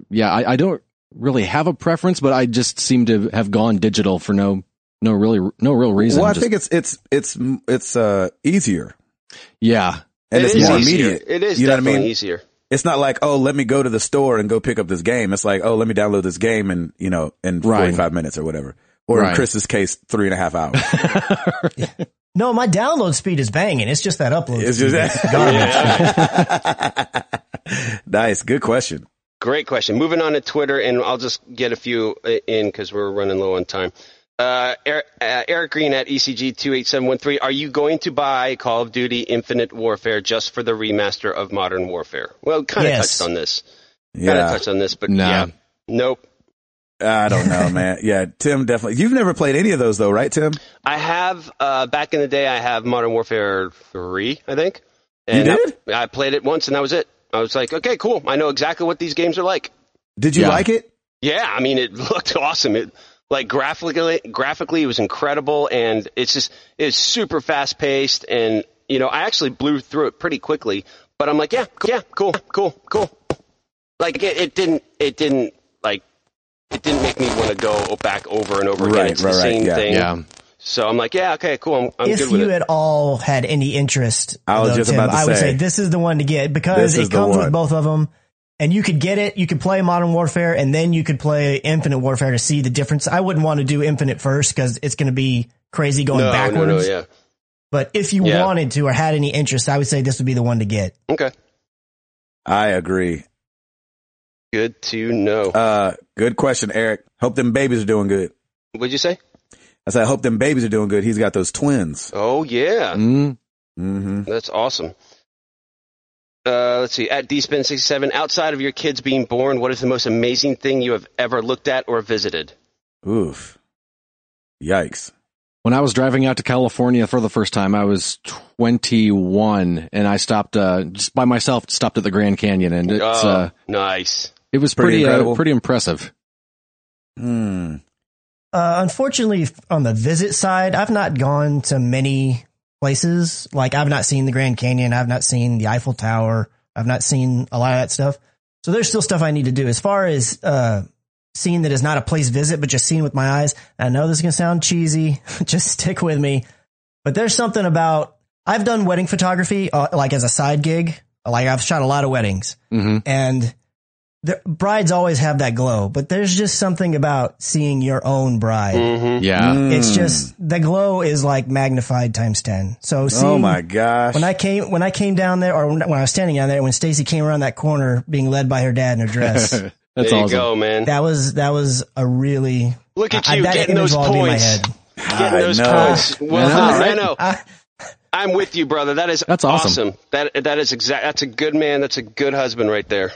yeah I, I don't really have a preference, but I just seem to have gone digital for no no really no real reason. Well, I Just- think it's it's it's it's uh easier yeah and It it's is more easier. immediate. It is You know what I definitely mean? easier. It's not like oh, let me go to the store and go pick up this game. It's like oh, let me download this game and you know in Right. forty five minutes or whatever. Or in Right. Chris's case, three and a half hours. No, my download speed is banging. It's just that upload. It's speed. just Yeah. nice. Good question. Great question. Moving on to Twitter, and I'll just get a few uh, in because we're running low on time. Uh, Eric, uh, Eric Green at ECG two eight seven one three. Are you going to buy Call of Duty Infinite Warfare just for the remaster of Modern Warfare? Well, kind of Yes. touched on this. Kind of Yeah, touched on this, but Nah. yeah, nope. I don't know, man. Yeah, Tim definitely. You've never played any of those though, right, Tim? I have uh, back in the day. I have Modern Warfare three, I think. You And I- did? I, played it once, and that was it. I was like, okay, cool. I know exactly what these games are like. Did you Yeah. like it? Yeah, I mean, it looked awesome. It like graphically, graphically, it was incredible, and it's just it's super fast paced, and you know, I actually blew through it pretty quickly. But I'm like, yeah, cool, yeah, cool, cool, cool. Like it, it didn't, it didn't like, it didn't make me want to go back over and over again. Right, It's right, the right, same yeah. thing. yeah So I'm like, yeah, okay, cool. I'm, I'm if good with you it. at all had any interest, I was though, just Tim, about to I would say, say this is the one to get because this is it the comes one. with both of them. and you could get it. You could play Modern Warfare and then you could play Infinite Warfare to see the difference. I wouldn't want to do Infinite first because it's going to be crazy going no, backwards. no, no, yeah. But if you Yeah. wanted to or had any interest, I would say this would be the one to get. Okay. I agree. Good to know. Uh, good question, Eric. Hope them babies are doing good. What'd you say? I said, I hope them babies are doing good. He's got those twins. Oh yeah, Mm. hmm that's awesome. Uh, let's see. At dspin67, outside of your kids being born, what is the most amazing thing you have ever looked at or visited? Oof. Yikes. When I was driving out to California for the first time, I was 21 and I stopped, uh, just by myself, stopped at the Grand Canyon and it's, oh, uh, nice. it was Pretty pretty, pretty, incredible. uh, pretty impressive. Hmm. Uh, unfortunately, f- on the visit side, I've not gone to many places. Like I've not seen the Grand Canyon. I've not seen the Eiffel Tower. I've not seen a lot of that stuff. So there's still stuff I need to do as far as, uh, seeing that is not a place visit, but just seeing with my eyes. I know this is going to sound cheesy. just stick with me. But there's something about, I've done wedding photography, uh, like as a side gig. Like I've shot a lot of weddings hmm and the brides always have that glow, but there's just something about seeing your own bride. Mm-hmm. hmm Yeah. It's Hmm. just the glow is like magnified times 10. So seeing, oh my gosh. when I came, when I came down there or when, when I was standing down there, when Stacy came around that corner being led by her dad in her dress, That's awesome. there you go, man. that was, that was a really, Look at I- you that getting image those will be in my points. head. Getting I those know. points. Well, Yeah, I right? know. I- I'm with you, brother. That is That's awesome. That that is exact. That's a good man. That's a good husband right there.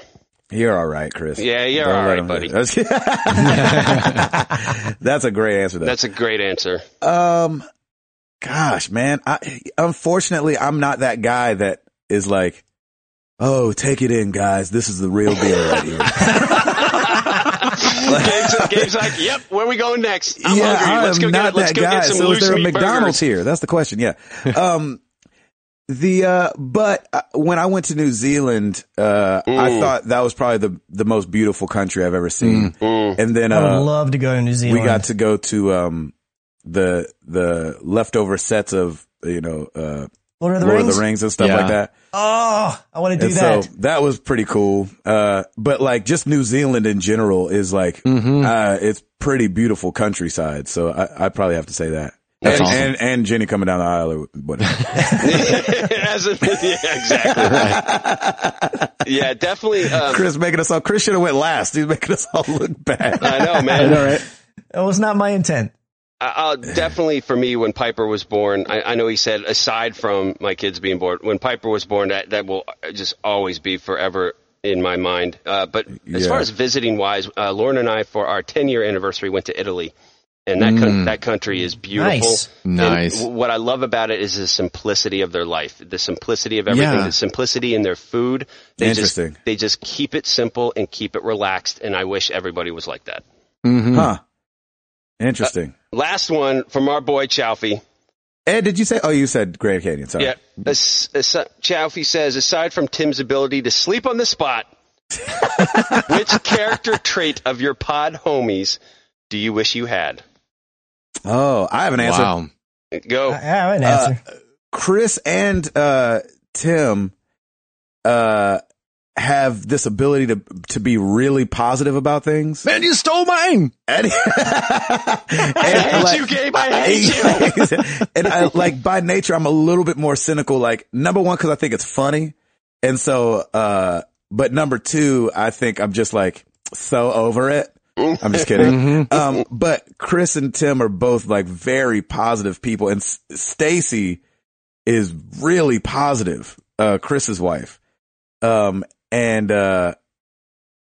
You're all right, Chris. Yeah, you're Don't all let right, him- buddy. That's- That's a great answer, though. That's a great answer. Um, gosh, man, I, unfortunately, I'm not that guy that is like, Oh, take it in, guys. This is the real deal right here. Gabe's, Gabe's like, "Yep, where we going next? I'm yeah, hungry. I Let's am go not get it. Let's that go guy. get some so is loose there a meat McDonald's burgers." here? That's the question. Yeah. um, the uh, but uh, when I went to New Zealand, uh, I Mm. thought that was probably the the most beautiful country I've ever seen. Mm. And then I would uh, love to go to New Zealand. we got to go to um the the leftover sets of you know uh Lord of the Lord Rings. of the Rings and stuff Yeah. like that. Oh, I want to do and that. so that was pretty cool. Uh, but like just New Zealand in general is like, Mhm. uh, it's pretty beautiful countryside. So I, I probably have to say that. That's and, awesome. and, and Jenny coming down the aisle or whatever. As in- yeah, exactly. Yeah, definitely. Um, Chris making us all, Chris should have went last. He's making us all look bad. I know, man. It was not my intent. I- I'll, definitely for me, when Piper was born, I, I know he said aside from my kids being born, when Piper was born, that that will just always be forever in my mind. Uh, but as Yeah. far as visiting wise, uh, Lauren and I for our 10 year anniversary went to Italy, and that coun- that country is beautiful. Nice. And Nice. w- what I love about it is the simplicity of their life, the simplicity of everything, Yeah. the simplicity in their food. They Interesting. Just, they just keep it simple and keep it relaxed, and I wish everybody was like that. Mhm. Huh. Interesting. Last one from our boy Chalfie. Ed, did you say, oh, you said Grand Canyon. Sorry. Yeah. As, as, Chowfie says, aside from Tim's ability to sleep on the spot, which character trait of your pod homies do you wish you had? Oh, I have an answer. Wow. Go. Oh. I, I have an answer. Uh, Chris and uh, Tim uh, have this ability to to be really positive about things. Man, you stole mine. And, I hate you, Gabe. I hate you. and I, like by nature, I'm a little bit more cynical. Like number one, because I think it's funny, and so. uh But number two, I think I'm just like so over it. I'm just Mm-hmm. kidding. um, but Chris and Tim are both like very positive people, and S- Stacy is really positive. Uh, Chris's wife. Um, and uh,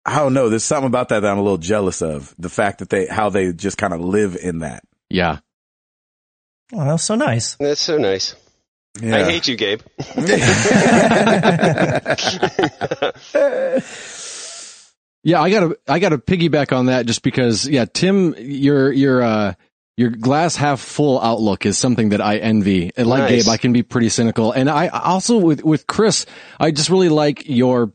I don't know. There's something about that that I'm a little jealous of. The fact that they, how they just kind of live in that. Yeah. oh, that was so nice. That's so nice. I hate you, Gabe. Uh, Yeah, I gotta I gotta piggyback on that just because yeah, Tim, your your uh your glass half full outlook is something that I envy. And like Nice. Gabe, I can be pretty cynical. And I I also with with Chris, I just really like your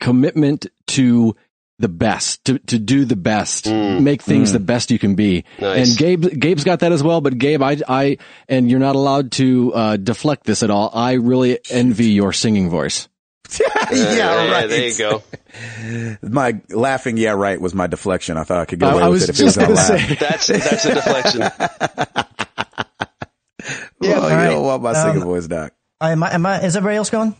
commitment to the best, to to do the best, make things Mm. the best you can be. Mm. Nice. And Gabe Gabe's got that as well, but Gabe, I I and you're not allowed to uh deflect this at all. I really envy your singing voice. yeah, yeah, right. there you go. My laughing, yeah, right, was my deflection. I thought I could get I- away I with was it if it was just not gonna loud. say. That's that's a deflection. Yeah, oh, all right. yo, what my Um, singing voice, doc? I, am I, am I, is everybody else going?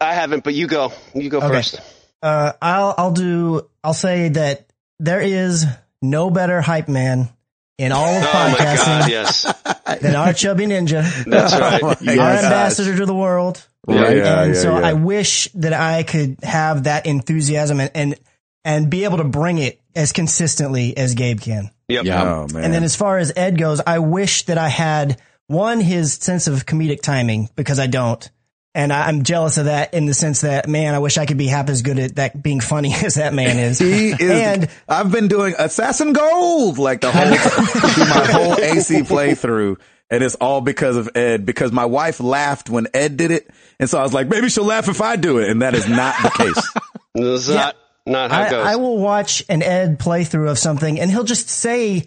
I haven't, but you go. You go Okay. first. Uh, I'll I'll do. I'll say that there is no better hype man in all of Oh my podcasting god, yes. than our chubby ninja, That's right. Oh, my our gosh. ambassador to the world. Yeah, yeah, and yeah, so yeah. I wish that I could have that enthusiasm and, and and be able to bring it as consistently as Gabe can. Yep. Yeah. oh man. And then as far as Ed goes, I wish that I had one, his sense of comedic timing because I don't. And I, I'm jealous of that in the sense that, man, I wish I could be half as good at that being funny as that man is. he is. and I've been doing Assassin Gold like the whole my whole AC playthrough, and it's all because of Ed. Because my wife laughed when Ed did it, and so I was like, maybe she'll laugh if I do it, and that is not the case. That's not not how I, it goes. I will watch an Ed playthrough of something and he'll just say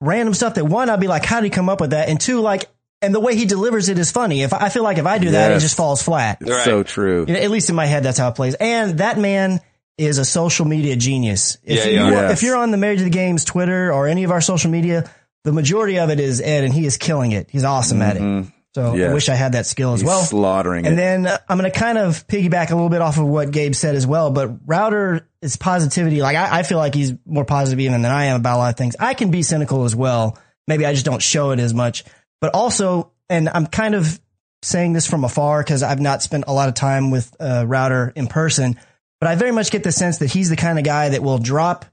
random stuff that one, I'll be like, how did he come up with that? And two, like, and the way he delivers it is funny. If I I feel like if I do that, it Yes. just falls flat. Right. So true. You know, at least in my head, that's how it plays. And that man is a social media genius. If Yeah, you, yeah. Yes. if you're on the Marriage of the Games Twitter or any of our social media, the majority of it is Ed, and he is killing it. He's awesome at Mm-hmm. it. So I Yes. wish I had that skill as He's well. slaughtering And it. then uh, I'm going to kind of piggyback a little bit off of what Gabe said as well, but Router is positivity. Like I, I feel like he's more positive even than I am about a lot of things. I can be cynical as well. Maybe I just don't show it as much, but also, and I'm kind of saying this from afar because I've not spent a lot of time with uh, Router in person, but I very much get the sense that he's the kind of guy that will drop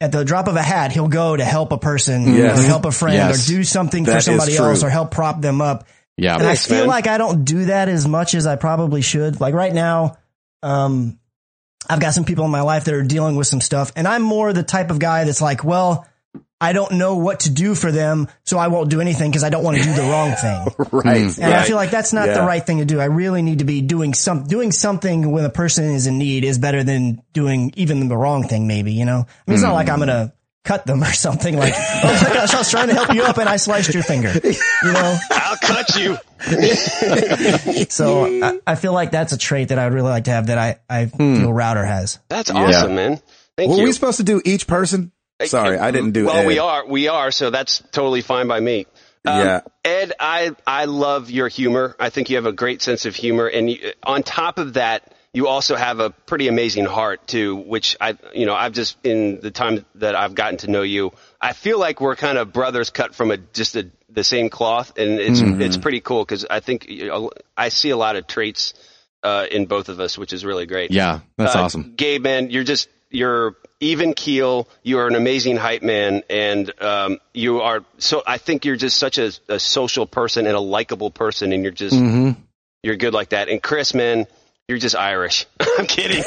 at the drop of a hat, he'll go to help a person Yes. or help a friend Yes. or do something That for is somebody true. else or help prop them up. Yeah. And I Thanks, feel man. like I don't do that as much as I probably should. Like right now, um, I've got some people in my life that are dealing with some stuff, and I'm more the type of guy that's like, well, I don't know what to do for them, so I won't do anything because I don't want to do the wrong thing. right. And I Right. feel like that's not the Yeah. right thing to do. I really need to be doing some doing something when a person is in need is better than doing even the wrong thing. Maybe you know, I mean, it's not like Hmm. I'm gonna cut them or something. Like, oh my gosh, I was trying to help you up and I sliced your finger. You know, I'll cut you. so I, I feel like that's a trait that I would really like to have that I, I Hmm. feel Router has. That's awesome, man. Thank Were you. we supposed to do each person? Sorry, I didn't do. well, Ed. we are, we are, so that's totally fine by me. Um, Yeah. Ed, I I love your humor. I think you have a great sense of humor, and you, on top of that, you also have a pretty amazing heart too. Which I, you know, I've just in the time that I've gotten to know you, I feel like we're kind of brothers cut from a just a, the same cloth, and it's Mm-hmm. it's pretty cool because I think you know, I see a lot of traits uh, in both of us, which is really great. Yeah. That's Uh, awesome. Gabe, man, you're just you're even keel. You are an amazing hype man, and um, you are so. I think you're just such a, a social person and a likable person, and you're just Mm-hmm. you're good like that. And Chris, man, you're just Irish. I'm kidding.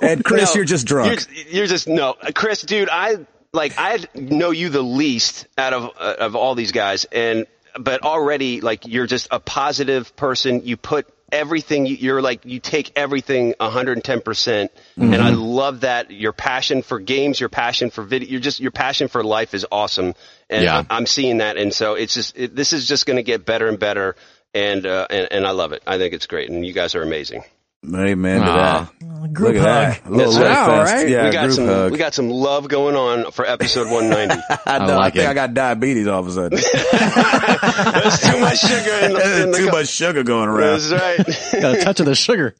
And Chris, No, you're just drunk. You're, you're just no, Chris, dude. I like I know you the least out of uh, of all these guys, and but already like you're just a positive person. You put everything. You're like you take everything 110, percent and Mm-hmm. I love that. Your passion for games, your passion for video, you're just your passion for life is awesome, and Yeah. I, am seeing that. And so it's just it, this is just going to get better and better. And, uh, and and I love it. I think it's great, and you guys are amazing. Amen to Aw. that. Ah. Group Look at hug. that. Little That's love right. fest. All right. Yeah, we got group some hug. we got some love going on for episode 190. I, know, like I think it. I got diabetes all of a sudden. There's too much sugar in the, in the Too cup. much sugar going That's around. right. Got a touch of the sugar.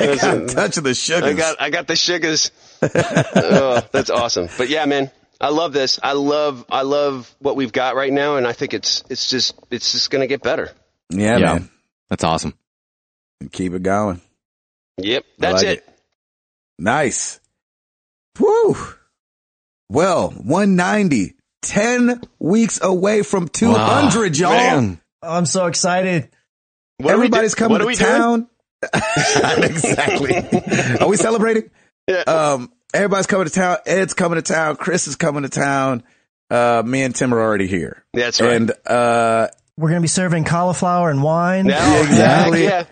I'm touching the sugar. I got I got the sugars. oh, that's awesome. But yeah, man, I love this. I love I love what we've got right now, and I think it's it's just it's just gonna get better. yeah, Yeah. man. That's awesome. Keep it going. Yep, I that's like it. Nice. Woo. Well, 190. 10 weeks away from 200, y'all. Man. Oh, I'm so excited. What are we Everybody's do- coming what are to we doing? town. exactly. Are we celebrating? Yeah. Um, everybody's coming to town. Ed's coming to town. Chris is coming to town. Uh, me and Tim are already here. That's right. And, uh, We're going to be serving cauliflower and wine. Now, exactly. Yeah,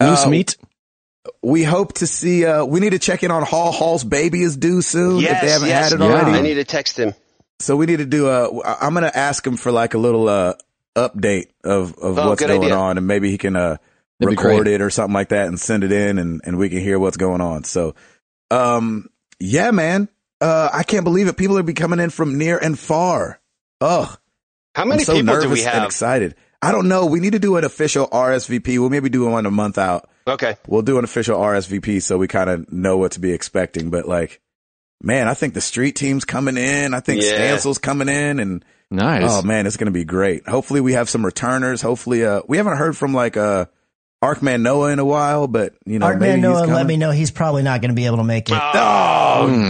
Loose Uh, meat. we hope to see, uh, we need to check in on Hall Hall's baby is due soon if yes, they haven't yes. had it yeah. already. I need to text him. So we need to do a. I- I'm gonna ask him for like a little uh update of of Oh, what's good going idea. on, and maybe he can uh That'd be record great. it or something like that and send it in and, and we can hear what's going on. So, um, yeah, man. Uh, I can't believe it. People are be coming in from near and far. Ugh. How I'm many so people nervous do we and have? excited. I don't know. We need to do an official RSVP. We'll maybe do one a month out. Okay. We'll do an official RSVP so we kind of know what to be expecting. But like, man, I think the street team's coming in. I think Yeah. Stansel's coming in and Nice. Oh man, it's gonna be great. Hopefully we have some returners. Hopefully, uh, we haven't heard from like uh, Arkman Noah in a while, but you know, Art maybe Man he's Noah coming. let me know he's probably not going to be able to make it. Oh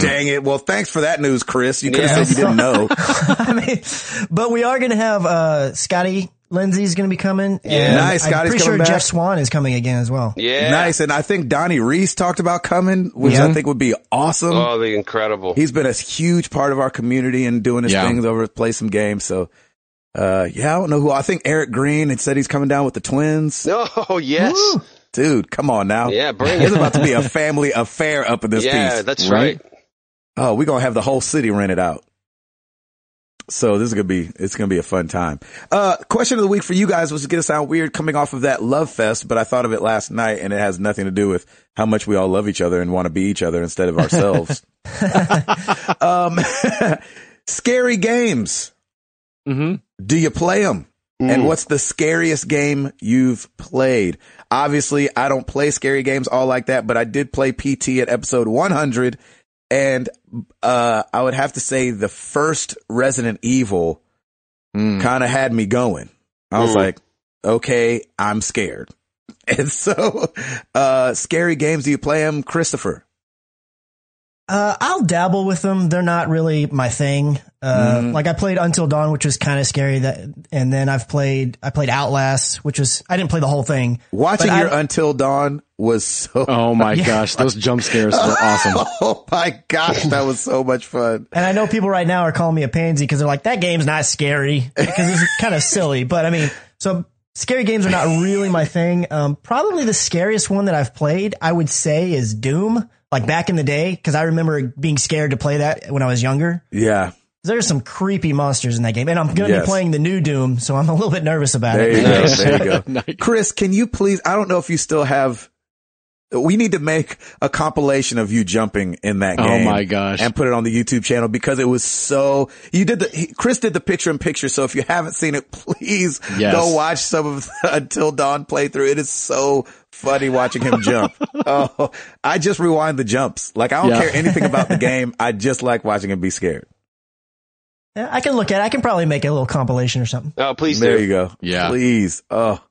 dang it! Well, thanks for that news, Chris. You could have Yeah. said you didn't know. I mean, but we are going to have uh, Scotty Lindsey's going to be coming. and Nice, I'm Scotty's pretty sure coming back. Jeff Swan is coming again as well. Yeah. Nice, and I think Donnie Reese talked about coming, which I think would be awesome. Oh, they're incredible. He's been a huge part of our community and doing his Yeah. things over play some games. So, uh, yeah, I don't know who. I think Eric Green had said he's coming down with the twins. oh, yes. Woo. Dude, come on now. Yeah, bring It's it. about to be a family affair up in this yeah, piece. that's right? right. Oh, we're gonna have the whole city rented out. So this is gonna be it's gonna be a fun time. Uh question of the week for you guys was gonna sound weird coming off of that love fest, but I thought of it last night and it has nothing to do with how much we all love each other and want to be each other instead of ourselves. um scary games. Mm-hmm. Do you play them? Mm. And what's the scariest game you've played? Obviously, I don't play scary games all like that, but I did play PT at episode 100. And, uh, I would have to say the first Resident Evil Mm. kind of had me going. I was Mm. like, okay, I'm scared. And so, uh, scary games, do you play them, Christopher? Uh, I'll dabble with them. They're not really my thing. Uh, Mm-hmm. Like I played Until Dawn, which was kind of scary. That, and then I've played I played Outlast, which was I didn't play the whole thing. Watching But I- your Until Dawn was so, Oh my gosh, those jump scares were awesome. oh my gosh, that was so much fun. And I know people right now are calling me a pansy because they're like that game's not scary because it's kind of silly. But I mean, so scary games are not really my thing. Um, probably the scariest one that I've played, I would say, is Doom. Like back in the day, because I remember being scared to play that when I was younger. Yeah. There's some creepy monsters in that game, and I'm going to Yes. be playing the new Doom, so I'm a little bit nervous about There it. you go. Nice. There you go. Nice. Chris, can you please? I don't know if you still have. We need to make a compilation of you jumping in that Oh game. my gosh. And put it on the YouTube channel because it was so. You did the he, Chris did the picture in picture. So if you haven't seen it, please Yes. go watch some of the Until Dawn playthrough. It is so funny watching him jump. oh, I just rewind the jumps. Like I don't Yeah. care anything about the game. I just like watching him be scared. Yeah, I can look at it. I can probably make a little compilation or something. Oh, please There do. you go. Yeah. Please. Oh,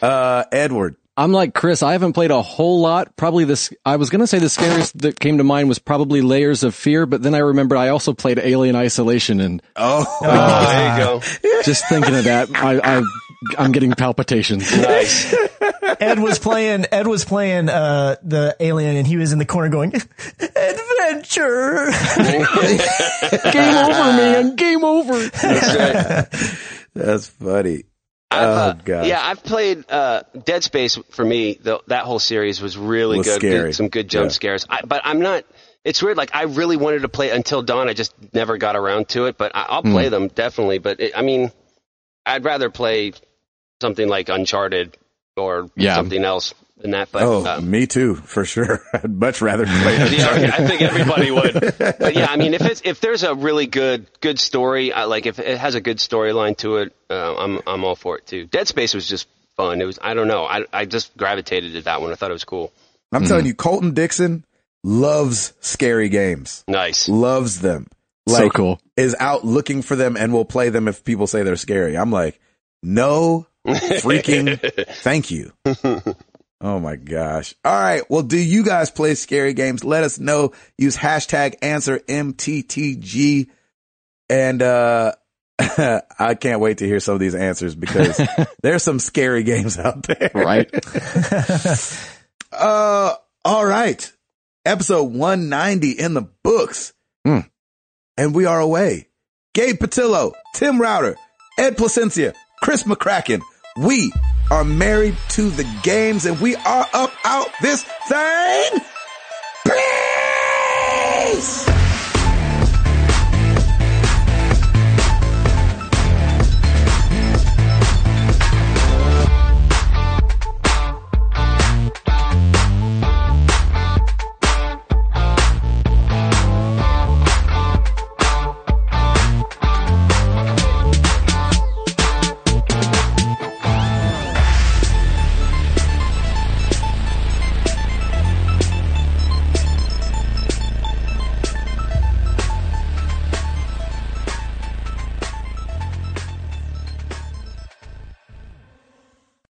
uh, Edward. I'm like Chris. I haven't played a whole lot. Probably this. I was gonna say the scariest that came to mind was probably Layers of Fear, but then I remembered I also played Alien Isolation, and Oh. Oh, there you go. just thinking of that, I, I I'm getting palpitations. Nice. Ed was playing. Ed was playing uh, the alien, and he was in the corner going, "Adventure." game over, man. Game over. That's right. That's funny. I've, Oh, uh, gosh. Yeah, I've played uh, Dead Space. For me, the, that whole series was really Was good. scary. Good- Some good jump Yeah. scares. I, but I'm not. It's weird. Like I really wanted to play Until Dawn. I just never got around to it. But I, I'll play Mm. them definitely. But it, I mean, I'd rather play something like Uncharted or Yeah. something else than that. But oh, um, me too, for sure. I'd much rather play it. yeah, okay, I think everybody would. But yeah, I mean, if it's if there's a really good good story, I, like if it has a good storyline to it, uh, I'm I'm all for it too. Dead Space was just fun. It was I don't know. I I just gravitated to that one. I thought it was cool. I'm telling Mm. you, Colton Dixon loves scary games, Nice. loves them. So cool. Is out looking for them and will play them if people say they're scary. I'm like, no freaking thank you. Oh my gosh. All right. Well, do you guys play scary games? Let us know. Use hashtag answer MTTG. And, uh, I can't wait to hear some of these answers because there's some scary games out there. Right. Uh, all right. Episode 190 in the books. Hmm. And we are away. Gabe Patillo, Tim Router, Ed Placencia, Chris McCracken. We are married to the games and we are up out this thing. Peace!